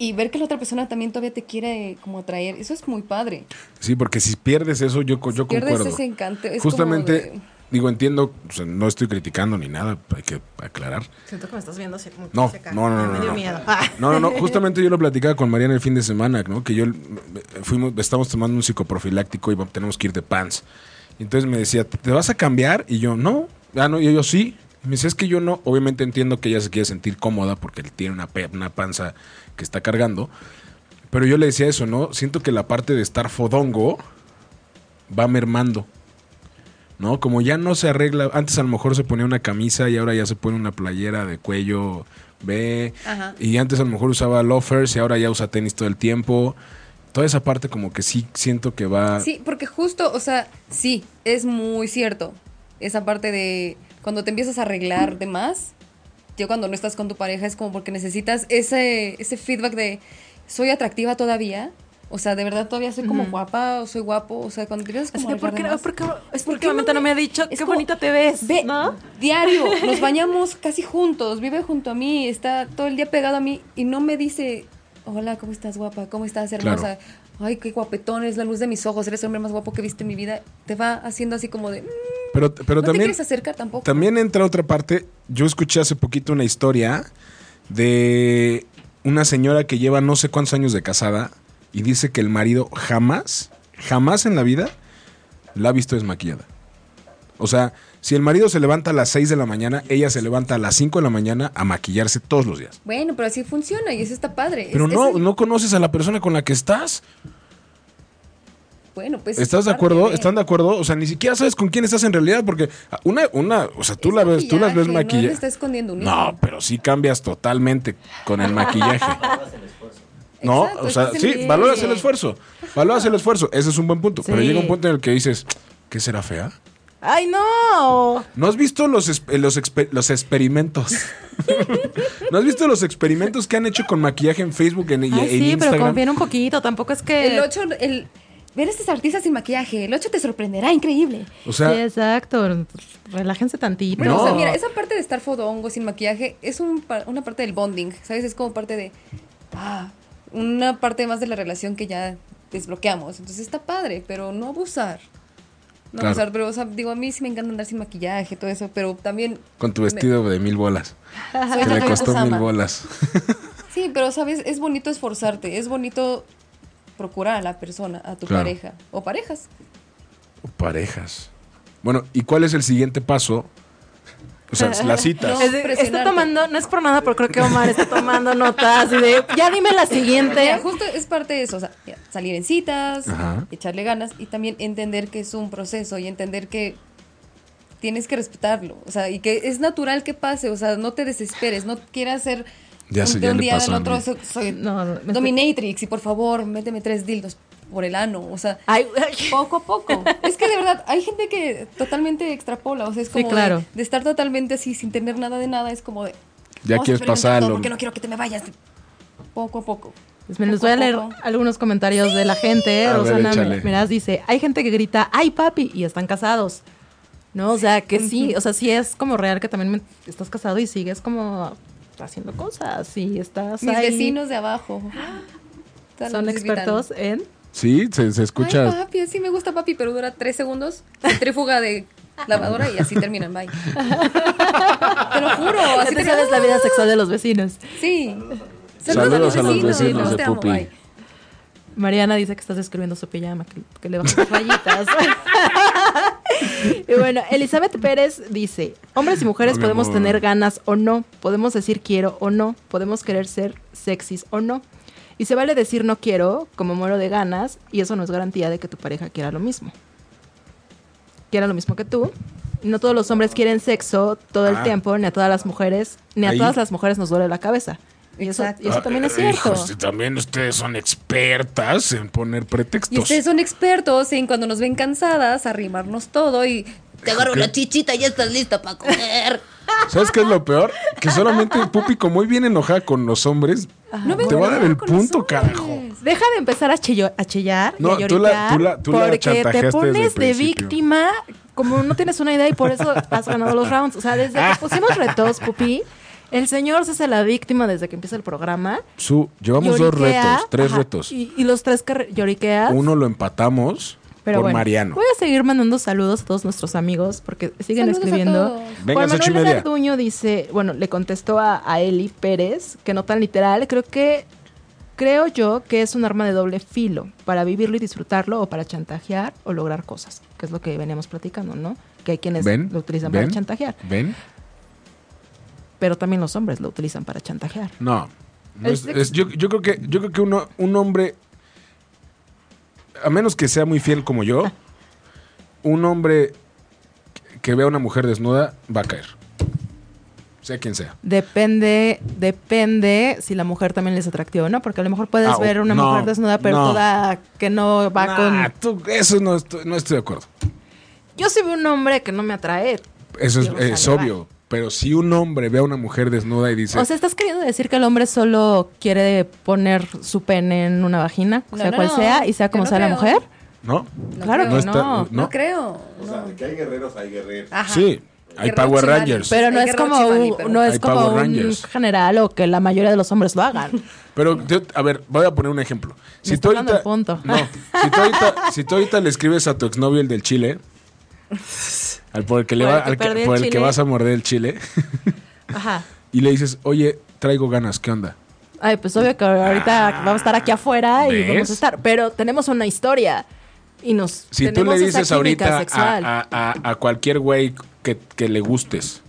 Speaker 4: Y ver que la otra persona también todavía te quiere como atraer, eso es muy padre.
Speaker 2: Sí, porque si pierdes eso, yo, co- yo
Speaker 4: Si pierdes
Speaker 2: concuerdo.
Speaker 4: ese encanto, es como
Speaker 2: Justamente,
Speaker 4: de-
Speaker 2: digo, entiendo, o sea, no estoy criticando ni nada, hay que aclarar.
Speaker 3: Siento que me estás viendo así como
Speaker 2: No,
Speaker 3: hacia acá.
Speaker 2: no, no, no,
Speaker 3: Ah, Me
Speaker 2: no,
Speaker 3: dio
Speaker 2: no.
Speaker 3: miedo. Ah.
Speaker 2: No, no, no, justamente yo lo platicaba con Mariana el fin de semana, ¿no? Que yo eh, fuimos, estamos tomando un psicoprofiláctico y vamos- tenemos que ir de pants. Y entonces me decía, ¿te vas a cambiar? Y yo, no. Ah, no, y yo sí. Y me decía, es que yo no. Obviamente entiendo que ella se quiere sentir cómoda porque él tiene una, pe- una panza que está cargando. Pero yo le decía eso, ¿no? Siento que la parte de estar fodongo va mermando. ¿no? Como ya no se arregla, antes a lo mejor se ponía una camisa y ahora ya se pone una playera de cuello B,
Speaker 3: Ajá.
Speaker 2: y antes a lo mejor usaba loafers y ahora ya usa tenis todo el tiempo. Toda esa parte como que sí siento que va...
Speaker 4: Sí, porque justo, o sea, sí, es muy cierto. Esa parte de cuando te empiezas a arreglar de más, yo cuando no estás con tu pareja es como porque necesitas ese, ese feedback de soy atractiva todavía. O sea, de verdad todavía soy como guapa o soy guapo. O sea, cuando te empiezas
Speaker 3: Así
Speaker 4: como
Speaker 3: que,
Speaker 4: a
Speaker 3: ¿por qué,
Speaker 4: arreglar de más.
Speaker 3: por qué- es que
Speaker 4: ¿Por qué
Speaker 3: últimamente no me ha dicho
Speaker 4: es
Speaker 3: qué
Speaker 4: como,
Speaker 3: bonita te ves?
Speaker 4: Ve,
Speaker 3: ¿no?
Speaker 4: diario, nos bañamos casi juntos, vive junto a mí, está todo el día pegado a mí y no me dice, hola, ¿cómo estás guapa? ¿Cómo estás hermosa? Ay, qué guapetón, es la luz de mis ojos, eres el hombre más guapo que he visto en mi vida. Te va haciendo así como de, "Mm,
Speaker 2: Pero, pero
Speaker 4: no te
Speaker 2: también...
Speaker 4: quieres acercar tampoco.
Speaker 2: También entra otra parte. Yo escuché hace poquito una historia de una señora que lleva no sé cuántos años de casada y dice que el marido jamás, jamás en la vida la ha visto desmaquillada. O sea, si el marido se levanta a las 6 de la mañana, ella se levanta a las 5 de la mañana a maquillarse todos los días.
Speaker 4: Bueno, pero así funciona y eso está padre.
Speaker 2: Pero
Speaker 4: Es-
Speaker 2: no,
Speaker 4: es el-
Speaker 2: no conoces a la persona con la que estás.
Speaker 4: Bueno, pues.
Speaker 2: ¿Estás de
Speaker 4: parte
Speaker 2: acuerdo? ¿Están de acuerdo? O sea, ni siquiera sabes con quién estás en realidad porque una, una, o sea, tú
Speaker 4: Es
Speaker 2: la ves, tú las ves
Speaker 4: maquillaje, No le está
Speaker 2: maquilladas.
Speaker 4: escondiendo un
Speaker 2: No,
Speaker 4: hijo.
Speaker 2: pero sí cambias totalmente con el maquillaje. No,
Speaker 4: Exacto,
Speaker 2: o sea,
Speaker 4: estás
Speaker 2: sí,
Speaker 4: en-
Speaker 2: valoras el esfuerzo. Valoras el esfuerzo. Ese es un buen punto. Pero
Speaker 3: Sí.
Speaker 2: llega un punto en el que dices, ¿qué será fea?
Speaker 3: ¡Ay, no!
Speaker 2: ¿No has visto los, es- eh, los, exper- los experimentos? ¿No has visto los experimentos que han hecho con maquillaje en Facebook en, y
Speaker 3: Ay,
Speaker 2: en
Speaker 3: sí, pero
Speaker 2: Instagram?
Speaker 3: confíen un poquito. Tampoco es que.
Speaker 4: El 8, el. Ver a estos artistas sin maquillaje, el 8 te sorprenderá, increíble.
Speaker 2: o sea,
Speaker 3: Sí, exacto. Relájense tantito.
Speaker 4: Bueno,
Speaker 2: No.
Speaker 4: o sea, mira, esa parte de estar fodongo sin maquillaje es un par- una parte del bonding, ¿sabes? Es como parte de. Ah, una parte más de la relación que ya desbloqueamos. Entonces está padre, pero no abusar. No
Speaker 2: Claro.
Speaker 4: abusar, pero, o sea, digo, a mí sí me encanta andar sin maquillaje, todo eso, pero también.
Speaker 2: con tu
Speaker 4: me-
Speaker 2: vestido de mil bolas.
Speaker 4: soy
Speaker 2: Que le
Speaker 4: Naomi
Speaker 2: costó mil
Speaker 4: Kusama.
Speaker 2: bolas.
Speaker 4: Sí, pero, ¿sabes? Es bonito esforzarte, es bonito procurar a la persona, a tu
Speaker 2: Claro.
Speaker 4: pareja o parejas.
Speaker 2: O Parejas. Bueno, ¿y cuál es el siguiente paso? O sea, las citas.
Speaker 4: No,
Speaker 3: Es de- está
Speaker 4: presionarte.
Speaker 3: tomando, no es por nada, pero creo que Omar está tomando notas. y de, ya dime la
Speaker 4: Mira,
Speaker 3: siguiente.
Speaker 4: justo es parte de eso, o sea, mira, salir en citas,
Speaker 2: Ajá.
Speaker 4: echarle ganas y también entender que es un proceso y entender que tienes que respetarlo, o sea, y que es natural que pase, o sea, no te desesperes, no quieras ser
Speaker 2: Ya sé,
Speaker 4: un,
Speaker 2: ya
Speaker 4: de un
Speaker 2: le
Speaker 4: día
Speaker 2: pasó
Speaker 4: al
Speaker 2: a
Speaker 4: otro
Speaker 2: mí.
Speaker 4: soy, soy
Speaker 3: No, no, me-
Speaker 4: dominatrix y por favor, méteme tres dildos por el ano, o sea,
Speaker 3: Ay, ay.
Speaker 4: poco a poco. es que de verdad, hay gente que totalmente extrapola, o sea, es como de-
Speaker 3: claro.
Speaker 4: de, estar totalmente así sin tener nada de nada, es como de
Speaker 2: Ya
Speaker 4: vamos a
Speaker 2: quieres
Speaker 4: experimentar
Speaker 2: pasarlo.
Speaker 4: todo porque no quiero que te me vayas poco a poco.
Speaker 3: Pues me les voy a leer algunos comentarios de la gente.
Speaker 2: A ver,
Speaker 3: Rosana
Speaker 2: échale.
Speaker 3: Miras dice, hay gente que grita, ay papi, y están casados. No, o sea, que sí, o sea, sí es como real que también me- estás casado y sigues como haciendo cosas y estás
Speaker 4: Mis
Speaker 3: ahí.
Speaker 4: vecinos de abajo. Están-
Speaker 3: son
Speaker 4: nos invitan.
Speaker 3: expertos en...
Speaker 2: Sí, se, se escucha.
Speaker 4: Ay, papi, así me gusta papi, pero dura tres segundos. Trífuga de lavadora y así terminan, bye. Te lo juro, así
Speaker 3: Ya te "Ah". sabes la vida sexual de los vecinos.
Speaker 4: Sí.
Speaker 2: Saludos a los vecinos de
Speaker 4: te amo,
Speaker 2: Pupi.
Speaker 4: bye.
Speaker 3: Mariana dice que estás describiendo su pijama, que, que le bajas las rayitas. y bueno, Elizabeth Pérez dice, hombres y mujeres
Speaker 2: No, mi
Speaker 3: podemos
Speaker 2: amor.
Speaker 3: tener ganas o no, podemos decir quiero o no, podemos querer ser sexys o no. Y se vale decir no quiero, como muero de ganas, y eso no es garantía de que tu pareja quiera lo mismo. Quiera lo mismo que tú. No todos los hombres quieren sexo todo el
Speaker 2: Ah.
Speaker 3: tiempo, ni a todas las mujeres, ni a
Speaker 2: Ahí. Ah, eh,
Speaker 3: todas las mujeres nos duele la cabeza. Y eso, y eso también es cierto.
Speaker 2: Hijos, también ustedes son expertas en poner pretextos.
Speaker 4: Y ustedes son expertos en cuando nos ven cansadas, arrimarnos todo y te agarro
Speaker 2: ¿Qué?
Speaker 4: la chichita y ya estás lista para comer.
Speaker 2: ¿Sabes qué es lo peor? Que solamente Pupi, como hoy viene enojada con los hombres,
Speaker 4: No me
Speaker 2: te va a dar el
Speaker 4: con los
Speaker 2: punto,
Speaker 4: hombres.
Speaker 2: carajo.
Speaker 3: Deja de empezar a, chillo- a chillar
Speaker 2: No,
Speaker 3: y a
Speaker 2: tú la-
Speaker 3: lloricar
Speaker 2: tú la- tú la
Speaker 3: porque
Speaker 2: chantajeaste
Speaker 3: te pones
Speaker 2: desde
Speaker 3: de
Speaker 2: el principio.
Speaker 3: víctima como no tienes una idea y por eso has ganado los rounds. O sea, desde
Speaker 2: Ah.
Speaker 3: que pusimos retos, pupi, el señor se hace la víctima desde que empieza el programa.
Speaker 2: Su, llevamos dos
Speaker 3: Lloriquea,
Speaker 2: retos, tres
Speaker 3: ajá,
Speaker 2: retos.
Speaker 3: Y, y los tres que re- lloriqueas.
Speaker 2: Uno lo empatamos
Speaker 3: pero
Speaker 2: por
Speaker 3: bueno,
Speaker 2: Mariano.
Speaker 3: Voy a seguir mandando saludos a todos nuestros amigos porque siguen
Speaker 4: Saludos a
Speaker 3: escribiendo.
Speaker 4: todos.
Speaker 2: Venga,
Speaker 3: Juan
Speaker 2: ocho y
Speaker 3: Manuel
Speaker 2: media.
Speaker 3: Garduño dice, bueno, le contestó a, a Eli Pérez, que no tan literal, creo que creo yo que es un arma de doble filo para vivirlo y disfrutarlo o para chantajear o lograr cosas, que es lo que veníamos platicando, ¿no? Que hay quienes
Speaker 2: ¿Ven?
Speaker 3: lo utilizan
Speaker 2: ¿Ven?
Speaker 3: para chantajear,
Speaker 2: ¿Ven?
Speaker 3: pero también los hombres lo utilizan para chantajear.
Speaker 2: No. no
Speaker 3: El
Speaker 2: es-
Speaker 3: sexo-
Speaker 2: es- yo, yo creo que, yo creo que uno, un hombre, a menos que sea muy fiel como yo, un hombre que vea a una mujer desnuda va a caer. Sea quien sea.
Speaker 3: Depende, depende si la mujer también les atractiva o no, porque a lo mejor puedes
Speaker 2: Ah, o-
Speaker 3: ver una
Speaker 2: no,
Speaker 3: mujer desnuda, pero
Speaker 2: no. Ah,
Speaker 3: toda que no va
Speaker 2: Nah,
Speaker 3: con.
Speaker 2: tú- eso no estoy, no estoy de acuerdo.
Speaker 3: Yo sí veo un hombre que no me atrae.
Speaker 2: Eso es,
Speaker 3: Yo, o sea,
Speaker 2: es
Speaker 3: le
Speaker 2: obvio. Pero si un hombre ve a una mujer desnuda y dice,
Speaker 3: O sea, ¿estás queriendo decir que el hombre solo quiere poner su pene en una vagina,
Speaker 4: No,
Speaker 3: sea
Speaker 4: no,
Speaker 3: cual
Speaker 4: no.
Speaker 3: sea, y sea como
Speaker 4: Yo no
Speaker 3: sea la
Speaker 4: creo.
Speaker 3: mujer?
Speaker 2: no,
Speaker 4: No
Speaker 3: claro
Speaker 4: creo.
Speaker 2: no
Speaker 3: que
Speaker 2: está,
Speaker 3: no.
Speaker 2: no.
Speaker 4: No creo.
Speaker 9: O sea,
Speaker 4: no.
Speaker 9: de que hay guerreros, hay guerreros.
Speaker 4: Ajá.
Speaker 2: Sí, hay
Speaker 4: Guerreros
Speaker 2: Power
Speaker 4: Chivali.
Speaker 2: Rangers.
Speaker 3: Pero no
Speaker 4: Hay
Speaker 3: es
Speaker 4: guerreros
Speaker 3: como,
Speaker 4: Chivali,
Speaker 3: un-
Speaker 4: pero-
Speaker 3: no
Speaker 2: Hay
Speaker 3: es como
Speaker 2: Power
Speaker 3: un
Speaker 2: Rangers.
Speaker 3: general o que la mayoría de los hombres lo hagan.
Speaker 2: Pero, yo- a ver, voy a poner un ejemplo. Si
Speaker 3: está
Speaker 2: tú
Speaker 3: dando
Speaker 2: ahorita,
Speaker 3: el punto.
Speaker 2: No, si tú ahorita, si tú ahorita le escribes a tu exnovio el del chile, al por el que, le
Speaker 3: Por
Speaker 2: va-
Speaker 3: el que
Speaker 2: al que-
Speaker 3: perdí el
Speaker 2: por el que
Speaker 3: chile.
Speaker 2: vas a morder el chile,
Speaker 3: Ajá.
Speaker 2: y le dices, oye, traigo ganas, ¿qué onda?
Speaker 3: Ay, pues obvio que ahorita vamos a estar aquí afuera y
Speaker 2: Ah. ¿ves?
Speaker 3: vamos a estar. Pero tenemos una historia. Y nos.
Speaker 2: Si tú
Speaker 3: tenemos
Speaker 2: le
Speaker 3: esa
Speaker 2: dices
Speaker 3: química
Speaker 2: ahorita a,
Speaker 3: sexual.
Speaker 2: a- a- a cualquier güey que, que le gustes,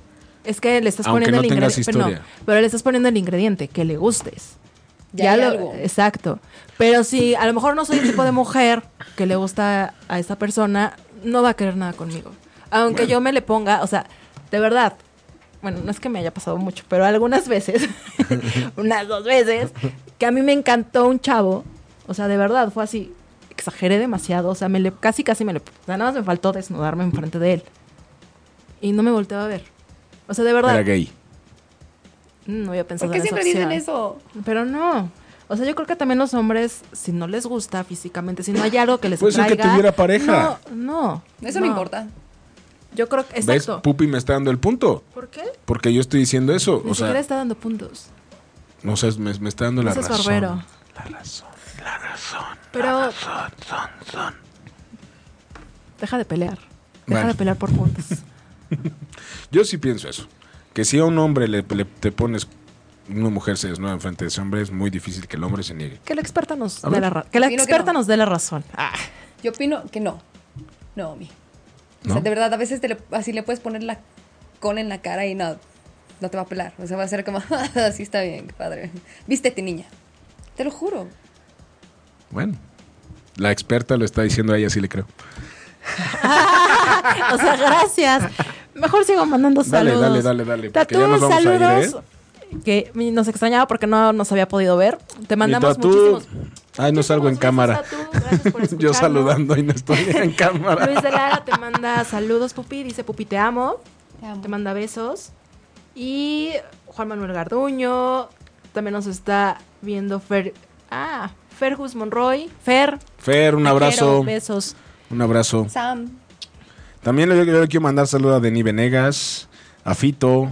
Speaker 3: es que le estás
Speaker 2: aunque no
Speaker 3: poniendo el
Speaker 2: tengas
Speaker 3: ingrediente. Pero, no,
Speaker 2: historia.
Speaker 3: pero le estás poniendo el ingrediente, que le gustes.
Speaker 4: Ya hay algo.
Speaker 3: Exacto. Pero si a lo mejor no soy el tipo de mujer que le gusta a esa persona, no va a querer nada conmigo. Aunque yo me le ponga, o sea, de verdad, bueno, no es que me haya pasado mucho, pero algunas veces, unas dos veces, que a mí me encantó un chavo, o sea, de verdad, fue así, exageré demasiado, o sea, me le, casi, casi me le, o sea, nada más me faltó desnudarme enfrente de él. Y no me volteaba a ver. O sea, de
Speaker 2: era
Speaker 3: verdad,
Speaker 2: gay.
Speaker 3: no Mm, había pensado
Speaker 4: ¿Por qué
Speaker 3: en esa
Speaker 4: siempre dicen
Speaker 3: opción.
Speaker 4: eso?
Speaker 3: Pero no. O sea, yo creo que también los hombres, si no les gusta físicamente, si no hay algo que les
Speaker 2: Puede ser que
Speaker 3: atraiga...
Speaker 2: tuviera pareja.
Speaker 3: No, no.
Speaker 4: Eso no, importa.
Speaker 3: Yo creo que...
Speaker 2: ¿Ves?
Speaker 3: Exacto.
Speaker 2: Pupi me está dando el punto.
Speaker 3: ¿Por qué?
Speaker 2: Porque yo estoy diciendo eso.
Speaker 3: Ni
Speaker 2: o
Speaker 3: siquiera
Speaker 2: sea,
Speaker 3: está dando puntos.
Speaker 2: no sé, me, me está dando la
Speaker 3: No seas
Speaker 2: razón.
Speaker 3: barbero.
Speaker 2: Ah,
Speaker 3: Pero... Deja de pelear. Deja
Speaker 2: Bueno.
Speaker 3: de pelear por puntos.
Speaker 2: Yo sí pienso eso. Que si a un hombre le, le- te pones una mujer se desnuda enfrente de ese hombre, es muy difícil que el hombre se niegue.
Speaker 3: Que la experta nos
Speaker 2: A
Speaker 3: dé
Speaker 2: ver.
Speaker 3: la, ra- que la
Speaker 4: Opino que
Speaker 3: experta
Speaker 4: no.
Speaker 3: nos dé la razón. Ah.
Speaker 4: Yo opino que no. No, mi. O
Speaker 2: ¿No?
Speaker 4: sea, de verdad, a veces te le- así le puedes poner la cola en la cara y no, no te va a pelar. O sea, va a ser como, así está bien, qué padre. Vístete, niña. Te lo juro.
Speaker 2: Bueno, la experta lo está diciendo a ella, sí le creo.
Speaker 3: O sea, gracias. Mejor sigo mandando
Speaker 2: Dale,
Speaker 3: saludos.
Speaker 2: dale, dale, dale, porque ya
Speaker 3: Tatú,
Speaker 2: nos vamos a ir, ¿eh?
Speaker 3: saludos. Que mi- nos extrañaba porque no nos había podido ver. Te mandamos
Speaker 2: Tatú,
Speaker 3: muchísimos.
Speaker 2: Ay, no salgo en
Speaker 3: muchísimos
Speaker 2: cámara.
Speaker 3: besos, Tatú. Gracias por
Speaker 2: Yo
Speaker 3: escucharnos.
Speaker 2: saludando y no estoy en cámara.
Speaker 3: Luis de Lara te manda saludos, Pupi. Dice, Pupi, te amo.
Speaker 4: Te amo.
Speaker 3: Te manda besos. Y Juan Manuel Garduño. También nos está viendo Fer... Ah, Fergus Monroy. Fer.
Speaker 2: Fer, un
Speaker 3: te quiero,
Speaker 2: abrazo.
Speaker 3: Besos.
Speaker 2: Un abrazo.
Speaker 4: Sam,
Speaker 2: También le, yo le quiero mandar saludos a Denis Venegas, a Fito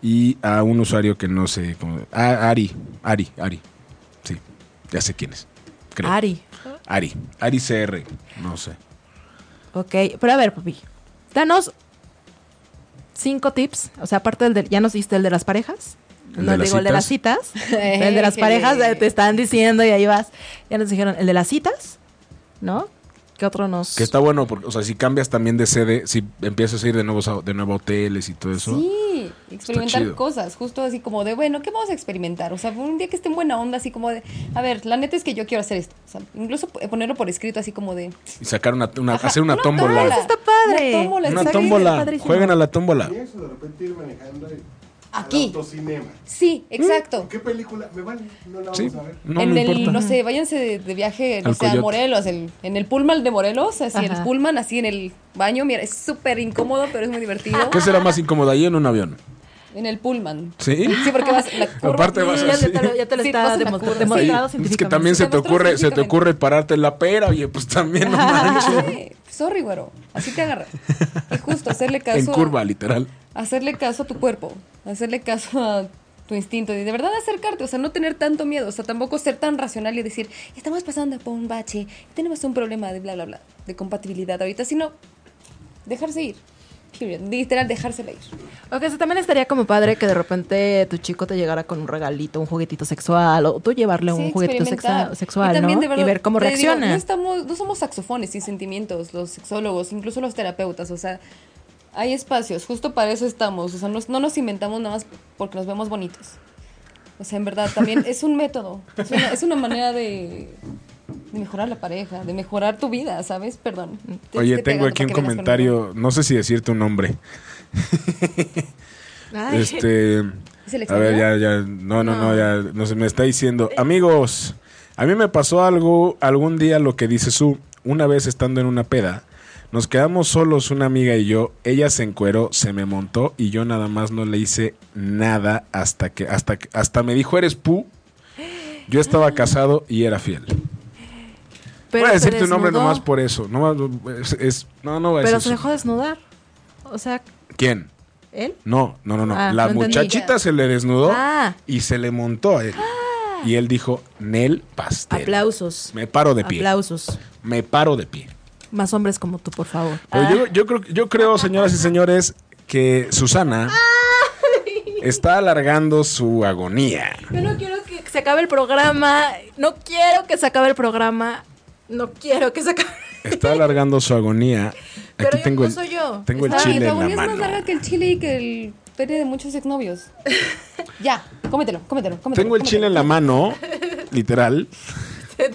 Speaker 2: y a un usuario que no sé cómo. a Ari, Ari, Ari. Sí, ya sé quién es. creo.
Speaker 3: Ari.
Speaker 2: Ari, Ari CR, no sé.
Speaker 3: Ok, pero a ver, papi, danos cinco tips. O sea, aparte del de- ya nos diste el de las parejas.
Speaker 2: ¿El
Speaker 3: no
Speaker 2: de las
Speaker 3: digo el de las citas. el de las
Speaker 4: Jeje.
Speaker 3: parejas eh, te están diciendo y ahí vas. Ya nos dijeron el de las citas, ¿no? ¿Qué otro nos.
Speaker 2: Que está bueno, porque, o sea, si cambias también de sede, si empiezas a ir de nuevos a- de nuevo a hoteles y todo eso.
Speaker 4: Sí, experimentar
Speaker 2: chido.
Speaker 4: cosas, justo así como de, bueno, ¿qué vamos a experimentar? O sea, un día que esté en buena onda, así como de, a ver, la neta es que yo quiero hacer esto. O sea, incluso p- ponerlo por escrito, así como de,
Speaker 2: Y sacar una, una-
Speaker 4: Ajá,
Speaker 2: hacer una,
Speaker 4: una
Speaker 2: tómbola.
Speaker 4: tómbola.
Speaker 3: Está padre.
Speaker 4: Una tómbola,
Speaker 2: Una
Speaker 4: está bien,
Speaker 2: tómbola.
Speaker 3: padrísimo.
Speaker 2: Jueguen a la tómbola.
Speaker 9: Pienso de repente ir manejando y-
Speaker 4: Aquí.
Speaker 9: al autocinema.
Speaker 4: sí, exacto.
Speaker 9: ¿Qué película? Me vale, no la vamos
Speaker 2: Sí,
Speaker 9: a ver.
Speaker 2: no,
Speaker 4: en
Speaker 2: no
Speaker 4: el,
Speaker 2: importa.
Speaker 4: no sé, váyanse de, de viaje, no
Speaker 2: Al
Speaker 4: sé, a
Speaker 2: Coyote.
Speaker 4: Morelos, el- en el Pullman de Morelos, así en
Speaker 3: Ajá.
Speaker 4: el Pullman, así en el baño, mira, es súper incómodo, pero es muy divertido.
Speaker 2: ¿Qué será más incómodo ahí en un avión?
Speaker 4: En el Pullman.
Speaker 2: ¿Sí?
Speaker 4: Sí, porque vas la curva.
Speaker 2: Aparte vas
Speaker 3: Ya,
Speaker 2: así.
Speaker 3: te, lo- ya te lo
Speaker 4: Sí,
Speaker 3: está
Speaker 4: vas en la
Speaker 3: demo-
Speaker 4: curva,
Speaker 2: Ahí-
Speaker 3: demostrado
Speaker 2: es que también
Speaker 3: científicamente.
Speaker 2: se te
Speaker 4: Demostrado
Speaker 2: ocurre, se te
Speaker 4: científicamente.
Speaker 2: ocurre pararte en la pera, oye, pues también no manches.
Speaker 4: Sí, sorry, güero, así te agarra. Y justo hacerle caso.
Speaker 2: en curva, literal.
Speaker 4: hacerle caso a tu cuerpo, hacerle caso a tu instinto y de verdad acercarte, o sea, no tener tanto miedo, o sea, tampoco ser tan racional y decir, estamos pasando por un bache, tenemos un problema de bla, bla, bla, de compatibilidad ahorita, sino dejarse ir, period, literal, dejársela ir.
Speaker 3: Ok, eso también estaría como padre que de repente tu chico te llegara con un regalito, un juguetito sexual, o tú llevarle
Speaker 4: Sí,
Speaker 3: un juguetito
Speaker 4: experimentar.
Speaker 3: sexa- sexual,
Speaker 4: Y también,
Speaker 3: ¿no?
Speaker 4: de verdad,
Speaker 3: y ver cómo
Speaker 4: te digo,
Speaker 3: reacciona.
Speaker 4: no, estamos, no somos saxofones sin sentimientos, los sexólogos, incluso los terapeutas, o sea, hay espacios, justo para eso estamos, o sea, no, no nos inventamos nada más porque nos vemos bonitos. O sea, en verdad, también es un método, es una, es una manera de, de mejorar la pareja, de mejorar tu vida, ¿sabes? Perdón. Es
Speaker 2: Oye,
Speaker 4: que te
Speaker 2: tengo
Speaker 4: agarro
Speaker 2: aquí un
Speaker 4: para que vengas conmigo.
Speaker 2: comentario, no sé si decirte un nombre. Este,
Speaker 4: ¿Es el
Speaker 2: a ver,
Speaker 4: exterior?
Speaker 2: ya, ya, no, no, no, ya, no se me está diciendo. Amigos, a mí me pasó algo algún día lo que dice su, una vez estando en una peda, nos quedamos solos una amiga y yo, ella se encueró, se me montó y yo nada más no le hice nada hasta que, hasta, que- hasta me dijo, eres pu. Yo estaba casado y era fiel.
Speaker 3: Ah. Pero
Speaker 2: voy a
Speaker 3: se
Speaker 2: decir tu nombre
Speaker 3: desnudó,
Speaker 2: nomás por eso. Nomás, es, es- no, no voy a
Speaker 3: Pero se
Speaker 2: decir eso.
Speaker 3: dejó desnudar. O sea,
Speaker 2: ¿Quién?
Speaker 3: él.
Speaker 2: No, no, no, no.
Speaker 3: Ah,
Speaker 2: la
Speaker 3: no entendí.
Speaker 2: muchachita se le desnudó
Speaker 3: Ah.
Speaker 2: y se le montó a él. Y él dijo, Nel Pastel.
Speaker 3: Aplausos.
Speaker 2: Me paro de pie.
Speaker 3: Aplausos.
Speaker 2: Me paro de pie.
Speaker 3: Más hombres como tú, por favor.
Speaker 2: Pero yo, yo creo, yo creo, señoras y señores, que Susana está alargando su agonía.
Speaker 3: Yo no quiero que se acabe el programa. No quiero que se acabe el programa. No quiero que se acabe.
Speaker 2: Está alargando su agonía. Aquí
Speaker 3: Pero yo-
Speaker 2: tengo
Speaker 3: no
Speaker 2: el,
Speaker 3: soy yo.
Speaker 2: Tengo el
Speaker 4: Ah,
Speaker 2: chile
Speaker 4: la
Speaker 2: en la
Speaker 4: agonía es más
Speaker 2: mano.
Speaker 4: larga que el chile y que el pene de muchos exnovios. ya, cómetelo, cómetelo, cómetelo.
Speaker 2: Tengo el chile en la mano, literal.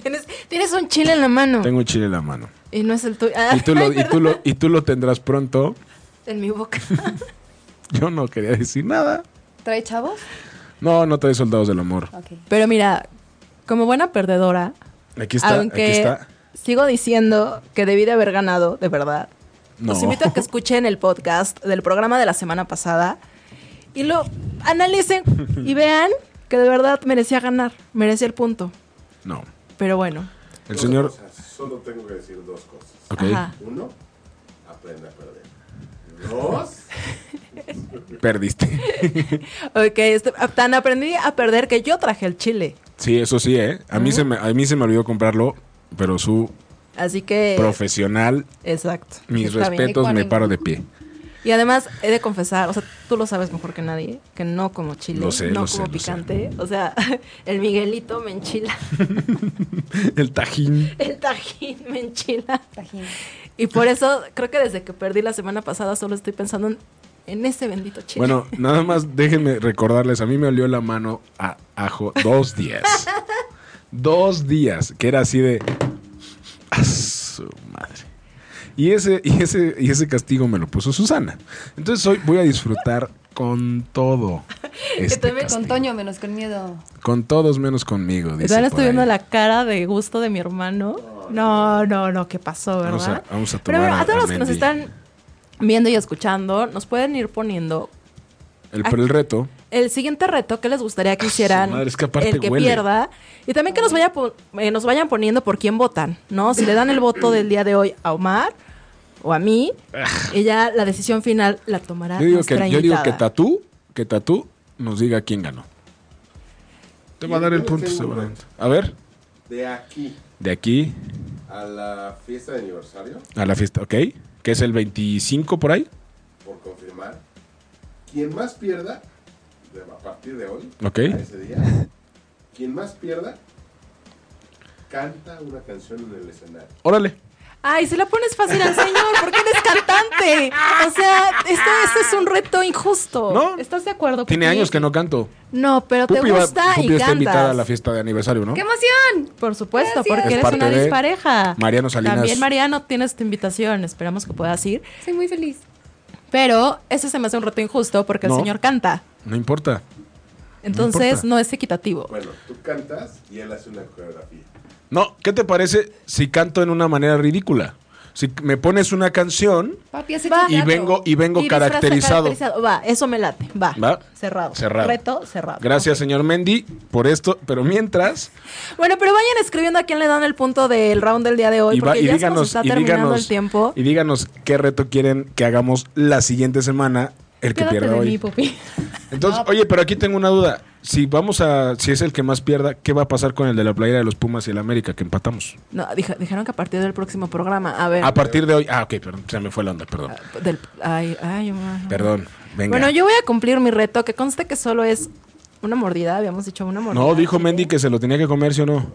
Speaker 3: tienes, tienes un chile en la mano.
Speaker 2: Tengo el chile en la mano.
Speaker 3: Y no es el tuyo. Ah,
Speaker 2: Y tú lo, y tú lo, y tú lo tendrás pronto.
Speaker 3: En mi boca.
Speaker 2: Yo no quería decir nada.
Speaker 4: ¿Trae chavos?
Speaker 2: No, no trae soldados del amor.
Speaker 4: Ok.
Speaker 3: Pero mira, como buena perdedora,
Speaker 2: Aquí está,
Speaker 3: aunque
Speaker 2: aquí está.
Speaker 3: sigo diciendo que debí de haber ganado, de verdad.
Speaker 2: No.
Speaker 3: Los invito a que escuchen el podcast del programa de la semana pasada y lo analicen y vean que de verdad merecía ganar, merecía el punto.
Speaker 2: No.
Speaker 3: Pero bueno,
Speaker 2: El
Speaker 9: Dos
Speaker 2: señor.
Speaker 9: cosas, solo tengo que decir dos cosas.
Speaker 2: Ok.
Speaker 3: ajá.
Speaker 9: Uno, aprende a perder. Dos,
Speaker 2: Perdiste.
Speaker 3: Ok, este- tan aprendí a perder que yo traje el chile.
Speaker 2: Sí, eso sí, ¿eh? A mí, se me, a mí se me olvidó comprarlo, pero su
Speaker 3: Así que.
Speaker 2: profesional,
Speaker 3: Exacto.
Speaker 2: mis
Speaker 3: Eh, está bien.
Speaker 2: respetos, me
Speaker 4: Ecuánime.
Speaker 2: paro de pie.
Speaker 3: Y además, he de confesar, o sea, tú lo sabes mejor que nadie, que no como chile,
Speaker 2: Lo sé,
Speaker 3: no
Speaker 2: lo sé,
Speaker 3: como
Speaker 2: lo
Speaker 3: picante. O sea, el Miguelito me enchila,
Speaker 2: El tajín.
Speaker 3: el Tajín me enchila.
Speaker 4: Tajín.
Speaker 3: Y por eso creo que desde que perdí la semana pasada solo estoy pensando en, en ese bendito chile.
Speaker 2: Bueno, nada más déjenme recordarles, a mí me olió la mano a ajo dos días. dos días, que era así de... ¡A su madre! Y ese, y, ese, y ese castigo me lo puso Susana. Entonces hoy voy a disfrutar con todo. Este
Speaker 3: también
Speaker 2: castigo.
Speaker 4: Con Toño menos con miedo.
Speaker 2: Con todos menos conmigo.
Speaker 3: Y
Speaker 2: Dice
Speaker 3: todavía
Speaker 2: por
Speaker 3: estoy viendo
Speaker 2: ahí.
Speaker 3: la cara de gusto de mi hermano. No, no, no, ¿qué pasó, verdad?
Speaker 2: Vamos a- vamos a
Speaker 3: Pero
Speaker 2: tomar
Speaker 3: bueno,
Speaker 2: a-
Speaker 3: a todos
Speaker 2: a
Speaker 3: los que nos
Speaker 2: Mendy.
Speaker 3: están viendo y escuchando, nos pueden ir poniendo
Speaker 2: El, pero el reto.
Speaker 3: el siguiente reto que les gustaría que hicieran
Speaker 2: Ah, su madre, es que aparte
Speaker 3: el que
Speaker 2: huele.
Speaker 3: pierda y también que nos vaya po- eh, nos vayan poniendo por quién votan no si le dan el voto del día de hoy a Omar o a mí y ya la decisión final la tomará
Speaker 2: Ah. Yo digo
Speaker 3: nuestra
Speaker 2: que, yo digo que
Speaker 3: invitada.
Speaker 2: Tatú, que Tatú nos diga quién ganó. Te va a dar el punto
Speaker 9: Tengo
Speaker 2: seguramente. A ver,
Speaker 9: de aquí
Speaker 2: de aquí
Speaker 9: a la fiesta de aniversario,
Speaker 2: a la fiesta, ¿ok? Que es el 25 por ahí,
Speaker 9: por confirmar, quien más pierda, de- a partir de hoy,
Speaker 2: ¿ok?
Speaker 9: a ese día, quien más pierda, canta una canción en el escenario.
Speaker 2: Órale.
Speaker 3: ay se la pones fácil al señor porque eres cantante o sea esto, esto es un reto injusto
Speaker 2: No.
Speaker 3: estás de acuerdo
Speaker 2: Tiene
Speaker 3: Pupi?
Speaker 2: años que no canto.
Speaker 3: no pero
Speaker 2: Pupi
Speaker 3: te
Speaker 2: va-
Speaker 3: gusta
Speaker 2: Pupi
Speaker 3: y
Speaker 2: está invitada a
Speaker 3: cantas
Speaker 2: la fiesta de aniversario, ¿no?
Speaker 4: ¡Qué emoción!
Speaker 3: por supuesto
Speaker 4: Gracias.
Speaker 3: porque
Speaker 2: Es
Speaker 3: eres
Speaker 2: parte
Speaker 3: una
Speaker 2: de
Speaker 3: dispareja
Speaker 2: Mariano Salinas.
Speaker 3: también Mariano tienes tu invitación esperamos que puedas ir
Speaker 4: Soy muy feliz.
Speaker 3: Pero ese se me hace un reto injusto porque
Speaker 2: No.
Speaker 3: el señor canta.
Speaker 2: No importa.
Speaker 3: Entonces
Speaker 2: importa.
Speaker 3: no, es equitativo.
Speaker 9: Bueno, tú cantas y él hace una coreografía.
Speaker 2: No, ¿qué te parece si canto en una manera ridícula? Si me pones una canción
Speaker 4: Papi, has hecho
Speaker 3: Va.
Speaker 2: y
Speaker 4: teatro.
Speaker 2: vengo y vengo
Speaker 3: Y disfraza
Speaker 2: caracterizado.
Speaker 3: Va, eso me late. Va.
Speaker 2: ¿Va?
Speaker 3: Cerrado.
Speaker 2: Cerrado.
Speaker 3: Reto cerrado.
Speaker 2: Gracias, señor Mendy, por esto. Pero mientras,
Speaker 3: Bueno, pero vayan escribiendo a quién le dan el punto del round del día de hoy
Speaker 2: y, va-
Speaker 3: porque
Speaker 2: y
Speaker 3: ya se nos
Speaker 2: díganos,
Speaker 3: está
Speaker 2: y
Speaker 3: terminando
Speaker 2: díganos,
Speaker 3: el tiempo.
Speaker 2: y díganos qué reto quieren que hagamos la siguiente semana el que
Speaker 3: Quédate
Speaker 2: pierda
Speaker 3: de
Speaker 2: hoy.
Speaker 3: mí, Pupi.
Speaker 2: Entonces, oye,
Speaker 3: pues
Speaker 2: pero aquí tengo una duda. Si vamos a, si es el que más pierda, ¿qué va a pasar con el de la playera de los Pumas y el América que empatamos?
Speaker 3: No, dije- dijeron que a partir del próximo programa. A ver.
Speaker 2: A partir de hoy, ah, ok, perdón, se me fue la onda, perdón,
Speaker 3: del- ay, ay, ay.
Speaker 2: perdón, venga.
Speaker 3: Ah. Bueno, yo voy a cumplir mi reto, que conste que solo es una mordida, habíamos dicho una mordida.
Speaker 2: no, dijo Mendy que se lo tenía que comer, ¿sí o no?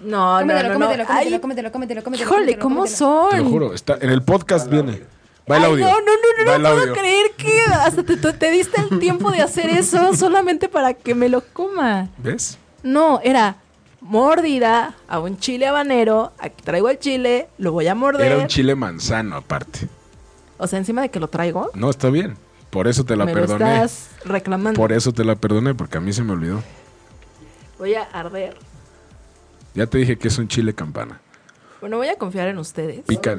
Speaker 3: No, no,
Speaker 4: Cómetelo,
Speaker 3: no, no.
Speaker 4: cómetelo,
Speaker 3: Ay,
Speaker 4: cómetelo, cómetelo, cómetelo, cómetelo.
Speaker 3: Híjole,
Speaker 4: cómetelo,
Speaker 3: ¿cómo
Speaker 4: cómetelo.
Speaker 3: son?
Speaker 2: Te lo juro, está, en el podcast viene. Va el
Speaker 3: Ay,
Speaker 2: audio.
Speaker 3: No, no, no,
Speaker 2: va
Speaker 3: no,
Speaker 2: el
Speaker 3: no
Speaker 2: audio.
Speaker 3: puedo creer que hasta te, te- te diste el tiempo de hacer eso solamente para que me lo coma.
Speaker 2: ¿Ves?
Speaker 3: No, era mordida a un chile habanero. Aquí traigo el chile, lo voy a morder.
Speaker 2: Era un chile manzano, aparte.
Speaker 3: O sea, encima de que lo traigo,
Speaker 2: No, está bien. Por eso te la
Speaker 3: me lo
Speaker 2: perdoné.
Speaker 3: estás reclamando.
Speaker 2: Por e- eso te la perdoné, porque a mí se me olvidó.
Speaker 3: Voy a arder.
Speaker 2: Ya te dije que es un chile campana.
Speaker 3: Bueno, voy a confiar en ustedes.
Speaker 2: Pica.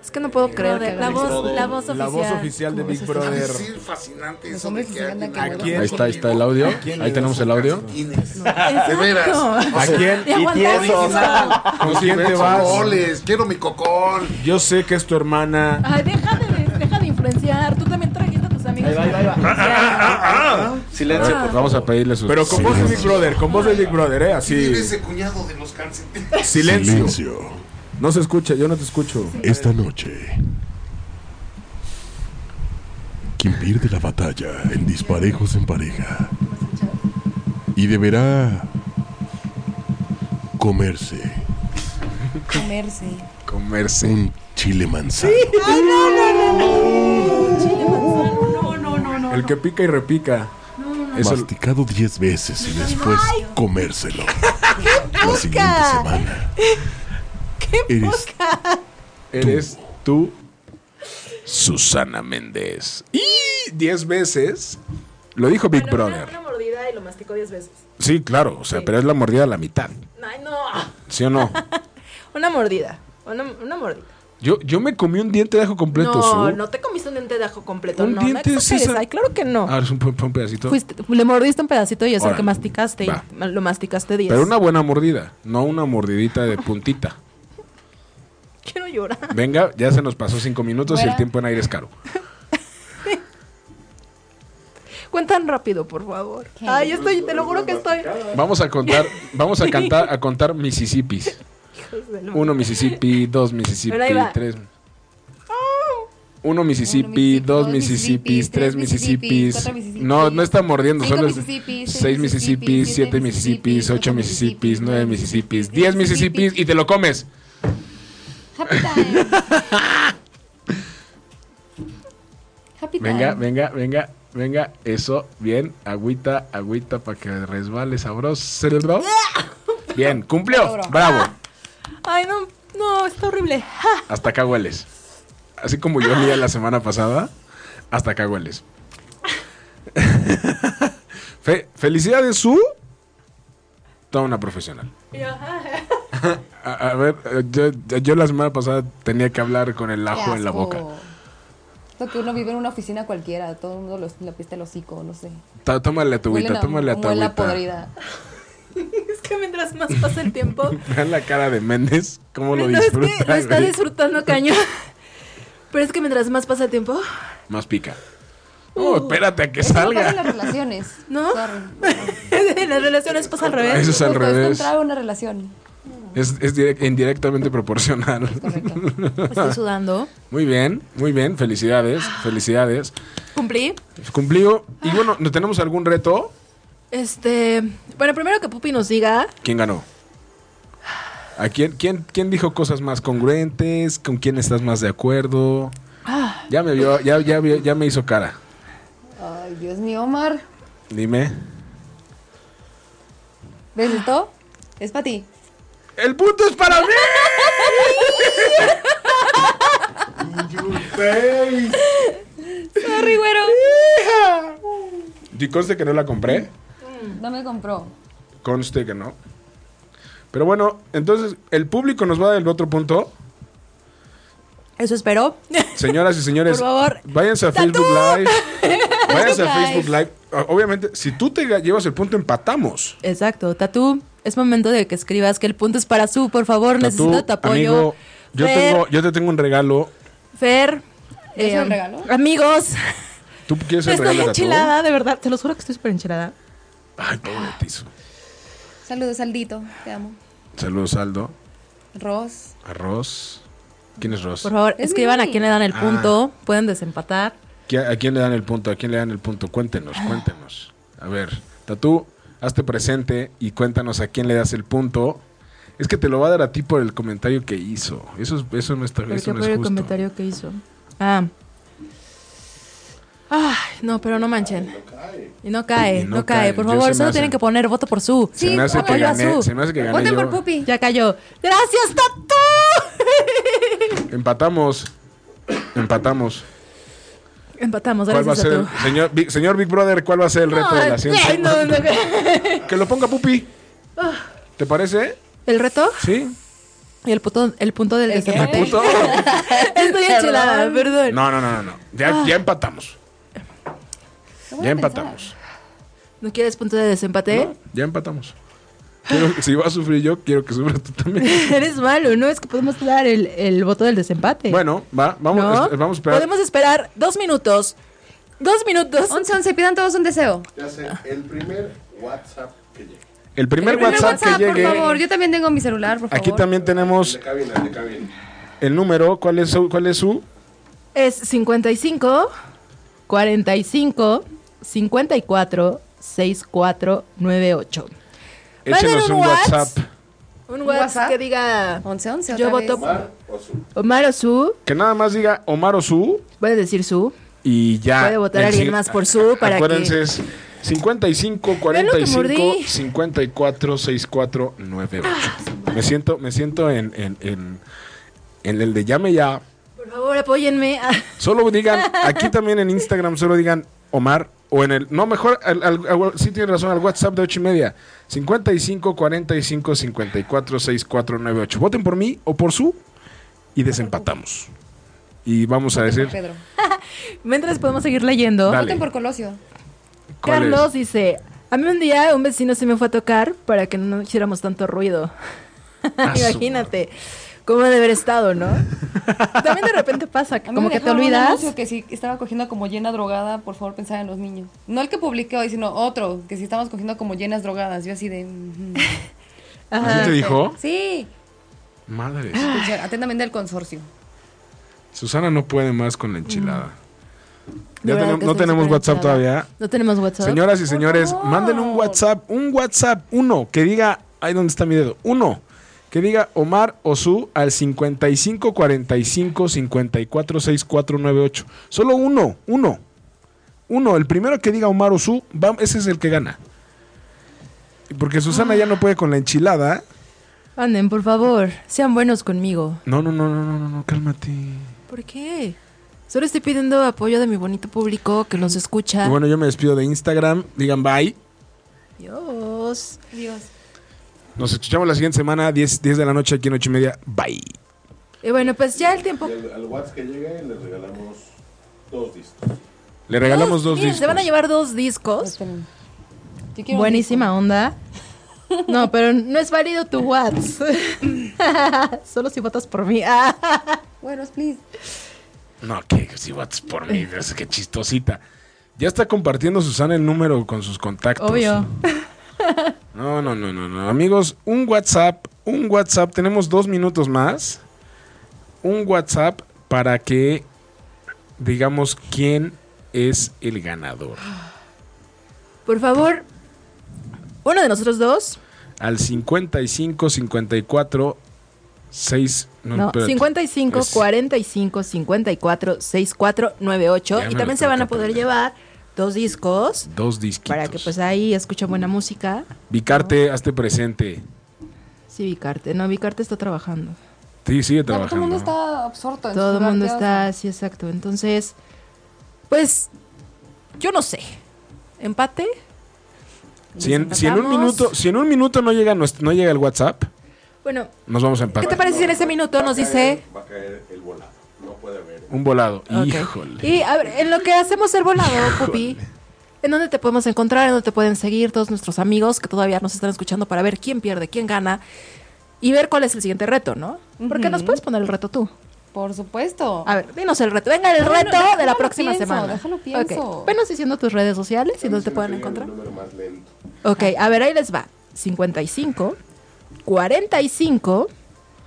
Speaker 3: Es que no puedo creer que
Speaker 10: La
Speaker 3: hagan
Speaker 10: voz,
Speaker 3: esto.
Speaker 10: la voz oficial.
Speaker 8: La voz oficial de Big Brother.
Speaker 11: Es fascinante eso de
Speaker 4: hombres
Speaker 11: que
Speaker 4: se andan
Speaker 11: alguien
Speaker 4: cagando.
Speaker 11: haga
Speaker 8: ¿A quién?
Speaker 11: algo
Speaker 2: Ahí está, ahí está el audio. Ahí tenemos el audio.
Speaker 11: Tienes. De veras.
Speaker 8: ¿A quién?
Speaker 3: Y aguantar eso.
Speaker 8: ¿Con quién te
Speaker 9: Ah,
Speaker 8: vas?
Speaker 11: Cocoles, quiero mi cocón.
Speaker 8: Yo sé que es tu hermana.
Speaker 3: Ay, deja de, deja de influenciar. Tú también trajiste a tus amigos.
Speaker 11: Silencio, por favor.
Speaker 2: Vamos a pedirle sus.
Speaker 8: Pero con voz de Big Brother, con voz de Big Brother, ¿eh? Así.
Speaker 11: Tiene ese cuñado de los calcetines.
Speaker 8: Silencio. No se escucha, yo no te escucho.
Speaker 1: Esta noche, quien pierde la batalla en disparejos en pareja y deberá comerse
Speaker 4: Comerse.
Speaker 2: comerse.
Speaker 1: un chile manzano.
Speaker 8: El que pica y repica. Eso,
Speaker 1: masticado 10 veces y después comérselo. La siguiente semana. eres
Speaker 2: Eres tú, Susana Méndez. Y 10 veces lo dijo Big Brother.
Speaker 3: Una mordida y lo masticó 10 veces.
Speaker 2: Sí, claro, o sea, pero es la mordida a la mitad.
Speaker 3: Ay, no.
Speaker 2: ¿Sí o no?
Speaker 3: Una mordida. Una, una mordida.
Speaker 2: Yo, yo me comí un diente de ajo completo.
Speaker 3: No,
Speaker 2: Su.
Speaker 3: no te comiste un diente de ajo completo.
Speaker 2: Un
Speaker 3: no,
Speaker 2: diente
Speaker 3: no
Speaker 2: es
Speaker 3: exageres.
Speaker 2: esa-
Speaker 3: Ay, claro que no.
Speaker 2: A ver, un, un pedacito.
Speaker 3: Fuiste- le mordiste un pedacito y es el
Speaker 2: Órale.
Speaker 3: que masticaste. y
Speaker 2: Va.
Speaker 3: lo masticaste 10.
Speaker 2: Pero una buena mordida, no una mordidita de puntita.
Speaker 3: Quiero llorar.
Speaker 2: Venga, ya se nos pasó cinco minutos y el
Speaker 10: Fuera.
Speaker 2: tiempo en aire es caro.
Speaker 3: Cuentan rápido, por favor. Ay, yo estoy, te lo juro que estoy.
Speaker 2: Vamos a contar, vamos a cantar, a contar Mississippis. Uno Mississippi, dos Mississippi,
Speaker 3: Pero ahí va.
Speaker 2: tres. Uno Mississippi,
Speaker 4: Mississippi,
Speaker 2: dos
Speaker 4: dos
Speaker 2: Mississippis, tres
Speaker 4: Mississippis, tres Mississippis,
Speaker 2: Mississippis.
Speaker 4: cuatro Mississippis,
Speaker 2: No, no está mordiendo,
Speaker 4: cinco
Speaker 2: solo es
Speaker 4: Mississippis, seis
Speaker 2: seis Mississippis,
Speaker 4: Mississippis,
Speaker 2: siete
Speaker 4: siete
Speaker 2: Mississippis,
Speaker 4: Mississippis,
Speaker 2: ocho
Speaker 4: ocho
Speaker 2: Mississippis,
Speaker 4: Mississippis,
Speaker 2: nueve
Speaker 4: nueve
Speaker 2: Mississippis,
Speaker 4: Mississippis,
Speaker 2: diez
Speaker 4: diez
Speaker 2: Mississippis y te lo comes.
Speaker 4: Happy time. Happy time.
Speaker 2: Venga, venga, venga, venga, eso, bien, agüita, agüita para que resbale sabroso. Bien, cumplió, bravo.
Speaker 3: Ay, no, no, está horrible. Ja.
Speaker 2: Hasta acá hueles. Así como yo olía la semana pasada, hasta acá hueles. Fe- felicidades, su. Toda una profesional. A, a ver, eh, yo, yo- yo la semana pasada tenía que hablar con el
Speaker 4: Qué
Speaker 2: ajo en la
Speaker 4: asco.
Speaker 2: boca.
Speaker 4: Lo que uno vive en una oficina cualquiera, todo el mundo los- le apesta el hocico, no sé.
Speaker 2: Tó- Tómale a tu
Speaker 4: Huelen
Speaker 2: agüita,
Speaker 4: a-
Speaker 2: tómale a tu
Speaker 4: huele a
Speaker 2: agüita.
Speaker 4: podrida.
Speaker 3: Es que mientras más pasa el tiempo,
Speaker 2: Vean la cara de Méndez, cómo lo
Speaker 3: No, es que
Speaker 2: disfruta.
Speaker 3: lo está
Speaker 2: güey.
Speaker 3: disfrutando cañón. Pero es que mientras más pasa el tiempo,
Speaker 2: Más pica.
Speaker 3: Uh,
Speaker 2: No, espérate a que
Speaker 4: Eso no pasa
Speaker 2: salga.
Speaker 4: en las relaciones.
Speaker 3: ¿no?
Speaker 4: Sorry.
Speaker 3: en las relaciones pasa al revés.
Speaker 2: Eso es al
Speaker 4: Justo,
Speaker 2: revés.
Speaker 4: entrar a una relación.
Speaker 2: Es, es direct- indirectamente proporcional.
Speaker 4: Correcto.
Speaker 3: Estoy sudando.
Speaker 2: Muy bien, muy bien. Felicidades, felicidades.
Speaker 3: Cumplí.
Speaker 2: Cumplido. Y bueno, ¿no tenemos algún reto?
Speaker 3: Este. Bueno, primero que Pupi nos diga.
Speaker 2: ¿Quién ganó? ¿A quién, quién, quién dijo cosas más congruentes? ¿Con quién estás más de acuerdo?
Speaker 3: Ah.
Speaker 2: Ya me vio, ya, ya, vio- ya me hizo cara.
Speaker 4: Ay, Dios mío, Omar.
Speaker 2: Dime.
Speaker 4: ¿Ves esto? Es para ti.
Speaker 2: ¡El punto es para mí!
Speaker 4: Sorry, güero.
Speaker 2: Y conste que no la compré.
Speaker 4: No me compró.
Speaker 2: Conste que no. Pero bueno, entonces, el público nos va a dar el otro punto.
Speaker 3: Eso espero.
Speaker 2: Señoras y señores,
Speaker 3: Por favor.
Speaker 2: váyanse a
Speaker 3: ¡Tatú!
Speaker 2: Facebook Live. Váyanse a
Speaker 4: Live.
Speaker 2: Facebook Live. Obviamente, si tú te ga- llevas el punto, empatamos.
Speaker 3: Exacto. Tatú, es momento de que escribas que el punto es para su, por favor.
Speaker 2: Tatú,
Speaker 3: necesito tu apoyo.
Speaker 2: Amigo, yo,
Speaker 3: Fer,
Speaker 2: tengo, yo te tengo un regalo.
Speaker 3: Fer.
Speaker 4: ¿Es
Speaker 3: eh,
Speaker 4: un regalo?
Speaker 3: Amigos,
Speaker 2: ¿Tú quieres el
Speaker 3: estoy
Speaker 2: regalo de Tatú?
Speaker 3: enchilada, de verdad. Te lo juro que estoy súper enchilada.
Speaker 2: Ay, pobre tizo.
Speaker 4: Saludos, Aldito. Te amo.
Speaker 2: Saludos, Aldo.
Speaker 4: Ross.
Speaker 2: Arroz. ¿Quién es Ross?
Speaker 3: Por favor,
Speaker 4: Es
Speaker 3: escriban a
Speaker 4: mi-
Speaker 3: quién le dan el
Speaker 2: Ah.
Speaker 3: punto. Pueden desempatar.
Speaker 2: ¿Qui- ¿A quién le dan el punto? ¿A quién le dan el punto?
Speaker 3: Ah.
Speaker 2: Cuéntenos, cuéntenos. A ver, Tatú, hazte presente y cuéntanos a quién le das el punto. Es que te lo va a dar a ti por el comentario que hizo. Eso, es- eso no está
Speaker 3: ¿Por
Speaker 2: eso
Speaker 3: qué
Speaker 2: no
Speaker 3: por
Speaker 2: es
Speaker 3: el
Speaker 2: justo.
Speaker 3: comentario que hizo? Ah. Ay, no, pero no manchen. Y no cae,
Speaker 2: Y no
Speaker 3: no, cae.
Speaker 2: cae.
Speaker 3: Por
Speaker 2: Yo se
Speaker 3: favor,
Speaker 2: me
Speaker 3: solo
Speaker 2: hace-
Speaker 3: tienen que poner voto por su.
Speaker 2: Se me hace que
Speaker 3: apoyo a
Speaker 2: gané-
Speaker 3: su.
Speaker 2: se me hace que gané
Speaker 4: Voten
Speaker 2: yo.
Speaker 4: por Pupi.
Speaker 3: Ya cayó. Gracias, Tatu.
Speaker 2: Empatamos. Empatamos.
Speaker 3: Empatamos,
Speaker 2: ¿Cuál va a
Speaker 3: gracias
Speaker 2: ser el,
Speaker 3: Tatu.
Speaker 2: señor, Big- señor Big Brother, cuál va a ser el reto de la ciencia?
Speaker 3: Ay, no, Ah. no.
Speaker 2: Que lo ponga Pupi. ¿Te parece?
Speaker 3: ¿El reto?
Speaker 2: Sí.
Speaker 3: Y el, puto, el punto del
Speaker 2: El
Speaker 3: desempate.
Speaker 2: puto.
Speaker 3: Estoy enchilada, perdón.
Speaker 2: No, no, no, no, no. Ya, ya empatamos.
Speaker 4: voy
Speaker 2: Ya
Speaker 4: a pensar.
Speaker 2: empatamos.
Speaker 3: ¿No quieres punto de desempate?
Speaker 2: Ya empatamos. Quiero- si va a sufrir yo, quiero que sufra tú también.
Speaker 3: Eres malo, ¿no? Es que podemos dar el, el voto del desempate.
Speaker 2: Bueno, va, vamos,
Speaker 3: ¿no?
Speaker 2: es- vamos a esperar.
Speaker 3: Podemos esperar dos minutos. Dos minutos.
Speaker 4: 11, 11, pidan todos un deseo.
Speaker 9: Ya sé, el primer WhatsApp que llegue.
Speaker 2: El primer,
Speaker 4: Primer
Speaker 2: WhatsApp, que
Speaker 4: por
Speaker 2: llegue.
Speaker 4: favor. Yo también tengo mi celular, por favor.
Speaker 2: Aquí también
Speaker 9: El
Speaker 2: tenemos
Speaker 9: de cabina, el de cabina.
Speaker 2: el número. ¿Cuál es su? ¿Cuál es su?
Speaker 3: Es 55, 45, 54, 64, 98. Manden
Speaker 2: Échenos
Speaker 3: un
Speaker 2: un
Speaker 3: whats.
Speaker 2: WhatsApp.
Speaker 3: Un
Speaker 4: WhatsApp
Speaker 3: WhatsApp que diga
Speaker 4: 11, 11,
Speaker 3: Yo
Speaker 4: otra
Speaker 3: voto-
Speaker 4: vez.
Speaker 9: Mar o su.
Speaker 3: Omar o Su.
Speaker 2: Que nada más diga Omar o su
Speaker 3: Pueden decir Su.
Speaker 2: y ya.
Speaker 3: Puede votar
Speaker 2: El
Speaker 3: alguien
Speaker 2: sig-
Speaker 3: más por su para que-
Speaker 2: Acuérdense, es 55
Speaker 3: Vean lo que
Speaker 2: 45
Speaker 3: mordí.
Speaker 2: 54 64
Speaker 3: Ah.
Speaker 2: 98. Me siento, me siento en, en, en, en el de llame ya.
Speaker 3: Por favor, apóyenme. a-
Speaker 2: Solo digan, aquí también en Instagram, solo digan Omar o en el. No, mejor, al, al- al- sí tienes razón, al WhatsApp de 8 y media. 55 45 54 64 98. Voten por mí o por su y desempatamos. Y vamos a
Speaker 4: Voten
Speaker 2: decir.
Speaker 4: por Pedro.
Speaker 3: Mientras podemos seguir leyendo.
Speaker 2: Dale.
Speaker 4: Voten por Colosio.
Speaker 2: ¿cuál es?
Speaker 3: Carlos dice, a mí un día un vecino se me fue a tocar para que no hiciéramos tanto ruido.
Speaker 2: Ah, su
Speaker 3: Imagínate cómo ha de haber estado, ¿no? También de repente pasa,
Speaker 4: A mí
Speaker 3: que como
Speaker 4: me
Speaker 3: que te
Speaker 4: dejaron un
Speaker 3: olvidas.
Speaker 4: anuncio que si estaba cogiendo como llena drogada, por favor pensar en los niños. No el que publiqué hoy, sino otro, que si estamos cogiendo como llenas drogadas. Yo así de... ujú.
Speaker 2: ¿Así te dijo?
Speaker 4: Sí.
Speaker 2: Madre.
Speaker 3: Ah.
Speaker 4: Escucha, Atentamente del consorcio.
Speaker 2: Susana no puede más con la enchilada.
Speaker 3: De
Speaker 2: Ya
Speaker 3: verdad
Speaker 2: tenemos-
Speaker 3: Mm. que
Speaker 2: no
Speaker 3: estoy
Speaker 2: tenemos
Speaker 3: súper
Speaker 2: WhatsApp
Speaker 3: enchilada.
Speaker 2: todavía.
Speaker 3: No tenemos WhatsApp.
Speaker 2: Señoras y señores,
Speaker 4: favor.
Speaker 2: manden un WhatsApp, un WhatsApp, uno, que diga, ahí donde está mi dedo, uno, que diga Omar Osu al 55 45 54 64 98. Solo uno, uno, uno. El primero que diga Omar Osu, va- ese es el que gana. Y Porque Susana ya no puede con la enchilada.
Speaker 3: Anden, por favor, sean buenos conmigo.
Speaker 2: No, no, no, no, no, no, no, cálmate.
Speaker 3: ¿Por qué? Solo estoy pidiendo apoyo de mi bonito público que nos escucha.
Speaker 2: Y bueno, yo me despido de Instagram. Digan bye.
Speaker 3: Dios.
Speaker 4: Dios.
Speaker 2: Nos escuchamos la siguiente semana, 10, 10 de la noche, aquí en 8 y media. Bye.
Speaker 3: Y bueno, pues ya el tiempo...
Speaker 9: Y al, al WhatsApp que llegue le regalamos dos discos.
Speaker 2: Le regalamos dos
Speaker 3: Miren,
Speaker 2: discos.
Speaker 3: Se van a llevar dos discos.
Speaker 4: Esperen. Este, Yo quiero un
Speaker 3: Pues, Buenísima onda. No, pero no es válido tu Whats. Solo si votas por mí. Ah.
Speaker 4: disco. Buenos, please.
Speaker 2: No, que si what's por
Speaker 3: Eh.
Speaker 2: mí, es que chistosita. Ya está compartiendo Susana el número con sus contactos.
Speaker 3: Obvio.
Speaker 2: No, no, no, no, no. Amigos, un WhatsApp, un WhatsApp. Tenemos dos minutos más. Un WhatsApp para que digamos quién es el ganador.
Speaker 3: Por favor, uno de nosotros dos.
Speaker 2: Al 55 54 6
Speaker 3: No,
Speaker 2: espérate.
Speaker 3: 55
Speaker 2: Es-
Speaker 3: 45 54 64 98.
Speaker 2: Ya me
Speaker 3: Y
Speaker 2: lo
Speaker 3: también se
Speaker 2: tengo
Speaker 3: van
Speaker 2: que
Speaker 3: a poder
Speaker 2: aprender.
Speaker 3: llevar dos discos
Speaker 2: Dos disquitos.
Speaker 3: para que pues ahí escuchen buena música.
Speaker 2: Vicarte, hazte presente.
Speaker 3: Sí, Vicarte. No, Vicarte está trabajando.
Speaker 2: Sí, sigue
Speaker 4: No, todo el
Speaker 2: trabajando.
Speaker 4: mundo está absorto en
Speaker 3: Todo
Speaker 4: su
Speaker 3: el mundo está
Speaker 4: gardeada.
Speaker 3: así, exacto. Entonces, pues, yo no sé. ¿Empate?
Speaker 2: Si en, si en un
Speaker 3: Empatamos.
Speaker 2: minuto, si en un minuto no llega nuestro- no llega el WhatsApp,
Speaker 3: Bueno,
Speaker 2: nos vamos a
Speaker 3: ¿qué te
Speaker 2: empatar.
Speaker 3: parece si en ese minuto nos dice...
Speaker 9: Va a caer el volado. No puede haber.
Speaker 2: Un volado.
Speaker 3: Ok.
Speaker 2: Híjole.
Speaker 3: Y a ver, en lo que hacemos el volado, Pupi, ¿en dónde te podemos encontrar? ¿En dónde te pueden seguir todos nuestros amigos que todavía nos están escuchando para ver quién pierde, quién gana y ver cuál es el siguiente reto, ¿no? Porque nos puedes poner el reto tú.
Speaker 4: Por supuesto.
Speaker 3: A ver, dinos el reto. Venga, el
Speaker 4: Déjalo-
Speaker 3: reto de la
Speaker 4: déjalo
Speaker 3: próxima
Speaker 4: pienso,
Speaker 3: semana.
Speaker 4: déjalo pienso.
Speaker 3: Ok, Venos diciendo tus redes sociales y dónde te pueden encontrar.
Speaker 9: El número más lento.
Speaker 3: Ok, a ver, ahí les va. 55, 45,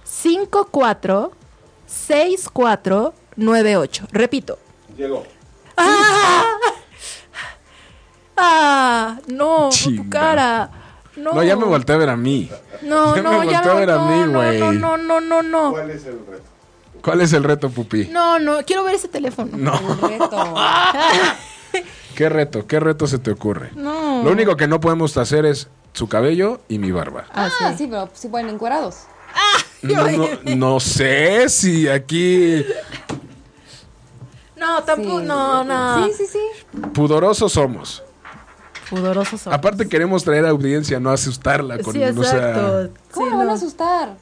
Speaker 3: 54, 64, 98. Repito.
Speaker 9: Llegó.
Speaker 3: ¡Ah! ¡Ah! No, por tu
Speaker 2: Chinga.
Speaker 3: cara. No,
Speaker 2: No, ya me volteé a ver a mí.
Speaker 3: No,
Speaker 2: ya me
Speaker 3: no, ya
Speaker 2: volteó a ver a
Speaker 3: no,
Speaker 2: mí,
Speaker 3: no,
Speaker 2: güey.
Speaker 3: no, no, no, no, no.
Speaker 9: ¿Cuál es el reto?
Speaker 2: ¿Cuál es el reto, pupi?
Speaker 3: No, no, quiero ver Ah. ese teléfono.
Speaker 2: No.
Speaker 4: Un reto.
Speaker 2: ¿Qué reto? ¿Qué reto se te ocurre?
Speaker 3: No.
Speaker 2: Lo único que no podemos hacer es su cabello y mi barba.
Speaker 4: Ah, sí, pero sí pueden encuerados.
Speaker 2: No, no, no sé si aquí
Speaker 3: No, tampoco,
Speaker 4: Sí.
Speaker 3: no, no.
Speaker 4: Sí, sí, sí.
Speaker 2: pudorosos somos.
Speaker 3: Pudorosos son.
Speaker 2: Aparte queremos traer audiencia, no asustarla Ah, pues, con
Speaker 3: sí,
Speaker 2: o sea,
Speaker 3: exacto.
Speaker 4: ¿Cómo
Speaker 3: sí,
Speaker 4: me van a
Speaker 3: no.
Speaker 4: asustar?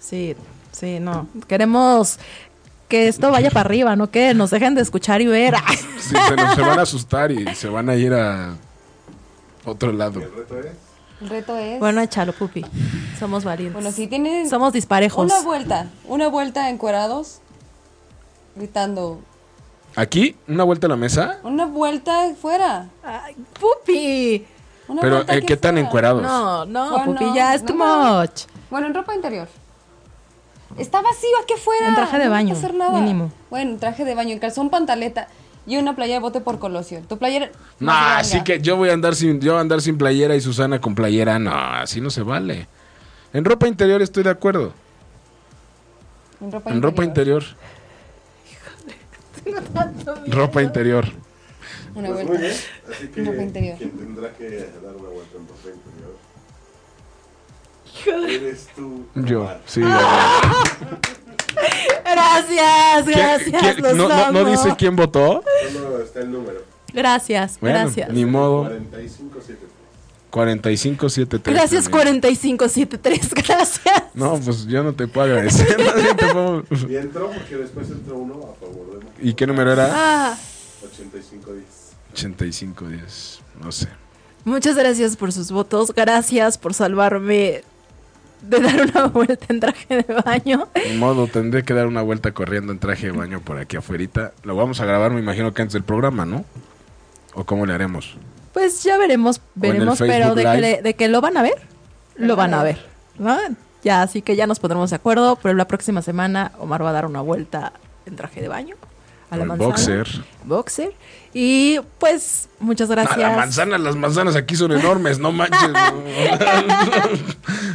Speaker 3: sí, sí, no. Queremos que esto vaya para arriba, no que nos dejen de escuchar y ver.
Speaker 2: sí, se, nos- se van a asustar y se van a ir a otro lado.
Speaker 9: El reto es.
Speaker 4: El reto es.
Speaker 3: bueno, échalo, pupi. Somos valientes.
Speaker 4: Bueno, si tienen
Speaker 3: Somos disparejos.
Speaker 4: una vuelta, una vuelta encuerados, gritando,
Speaker 2: Aquí, una vuelta a la mesa,
Speaker 4: una vuelta fuera.
Speaker 3: Ay, pupi.
Speaker 4: Una
Speaker 2: pero
Speaker 4: vuelta
Speaker 2: eh,
Speaker 4: aquí
Speaker 2: ¿qué tan
Speaker 4: fuera".
Speaker 2: encuerados?
Speaker 3: No, no,
Speaker 4: Bueno,
Speaker 3: pupi, ya es
Speaker 4: Oh, no
Speaker 3: too
Speaker 4: mames.
Speaker 3: much.
Speaker 4: Bueno, en ropa interior. Está vacío aquí afuera.
Speaker 3: En traje de
Speaker 4: no
Speaker 3: baño,
Speaker 4: puedo hacer nada.
Speaker 3: mínimo.
Speaker 4: Bueno, en traje de baño, en calzón, pantaleta y una playera bote por colosio. Tu playera.
Speaker 2: No,
Speaker 4: más
Speaker 2: así
Speaker 4: larga.
Speaker 2: que yo voy a andar sin yo voy a andar sin playera y Susana con playera, no, así no se vale. En ropa interior estoy de acuerdo.
Speaker 4: En ropa
Speaker 2: En ropa interior. Ropa interior.
Speaker 4: Una
Speaker 9: Pues muy
Speaker 4: vuelta.
Speaker 9: bien. Así que
Speaker 4: Ropa interior.
Speaker 9: quien tendrá que dar una vuelta en ropa interior. Eres tú.
Speaker 2: Yo,
Speaker 9: Omar.
Speaker 2: sí.
Speaker 3: Ah,
Speaker 2: a ver.
Speaker 3: Gracias,
Speaker 2: ¿Quién-
Speaker 3: gracias.
Speaker 2: quién-
Speaker 3: los
Speaker 2: no, no- no
Speaker 3: amo.
Speaker 2: dice quién votó.
Speaker 9: Solo está el número.
Speaker 3: Gracias,
Speaker 2: Bueno,
Speaker 3: gracias.
Speaker 2: Ni modo.
Speaker 9: 4573.
Speaker 2: 4573.
Speaker 3: Gracias,
Speaker 2: también.
Speaker 3: 4573. Gracias.
Speaker 2: No, pues yo no te puedo agradecer. más bien te puedo-
Speaker 9: Y entró porque después entró uno a favor de
Speaker 2: ¿Y qué número era?
Speaker 3: Ah,
Speaker 9: 8510.
Speaker 2: 8510. No sé.
Speaker 3: muchas gracias por sus votos. Gracias por salvarme de dar una vuelta en traje de baño.
Speaker 2: Ni modo, tendré que dar una vuelta corriendo en traje de baño por aquí afuera. Lo vamos a grabar, me imagino que antes del programa, ¿no? ¿O cómo le haremos?
Speaker 3: Pues ya veremos,
Speaker 2: en el
Speaker 3: veremos,
Speaker 2: Facebook
Speaker 3: pero de que,
Speaker 2: Live.
Speaker 3: le- de que lo van a ver, lo van a ver. ¿no? Ya, así que ya nos pondremos de acuerdo, pero la próxima semana Omar va a dar una vuelta en traje de baño. A
Speaker 2: O
Speaker 3: la
Speaker 2: el
Speaker 3: manzana.
Speaker 2: boxer.
Speaker 3: Boxer. Y pues, muchas
Speaker 2: Ah,
Speaker 3: gracias.
Speaker 2: las manzanas, las manzanas aquí son enormes, no manches.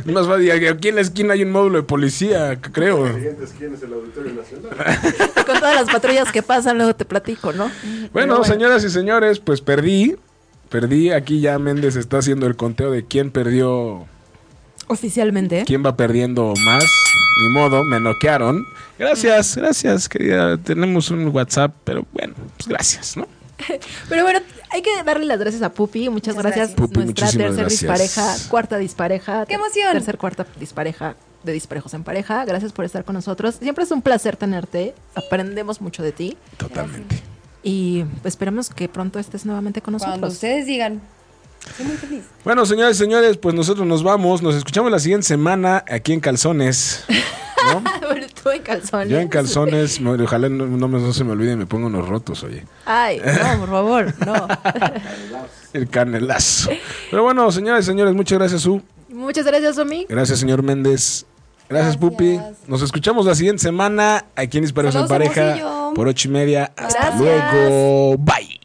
Speaker 2: no. Más va a decir, aquí en la esquina hay un módulo de policía, creo.
Speaker 9: El siguiente es quién es el Auditorio Nacional.
Speaker 3: Con todas las patrullas que pasan, luego te platico, ¿no?
Speaker 2: Bueno, señoras y señores, pues perdí. Perdí, aquí ya Méndez está haciendo el conteo de quién perdió,
Speaker 3: Oficialmente. ¿eh?
Speaker 2: quién va perdiendo más. Ni modo, me noquearon. Gracias, gracias, querida. Tenemos un WhatsApp, pero bueno, pues gracias, ¿no?
Speaker 3: Pero bueno, hay que darle las gracias a Pupi. Muchas, gracias.
Speaker 2: gracias. Pupi,
Speaker 3: Nuestra
Speaker 2: muchísimas
Speaker 3: tercer
Speaker 2: gracias.
Speaker 3: dispareja, cuarta dispareja.
Speaker 4: ¡Qué emoción!
Speaker 3: Tercer, cuarta dispareja de disparejos en pareja. Gracias por estar con nosotros. Siempre es un placer tenerte. Aprendemos mucho de ti.
Speaker 2: Totalmente.
Speaker 3: Y esperamos que pronto estés nuevamente con
Speaker 4: Cuando
Speaker 3: nosotros.
Speaker 4: ustedes digan, soy muy feliz.
Speaker 2: Bueno, señores y señores, pues nosotros nos vamos. Nos escuchamos la siguiente semana aquí en Calzones. ¿no?
Speaker 3: Bueno, tú en calzones.
Speaker 2: Yo en calzones, me- ojalá no, no me- no se me olvide y me pongo unos rotos, oye.
Speaker 3: Ay, no, por favor, no.
Speaker 2: El canelazo. Pero bueno, señores y señores, muchas gracias, Su.
Speaker 3: Muchas gracias, Omi.
Speaker 2: Gracias, señor Méndez. Gracias,
Speaker 4: Gracias.
Speaker 2: Pupi. Nos escuchamos la siguiente semana aquí en Disparos en
Speaker 4: Saludos,
Speaker 2: Pareja
Speaker 4: Hermosillo.
Speaker 2: por ocho y media. Hasta
Speaker 3: Gracias.
Speaker 2: luego. Bye.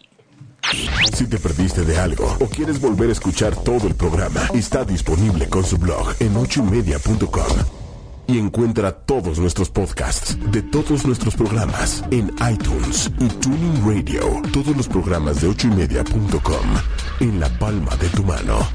Speaker 1: Si te perdiste de algo o quieres volver a escuchar todo el programa, está disponible con su blog en ochoymedia.com. Y encuentra todos nuestros podcasts de todos nuestros programas en iTunes y Tuning Radio. Todos los programas de ochoymedia.com en la palma de tu mano.